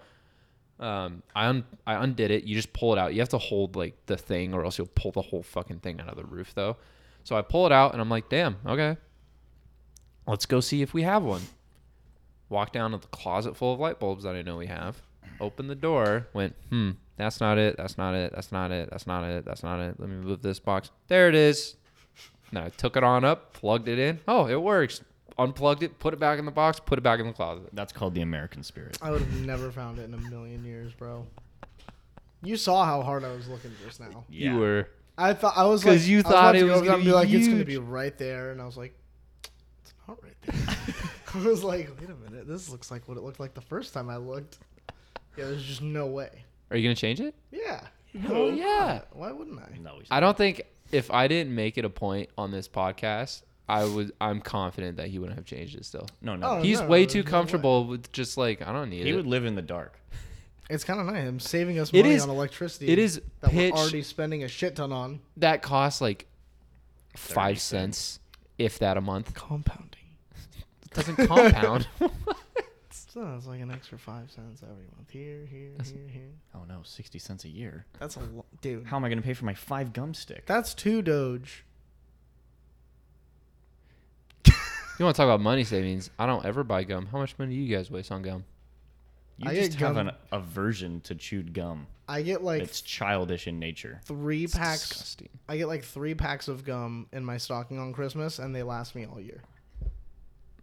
Speaker 2: um, I un- I undid it. You just pull it out. You have to hold like the thing, or else you'll pull the whole fucking thing out of the roof, though. So I pull it out, and I'm like, damn, okay. Let's go see if we have one. Walk down to the closet full of light bulbs that I know we have. Open the door. Went, hmm, that's not it. That's not it. That's not it. That's not it. That's not it. Let me move this box. There it is. And I took it on up, plugged it in. Oh, it works. Unplugged it, put it back in the box, put it back in the closet.
Speaker 1: That's called the American spirit.
Speaker 3: I would have never found it in a million years, bro. You saw how hard I was looking just now.
Speaker 2: You were
Speaker 3: I thought I was
Speaker 2: 'Cause
Speaker 3: like,
Speaker 2: you
Speaker 3: I was
Speaker 2: thought
Speaker 3: about
Speaker 2: it
Speaker 3: to go
Speaker 2: was
Speaker 3: over
Speaker 2: gonna
Speaker 3: there and
Speaker 2: be
Speaker 3: like it's gonna
Speaker 2: huge.
Speaker 3: be right there, and I was like, it's not right there. I was like, wait a minute, this looks like what it looked like the first time I looked. Yeah, there's just no way.
Speaker 2: Are you gonna change it?
Speaker 3: Yeah.
Speaker 2: Hell yeah.
Speaker 3: Why wouldn't I?
Speaker 1: No, he's
Speaker 2: I don't think if I didn't make it a point on this podcast, I would I'm confident that he wouldn't have changed it still.
Speaker 1: no, no.
Speaker 3: Oh,
Speaker 2: He's
Speaker 3: no,
Speaker 2: way
Speaker 3: there's
Speaker 2: too
Speaker 3: no way.
Speaker 2: comfortable with just like I don't need
Speaker 1: he
Speaker 2: it.
Speaker 1: would live in the dark.
Speaker 3: It's kind of nice. I'm saving us
Speaker 2: It
Speaker 3: money
Speaker 2: is-
Speaker 3: on electricity.
Speaker 2: it is
Speaker 3: that
Speaker 2: pitch-
Speaker 3: we're already spending a shit ton on
Speaker 2: that costs like five
Speaker 1: cents.
Speaker 2: cents, if that a month.
Speaker 3: compounding.
Speaker 2: It doesn't compound.
Speaker 3: So it's like an extra five cents every month. Here, here,
Speaker 2: That's-
Speaker 3: here, here.
Speaker 1: Oh no, sixty cents a year.
Speaker 3: That's a lo- dude.
Speaker 1: How am I gonna pay for my five gum stick?
Speaker 3: That's two Doge.
Speaker 2: You want to talk about money savings? I don't ever buy gum. How much money do you guys waste on gum?
Speaker 1: You
Speaker 3: I
Speaker 1: just
Speaker 3: get
Speaker 1: have
Speaker 3: gum-
Speaker 1: an aversion to chewed gum.
Speaker 3: I get like
Speaker 1: it's childish in nature.
Speaker 3: three
Speaker 2: It's
Speaker 3: packs.
Speaker 2: disgusting.
Speaker 3: I get like three packs of gum in my stocking on Christmas, and they last me all year.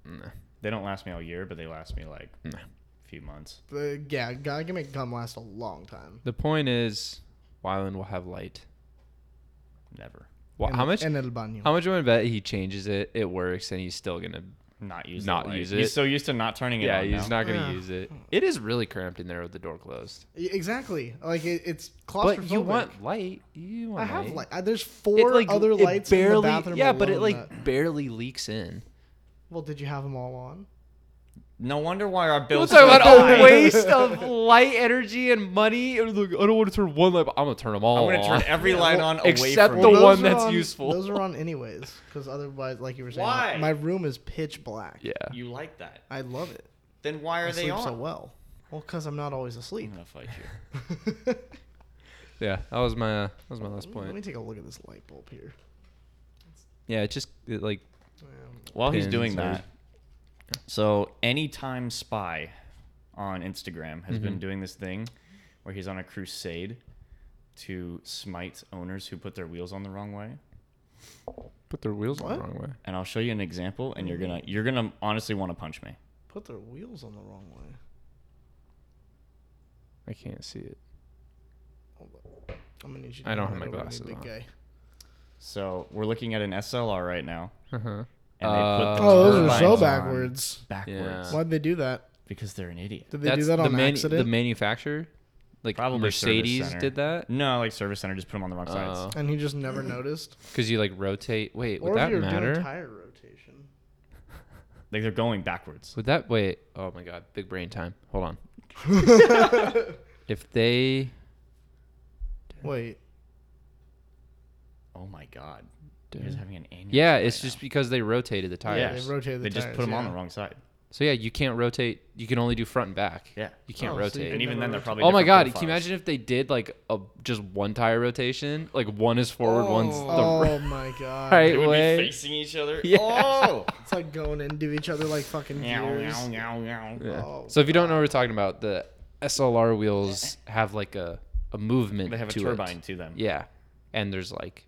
Speaker 2: Nah.
Speaker 1: They don't last me all year, but they last me like
Speaker 2: Nah.
Speaker 1: a few months.
Speaker 3: The, yeah, God can make gum last a long time.
Speaker 2: The point is, Wyland will have light.
Speaker 1: Never.
Speaker 2: Wha
Speaker 3: And-
Speaker 2: how much?
Speaker 3: And el baño.
Speaker 2: How much do I bet he changes it? It works, and he's still gonna.
Speaker 1: Not use.
Speaker 2: Not
Speaker 1: the light.
Speaker 2: use it.
Speaker 1: He's so used to not turning it
Speaker 2: Yeah,
Speaker 1: on.
Speaker 2: he's
Speaker 1: now.
Speaker 2: not gonna
Speaker 3: Yeah.
Speaker 2: use it. It is really cramped in there with the door closed.
Speaker 3: Y- E, Exactly. Like it, it's claustrophobic.
Speaker 2: But you want light. You want.
Speaker 3: I have
Speaker 2: light.
Speaker 3: light. I, there's four other lights in the bathroom.
Speaker 2: yeah, but it
Speaker 3: alone
Speaker 2: like
Speaker 3: that-
Speaker 2: barely leaks in.
Speaker 3: well, did you have them all on?
Speaker 1: No wonder why our
Speaker 2: We'll
Speaker 1: bills.
Speaker 2: talk
Speaker 1: are so
Speaker 2: about
Speaker 1: high.
Speaker 2: a waste of light, energy, and money. And look, I don't want to turn one light. But I'm gonna turn them all
Speaker 1: I'm gonna
Speaker 2: on.
Speaker 1: turn every light on away
Speaker 2: except
Speaker 1: from
Speaker 2: the
Speaker 1: you.
Speaker 3: those
Speaker 2: one
Speaker 3: are
Speaker 2: that's
Speaker 3: on-
Speaker 2: useful.
Speaker 3: Those are on anyways, because otherwise, like you were saying,
Speaker 1: Why?
Speaker 3: my room is pitch black.
Speaker 2: yeah,
Speaker 1: You like that?
Speaker 3: I love it.
Speaker 1: Then why are
Speaker 3: I
Speaker 1: they
Speaker 3: sleep
Speaker 1: on?
Speaker 3: so well. Well, because I'm not always asleep.
Speaker 1: I'm
Speaker 2: Mm,
Speaker 1: gonna fight you.
Speaker 2: yeah. That was my uh, that was my last
Speaker 3: Let me
Speaker 2: point.
Speaker 3: take a look at this light bulb here.
Speaker 2: Yeah, it just it, like
Speaker 3: Um,
Speaker 1: While he's
Speaker 2: pins
Speaker 1: doing
Speaker 2: or-
Speaker 1: that, so anytime spy on Instagram has
Speaker 2: Mm-hmm.
Speaker 1: been doing this thing where he's on a crusade to smite owners who put their wheels on the wrong way.
Speaker 2: put their wheels on
Speaker 3: What?
Speaker 2: the wrong way.
Speaker 1: And I'll show you an example, and you're gonna you're gonna honestly want to punch me.
Speaker 3: put their wheels on the wrong way.
Speaker 2: I can't see it.
Speaker 3: Hold on. I'm gonna need you.
Speaker 2: I don't
Speaker 3: hand
Speaker 2: have my
Speaker 3: over to me,
Speaker 2: glasses
Speaker 3: big
Speaker 2: on.
Speaker 3: guy.
Speaker 1: So we're looking at an SLR right now,
Speaker 2: Uh huh.
Speaker 1: and they put the
Speaker 2: Uh,
Speaker 3: Oh, those are so
Speaker 1: turbines
Speaker 3: backwards.
Speaker 1: backwards
Speaker 2: Yeah.
Speaker 3: Why'd they do that?
Speaker 1: because they're an idiot.
Speaker 3: Did they do that on
Speaker 2: the manu-
Speaker 3: accident?
Speaker 2: The manufacturer, like
Speaker 1: Probably service
Speaker 2: Mercedes,
Speaker 1: center.
Speaker 2: did that
Speaker 1: No, like service center just put them on the wrong
Speaker 2: Oh.
Speaker 1: sides.
Speaker 3: and he just never noticed.
Speaker 2: because you like rotate. Wait, would
Speaker 3: or if
Speaker 2: that
Speaker 3: you're
Speaker 2: matter?
Speaker 3: doing tire rotation.
Speaker 1: Like they're going backwards.
Speaker 2: Would that wait? Oh my god, big brain time. Hold on. if they
Speaker 3: Wait,
Speaker 1: Oh my god,
Speaker 2: Dude.
Speaker 1: you guys having an annual.
Speaker 2: Yeah, it's just because they rotated the tires.
Speaker 1: yeah.
Speaker 3: they rotated the
Speaker 1: they just put
Speaker 3: tires,
Speaker 1: them on
Speaker 3: yeah.
Speaker 1: the wrong side.
Speaker 2: So yeah, you can't rotate. You can only do front and back.
Speaker 1: Yeah.
Speaker 2: You can't
Speaker 3: Oh, so you
Speaker 2: rotate.
Speaker 1: And even then, they're probably.
Speaker 2: oh my god,
Speaker 1: different
Speaker 2: can you
Speaker 1: profiles.
Speaker 2: imagine if they did like a just one tire rotation? Like one is forward, one's the
Speaker 3: oh my god!
Speaker 2: right
Speaker 1: They would
Speaker 2: way.
Speaker 1: be facing each other.
Speaker 2: Yeah.
Speaker 1: Oh.
Speaker 3: It's like going into each other like fucking
Speaker 1: Meow,
Speaker 3: gears.
Speaker 1: meow, meow, meow.
Speaker 2: Yeah.
Speaker 3: Oh,
Speaker 2: so if you don't know what we're talking about, the SLR wheels have like a, a movement.
Speaker 1: They have a
Speaker 2: to it.
Speaker 1: turbine to them.
Speaker 2: Yeah. And there's like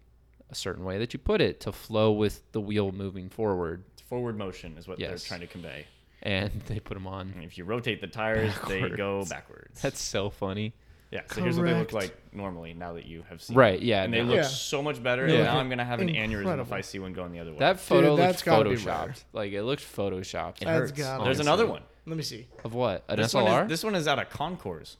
Speaker 2: a certain way that you put it to flow with the wheel moving forward.
Speaker 1: It's Forward motion is what they're
Speaker 2: Yes.
Speaker 1: trying to convey.
Speaker 2: And they put them on.
Speaker 1: And if you rotate the tires, they go
Speaker 2: Backwards.
Speaker 1: backwards.
Speaker 2: That's so funny.
Speaker 1: yeah. So here's what they look
Speaker 3: Correct.
Speaker 1: like normally. Now that you have seen.
Speaker 2: Right, yeah,
Speaker 1: And they
Speaker 2: now.
Speaker 1: look
Speaker 3: Yeah.
Speaker 1: so much better.
Speaker 3: Yeah.
Speaker 1: And now I'm gonna have an aneurysm if
Speaker 3: Incredible.
Speaker 1: I see one going the other way.
Speaker 2: That photo
Speaker 3: that's
Speaker 2: looks
Speaker 3: gotta be rare.
Speaker 2: photoshopped. Like it looked photoshopped.
Speaker 1: It
Speaker 3: That's
Speaker 1: hurts.
Speaker 3: gotta
Speaker 1: There's
Speaker 2: be
Speaker 1: another
Speaker 2: sick.
Speaker 1: one.
Speaker 3: Let me see.
Speaker 2: Of what? An
Speaker 1: This
Speaker 2: SLR?
Speaker 1: one is this one is out of concourse,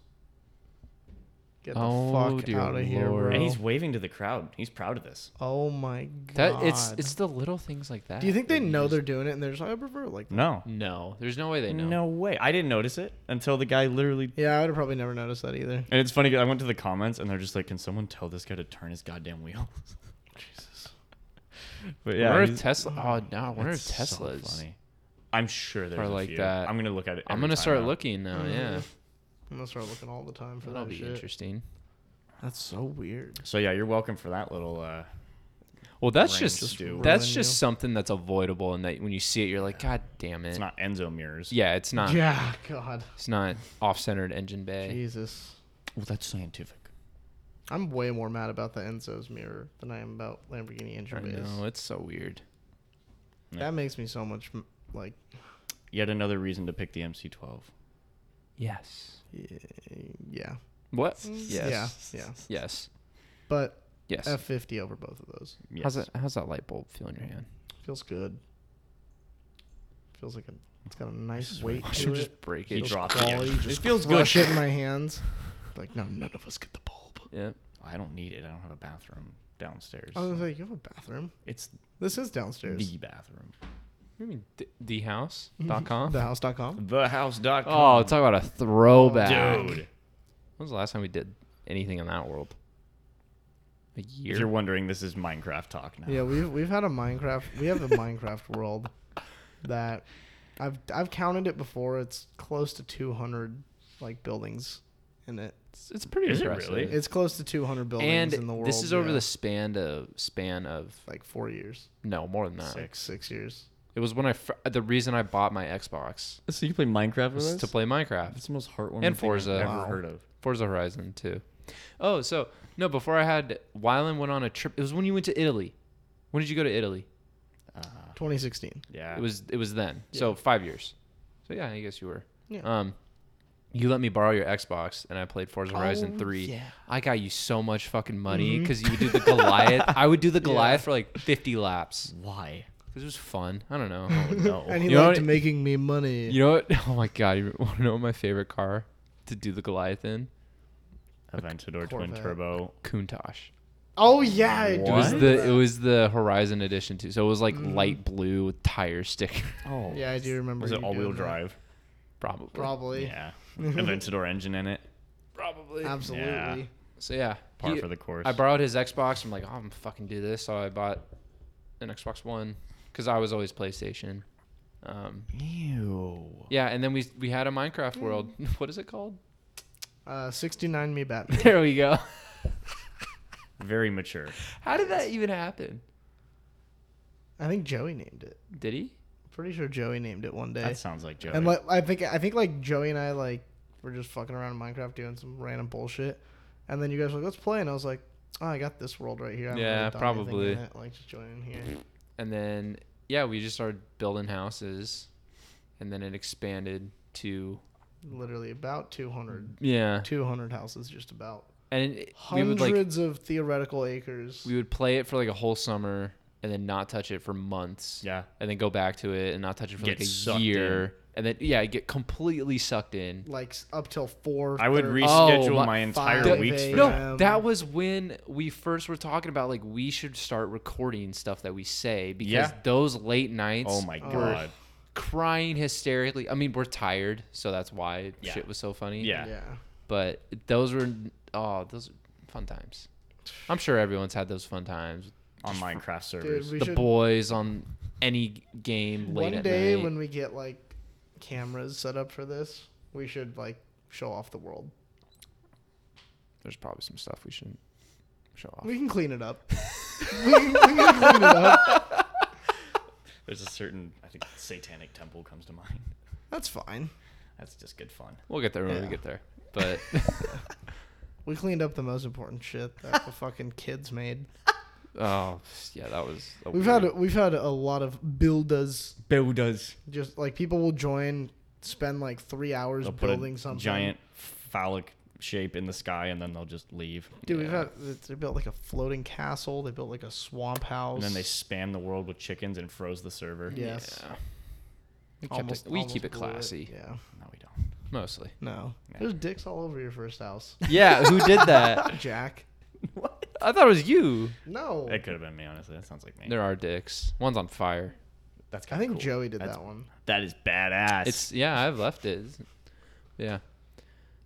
Speaker 3: Get the
Speaker 2: Oh,
Speaker 3: fuck
Speaker 2: dear
Speaker 3: out of here,
Speaker 2: lord.
Speaker 3: bro.
Speaker 1: and he's waving to the crowd. He's proud of this.
Speaker 3: oh my god.
Speaker 2: that it's it's the little things like that.
Speaker 3: Do you think they
Speaker 2: that
Speaker 3: know
Speaker 2: just-
Speaker 3: they're doing it and they're just like, I prefer it like that?
Speaker 1: No.
Speaker 2: No, there's no way they know.
Speaker 1: No way. I didn't notice it until the guy literally
Speaker 3: Yeah, I would have probably never noticed that either.
Speaker 1: And it's funny 'cause I went to the comments and they're just like, "Can someone tell this guy to turn his goddamn wheels?"
Speaker 3: Jesus.
Speaker 1: But
Speaker 2: I
Speaker 1: yeah,
Speaker 2: wonder if
Speaker 1: he's-
Speaker 2: Tesla. Oh no, I wonder if
Speaker 1: it's so
Speaker 2: Teslas
Speaker 1: funny. I'm sure there's
Speaker 2: are
Speaker 1: a
Speaker 2: like
Speaker 1: few.
Speaker 2: that.
Speaker 1: I'm gonna look at it.
Speaker 2: I'm
Speaker 1: every
Speaker 2: gonna
Speaker 1: time
Speaker 2: start
Speaker 1: now.
Speaker 2: looking now.
Speaker 3: Mm-hmm.
Speaker 2: Yeah,
Speaker 3: I'm gonna start looking all the time for
Speaker 2: that'll
Speaker 3: that
Speaker 2: be
Speaker 3: shit.
Speaker 2: interesting.
Speaker 3: That's so weird.
Speaker 1: So yeah, you're welcome for that little. uh
Speaker 2: Well, that's
Speaker 1: Brains
Speaker 2: just
Speaker 1: do.
Speaker 2: that's
Speaker 3: Ruin
Speaker 2: just
Speaker 3: you.
Speaker 2: something that's avoidable, and that when you see it, you're like, God damn it.
Speaker 1: It's not Enzo mirrors.
Speaker 2: yeah, it's not.
Speaker 3: Yeah, God.
Speaker 2: It's not off-centered engine bay.
Speaker 3: Jesus.
Speaker 1: Well, that's scientific.
Speaker 3: I'm way more mad about the Enzo's mirror than I am about Lamborghini
Speaker 2: I
Speaker 3: engine bays.
Speaker 2: know it's so weird.
Speaker 1: Yeah.
Speaker 3: That makes me so much m- like
Speaker 1: Yet another reason to pick the MC12.
Speaker 2: Yes.
Speaker 3: y- yeah.
Speaker 2: What? Yes.
Speaker 3: Mm. Yeah, yeah.
Speaker 2: Yes.
Speaker 3: But
Speaker 2: Yes.
Speaker 3: F50 over both of those.
Speaker 1: Yes.
Speaker 2: How's that? How's that light bulb feel in your hand?
Speaker 3: Feels good. Feels like a, it's got a nice
Speaker 1: is
Speaker 3: weight
Speaker 1: right.
Speaker 2: I
Speaker 3: to
Speaker 2: should
Speaker 3: it.
Speaker 2: just break
Speaker 1: He
Speaker 2: it.
Speaker 1: dropped
Speaker 3: Quality,
Speaker 1: it. It
Speaker 3: just
Speaker 1: feels good.
Speaker 3: Brush it in my hands. Like, no, none of us get the bulb.
Speaker 2: Yeah.
Speaker 1: I don't need it. I don't have a bathroom downstairs.
Speaker 3: I was like, you have a bathroom.
Speaker 1: it's
Speaker 3: This is downstairs.
Speaker 1: the bathroom.
Speaker 2: You mean th-
Speaker 3: Mm-hmm.
Speaker 2: thehouse.com?
Speaker 3: Thehouse.com.
Speaker 1: Thehouse.com.
Speaker 2: Oh, talk about a throwback.
Speaker 1: dude.
Speaker 2: When was the last time we did anything in that world? A year.
Speaker 1: If you're wondering, this is Minecraft talk now.
Speaker 3: Yeah, we've we've had a Minecraft. We have a Minecraft world that I've I've counted it before. It's close to 200 like buildings in it.
Speaker 2: It's, it's pretty
Speaker 1: Is it
Speaker 2: impressive.
Speaker 1: really?
Speaker 3: It's close to 200 buildings
Speaker 2: and
Speaker 3: in the world.
Speaker 2: this is over
Speaker 3: yeah.
Speaker 2: the span of span of
Speaker 3: like four years,
Speaker 2: no more than that.
Speaker 3: six six years.
Speaker 2: It was when I fir- the reason I bought my Xbox
Speaker 1: So you play Minecraft with
Speaker 2: was
Speaker 1: us?
Speaker 2: to play Minecraft.
Speaker 1: That's the most heartwarming
Speaker 2: And
Speaker 1: thing I've
Speaker 2: Forza.
Speaker 1: ever
Speaker 3: Wow.
Speaker 1: heard of.
Speaker 2: Forza Horizon 2. Oh, so no, before I had Wyland went on a trip. It was when you went to Italy. When did you go to Italy?
Speaker 3: 2016.
Speaker 1: Uh, Yeah.
Speaker 2: It was it was then. So 5 years. So yeah, I guess you were.
Speaker 3: Yeah.
Speaker 2: Um you let me borrow your Xbox and I played Forza Horizon
Speaker 3: Oh,
Speaker 2: 3.
Speaker 3: yeah. Mm-hmm.
Speaker 2: I got you so much fucking money cuz you would do the Goliath. I would do the Goliath for like 50 laps
Speaker 1: Why?
Speaker 2: cuz it was fun. I don't know.
Speaker 1: Oh no.
Speaker 3: And he
Speaker 2: You know
Speaker 3: liked
Speaker 2: what-
Speaker 3: making me money.
Speaker 2: You know what? Oh my god! You want to know what my favorite car to do the Goliath in?
Speaker 1: Aventador twin
Speaker 3: Corvette.
Speaker 1: turbo.
Speaker 2: Countach.
Speaker 3: oh yeah, I
Speaker 2: It was
Speaker 1: What?
Speaker 2: the it was the Horizon edition too. So it was like light blue with tire sticker.
Speaker 1: Oh.
Speaker 3: Yeah, I do remember.
Speaker 1: Was it
Speaker 3: you
Speaker 1: all-wheel
Speaker 3: doing that.
Speaker 1: drive?
Speaker 2: Probably.
Speaker 3: Probably.
Speaker 1: Yeah. Aventador engine in it.
Speaker 2: Probably.
Speaker 3: Absolutely.
Speaker 1: Yeah.
Speaker 2: so yeah.
Speaker 1: Par
Speaker 2: he-
Speaker 1: for the course.
Speaker 2: I borrowed his Xbox. I'm like, oh, I'm gonna fucking do this. So I bought an Xbox One because I was always PlayStation. Um,
Speaker 1: Ew.
Speaker 2: yeah, and then we we had a Minecraft world. what is it called?
Speaker 3: Uh, 69 me Batman.
Speaker 2: There we go.
Speaker 1: Very mature.
Speaker 2: How did that even happen?
Speaker 3: I think Joey named it.
Speaker 2: Did he?
Speaker 3: Pretty sure Joey named it one day.
Speaker 1: That sounds like Joey.
Speaker 3: And like, I think I think like Joey and I like were just fucking around in Minecraft doing some random bullshit, and then you guys were like, "Let's play," and I was like, "Oh, I got this world right here." I haven't
Speaker 2: Yeah,
Speaker 3: done anything
Speaker 2: probably.
Speaker 3: in it, Like just join in here.
Speaker 2: and then yeah, we just started building houses, and then it expanded to
Speaker 3: Literally about 200,
Speaker 2: yeah,
Speaker 3: 200 houses, just about
Speaker 2: and it, we would
Speaker 3: hundreds
Speaker 2: like
Speaker 3: of theoretical acres.
Speaker 2: we would play it for like a whole summer and then not touch it for months,
Speaker 1: yeah.
Speaker 2: and then go back to it and not touch it for
Speaker 1: Get
Speaker 2: like a
Speaker 1: sucked
Speaker 2: year, and then yeah, get completely sucked in.
Speaker 3: like s- up till four.
Speaker 1: I would
Speaker 3: thir-
Speaker 1: reschedule
Speaker 2: Oh, my-
Speaker 1: my, entire
Speaker 2: Th-
Speaker 3: Five
Speaker 1: weeks for
Speaker 3: a.m.
Speaker 1: that.
Speaker 2: no, that was when we first were talking about like we should start recording stuff that we say because
Speaker 1: Yeah.
Speaker 2: those late nights
Speaker 1: Oh my
Speaker 3: Oh.
Speaker 1: god.
Speaker 2: crying hysterically. I mean, we're tired, so that's why
Speaker 1: Yeah.
Speaker 2: shit was so funny.
Speaker 1: Yeah.
Speaker 3: yeah.
Speaker 2: but those were oh those were fun times i'm sure everyone's had those fun times
Speaker 1: On Minecraft servers.
Speaker 3: Dude, we
Speaker 2: the
Speaker 3: should
Speaker 2: boys on any game late
Speaker 3: one
Speaker 2: at
Speaker 3: day
Speaker 2: night
Speaker 3: when we get like cameras set up for this, we should like show off the world.
Speaker 2: there's probably some stuff we shouldn't show off
Speaker 3: We can clean it up. we, can, we can clean it up.
Speaker 1: There's a certain, I think, satanic temple comes to mind.
Speaker 3: That's fine.
Speaker 1: That's just good fun.
Speaker 2: we'll get there when we
Speaker 3: Yeah.
Speaker 2: get there but
Speaker 3: We cleaned up the most important shit that the fucking kids made.
Speaker 2: oh yeah that was a
Speaker 3: We've
Speaker 2: weird-
Speaker 3: had we've had a lot of builders.
Speaker 1: Builders.
Speaker 3: Just like people will join, spend like three hours
Speaker 1: They'll put
Speaker 3: building
Speaker 1: a
Speaker 3: something.
Speaker 1: giant phallic shape in the sky and then they'll just leave.
Speaker 3: Dude, we've
Speaker 2: yeah.
Speaker 3: had they built like a floating castle. They built like a swamp house.
Speaker 1: And then they spam the world with chickens and froze the server.
Speaker 3: yes,
Speaker 2: yeah. we, kept
Speaker 3: Almost-
Speaker 2: it, we
Speaker 3: almost
Speaker 2: keep it
Speaker 3: blew
Speaker 2: classy
Speaker 3: Yeah,
Speaker 1: No, we don't.
Speaker 2: mostly
Speaker 3: no,
Speaker 1: Yeah.
Speaker 3: there's dicks all over your first house,
Speaker 2: yeah who did that
Speaker 3: Jack.
Speaker 2: i thought it was you
Speaker 3: No,
Speaker 1: That could have been me, honestly. That sounds like me.
Speaker 2: there are dicks one's on fire
Speaker 1: That's
Speaker 3: I
Speaker 1: kind of
Speaker 3: think
Speaker 1: cool.
Speaker 3: Joey did
Speaker 1: That's-
Speaker 3: that one.
Speaker 1: That is badass.
Speaker 2: it's yeah i've left it It's- yeah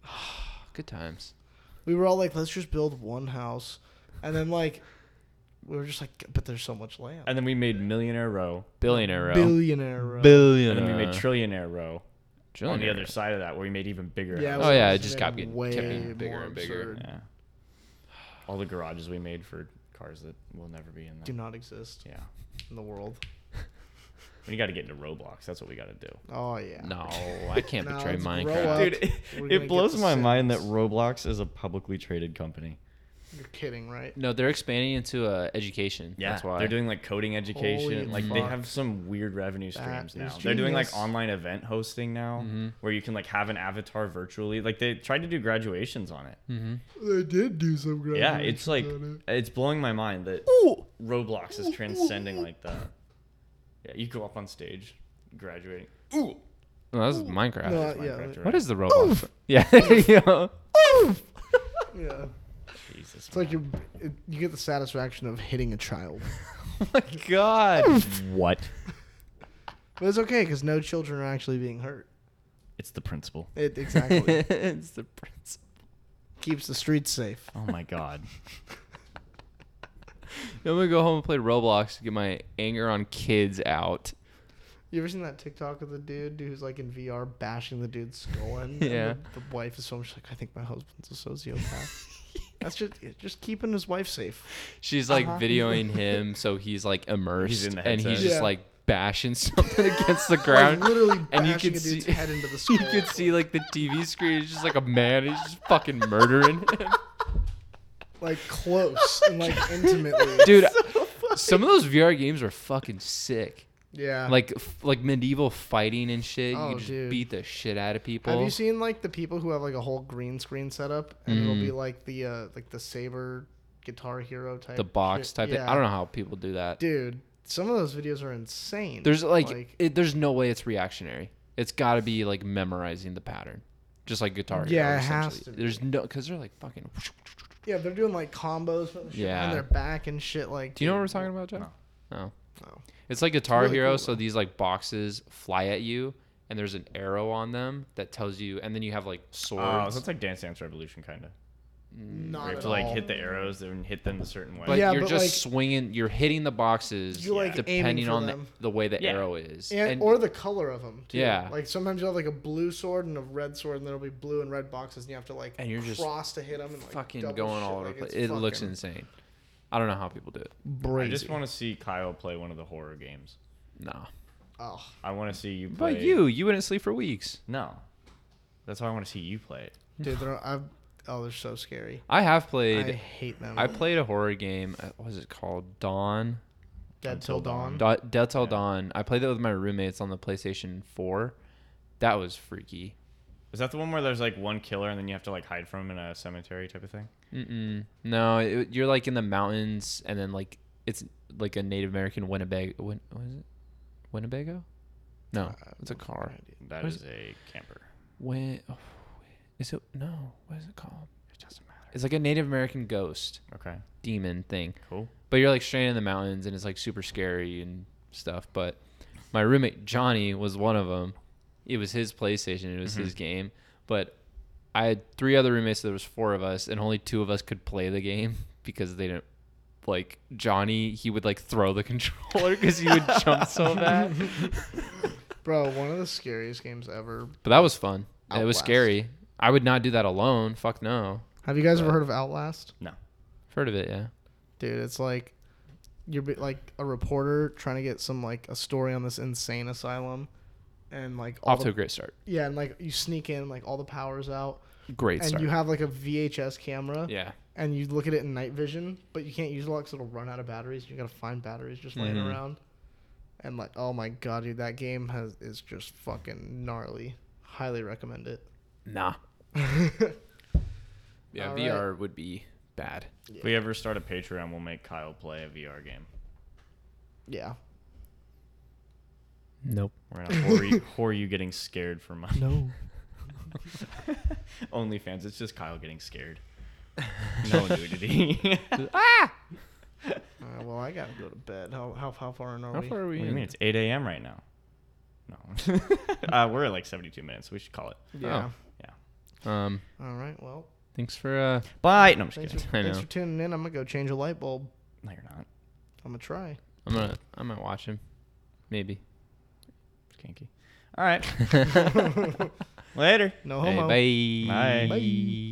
Speaker 2: good times
Speaker 3: we were all like, let's just build one house, and then like, we were just like, but there's so much land.
Speaker 1: and then we made Millionaire Row.
Speaker 2: billionaire row.
Speaker 3: Billionaire. row.
Speaker 2: billion.
Speaker 1: And then we made Trillionaire Row on the
Speaker 2: Trillionaire.
Speaker 1: other side of that where we made even bigger
Speaker 3: Yeah,
Speaker 1: houses.
Speaker 2: Oh yeah, it
Speaker 3: It's
Speaker 2: just
Speaker 3: been
Speaker 2: kept getting,
Speaker 3: way
Speaker 2: kept getting bigger
Speaker 3: more
Speaker 2: and bigger.
Speaker 3: absurd.
Speaker 1: Yeah. All the garages we made for cars that will never be in
Speaker 3: do
Speaker 1: there.
Speaker 3: not exist
Speaker 1: Yeah.
Speaker 3: in the world.
Speaker 1: We got to get into Roblox. That's what we got to do.
Speaker 3: Oh yeah.
Speaker 2: No, I can't
Speaker 3: No,
Speaker 2: betray
Speaker 3: let's grow
Speaker 2: Minecraft.
Speaker 3: up.
Speaker 1: Dude, it,
Speaker 3: We're
Speaker 1: it
Speaker 3: gonna get
Speaker 1: blows
Speaker 3: the
Speaker 1: my mind that
Speaker 3: Sims.
Speaker 1: Roblox is a publicly traded company.
Speaker 3: You're kidding, right?
Speaker 2: No, they're expanding into uh, education.
Speaker 1: Yeah,
Speaker 2: that's why
Speaker 1: they're doing like coding education.
Speaker 3: Holy
Speaker 1: like they
Speaker 3: fuck.
Speaker 1: have some weird revenue streams now.
Speaker 3: is
Speaker 1: They're doing like
Speaker 3: genius. Mm-hmm.
Speaker 1: online event hosting now, where you can like have an avatar virtually. Like they tried to do graduations on
Speaker 3: Hmm.
Speaker 1: it.
Speaker 3: They did do some great.
Speaker 1: Yeah, it's like it's blowing my mind that Roblox is transcending like that. Yeah, you go up on stage, graduating. Ooh,
Speaker 2: No, that's Minecraft.
Speaker 3: No,
Speaker 1: Minecraft,
Speaker 3: Uh, yeah,
Speaker 1: right?
Speaker 2: what is the robot? Yeah, yeah.
Speaker 3: yeah.
Speaker 1: Jesus?
Speaker 3: It's like you it, you get the satisfaction of hitting a child,
Speaker 2: Oh my God.
Speaker 1: what?
Speaker 3: but it's okay because no children are actually being hurt.
Speaker 1: It's the principal.
Speaker 3: It exactly
Speaker 2: it's the prince.
Speaker 3: keeps the streets safe.
Speaker 1: Oh my god.
Speaker 2: I'm gonna go home and play Roblox to get my anger on kids out.
Speaker 3: You ever seen that TikTok of the dude who's like in VR bashing the dude's skull in? and
Speaker 2: Yeah.
Speaker 3: The, the wife is so much like, I think my husband's a sociopath. That's just just keeping his wife safe.
Speaker 2: She's like
Speaker 3: Uh-huh.
Speaker 2: videoing him, so he's like immersed,
Speaker 1: He's in the
Speaker 2: and he's
Speaker 1: headset.
Speaker 2: just
Speaker 3: Yeah.
Speaker 2: like bashing something against the
Speaker 3: Like,
Speaker 2: ground.
Speaker 3: literally bashing
Speaker 2: And you
Speaker 3: a
Speaker 2: could
Speaker 3: dude's
Speaker 2: see-
Speaker 3: head into the skull.
Speaker 2: you could see like the TV screen is just like a man is just fucking murdering him.
Speaker 3: like close and like intimately.
Speaker 2: Dude,
Speaker 3: So funny.
Speaker 2: some of those VR games are fucking sick.
Speaker 3: yeah.
Speaker 2: Like f- like medieval fighting and shit. you
Speaker 3: Oh,
Speaker 2: can just
Speaker 3: dude.
Speaker 2: beat the shit out of people.
Speaker 3: Have you seen like the people who have like a whole green screen setup and it'll
Speaker 2: Mm.
Speaker 3: be like the uh like the saber guitar hero type
Speaker 2: the box
Speaker 3: shit?
Speaker 2: type. Thing.
Speaker 3: Yeah.
Speaker 2: I don't know how people do that.
Speaker 3: Dude, some of those videos are insane.
Speaker 2: There's like, it, there's no way it's reactionary. It's got to be like memorizing the pattern, just like guitar. Hero,
Speaker 3: Yeah, it has
Speaker 2: essentially.
Speaker 3: to be.
Speaker 2: There's no because they're like fucking.
Speaker 3: yeah, they're doing like combos with the shit
Speaker 2: Yeah.
Speaker 3: on their back and shit like
Speaker 2: Do you know what we're talking about, Jeff? No.
Speaker 3: No.
Speaker 2: It's like Guitar
Speaker 3: really
Speaker 2: Hero.
Speaker 3: cool,
Speaker 2: so these like boxes fly at you, and there's an arrow on them that tells you, and then you have like
Speaker 1: Oh,
Speaker 2: swords.
Speaker 1: so it's like Dance Dance Revolution kind of.
Speaker 3: Not
Speaker 1: You Mm, have
Speaker 3: at
Speaker 1: to like
Speaker 3: all.
Speaker 1: hit the arrows and hit them a certain way.
Speaker 2: but
Speaker 3: Yeah,
Speaker 2: you're
Speaker 3: but,
Speaker 2: just
Speaker 3: like-
Speaker 2: swinging. You're hitting the boxes
Speaker 3: You're, like, aiming
Speaker 2: depending
Speaker 3: for
Speaker 2: on the,
Speaker 3: them.
Speaker 2: the way the
Speaker 1: Yeah.
Speaker 2: arrow is.
Speaker 3: and,
Speaker 2: And-
Speaker 3: or the color of them. Too.
Speaker 2: Yeah.
Speaker 3: Like sometimes you'll have like a blue sword and a red sword, and there'll be blue and red boxes, and you have to like
Speaker 2: And you're just
Speaker 3: cross to hit them and like
Speaker 2: fucking
Speaker 3: double
Speaker 2: going
Speaker 3: shit,
Speaker 2: all over
Speaker 3: like,
Speaker 2: the place.
Speaker 3: it's
Speaker 2: It looks
Speaker 3: fucking
Speaker 2: insane. I don't know how people do it.
Speaker 1: I just
Speaker 3: brazy.
Speaker 1: want to see Kyle play one of the horror games.
Speaker 2: No.
Speaker 3: Oh,
Speaker 1: I want to see you play.
Speaker 2: But you, you wouldn't sleep for weeks.
Speaker 1: No. That's why I want to see you play it.
Speaker 3: dude, they're I've, oh they're so scary.
Speaker 2: I have
Speaker 3: I
Speaker 2: played.
Speaker 3: hate them.
Speaker 2: I, played a horror game. uh, What was it called? Dawn.
Speaker 3: Dead till dawn.
Speaker 2: Da- Dead Till
Speaker 1: Yeah.
Speaker 2: Dawn. I played that with my roommates on the PlayStation 4. That was freaky.
Speaker 1: Is that the one where there's like one killer and then you have to like hide from him in a cemetery type of thing?
Speaker 2: Mm-mm. No, it, you're like in the mountains, and then like it's like a Native American Winnebago. Win, what is it? Winnebago?
Speaker 3: Uh,
Speaker 2: No, it's a car.
Speaker 1: That
Speaker 2: Where's-
Speaker 1: is a camper.
Speaker 2: When oh, is it? No, what is it called?
Speaker 1: It doesn't matter.
Speaker 2: It's like a Native American ghost
Speaker 1: Okay.
Speaker 2: demon thing.
Speaker 1: Cool.
Speaker 2: But you're like stranded in the mountains, and it's like super scary and stuff. But my roommate Johnny was one of them. It was his PlayStation. It was
Speaker 1: Mm-hmm.
Speaker 2: his game. But I had three other roommates. So there was four of us, and only two of us could play the game because they didn't. Like Johnny, he would like throw the controller because he would jump so bad.
Speaker 3: Bro, one of the scariest games ever.
Speaker 2: But that was fun. It was
Speaker 3: Outlast.
Speaker 2: scary. I would not do that alone. Fuck no.
Speaker 3: Have you guys ever heard of Outlast?
Speaker 1: No.
Speaker 2: I've heard of it? Yeah.
Speaker 3: Dude, it's like you're be- like a reporter trying to get some like a story on this insane asylum, and like all
Speaker 2: Off to
Speaker 3: the,
Speaker 2: a great start.
Speaker 3: yeah, and like you sneak in, like all the powers out,
Speaker 2: Great
Speaker 3: and
Speaker 2: start.
Speaker 3: you have like a VHS camera,
Speaker 2: yeah.
Speaker 3: and you look at it in night vision, but you can't use it a lot because it'll run out of batteries. You gotta find batteries just laying
Speaker 2: Mhm.
Speaker 3: around, and like oh my god, dude, that game has is just fucking gnarly. Highly recommend it.
Speaker 2: Nah. Yeah,
Speaker 3: All right.
Speaker 2: VR would be bad.
Speaker 1: If we ever start a Patreon, we'll make Kyle play a VR game.
Speaker 3: yeah.
Speaker 2: Nope.
Speaker 1: We're gonna whore you, whore you getting scared for money.
Speaker 3: No.
Speaker 1: OnlyFans, it's just Kyle getting scared. No nudity.
Speaker 3: Uh, well, I gotta go to bed. How how, how far in are
Speaker 2: How
Speaker 3: we?
Speaker 2: far are
Speaker 1: What
Speaker 2: we?
Speaker 1: do you
Speaker 2: in?
Speaker 1: mean? It's 8 a.m. right now. No. uh, we're at like 72 minutes. We should call it.
Speaker 3: Yeah.
Speaker 2: Um,
Speaker 3: All right. Well,
Speaker 2: thanks for uh,
Speaker 1: Bye. No, I'm just
Speaker 3: thanks
Speaker 1: kidding.
Speaker 3: for,
Speaker 2: I
Speaker 3: thanks
Speaker 2: know.
Speaker 3: for tuning in. I'm gonna go change a light bulb.
Speaker 1: No, you're not.
Speaker 3: I'm gonna try.
Speaker 2: I'm gonna I might watch him, maybe.
Speaker 1: It's kinky. All right. Later.
Speaker 3: No
Speaker 2: Hey,
Speaker 3: homo.
Speaker 1: Bye.
Speaker 2: bye.
Speaker 3: Bye.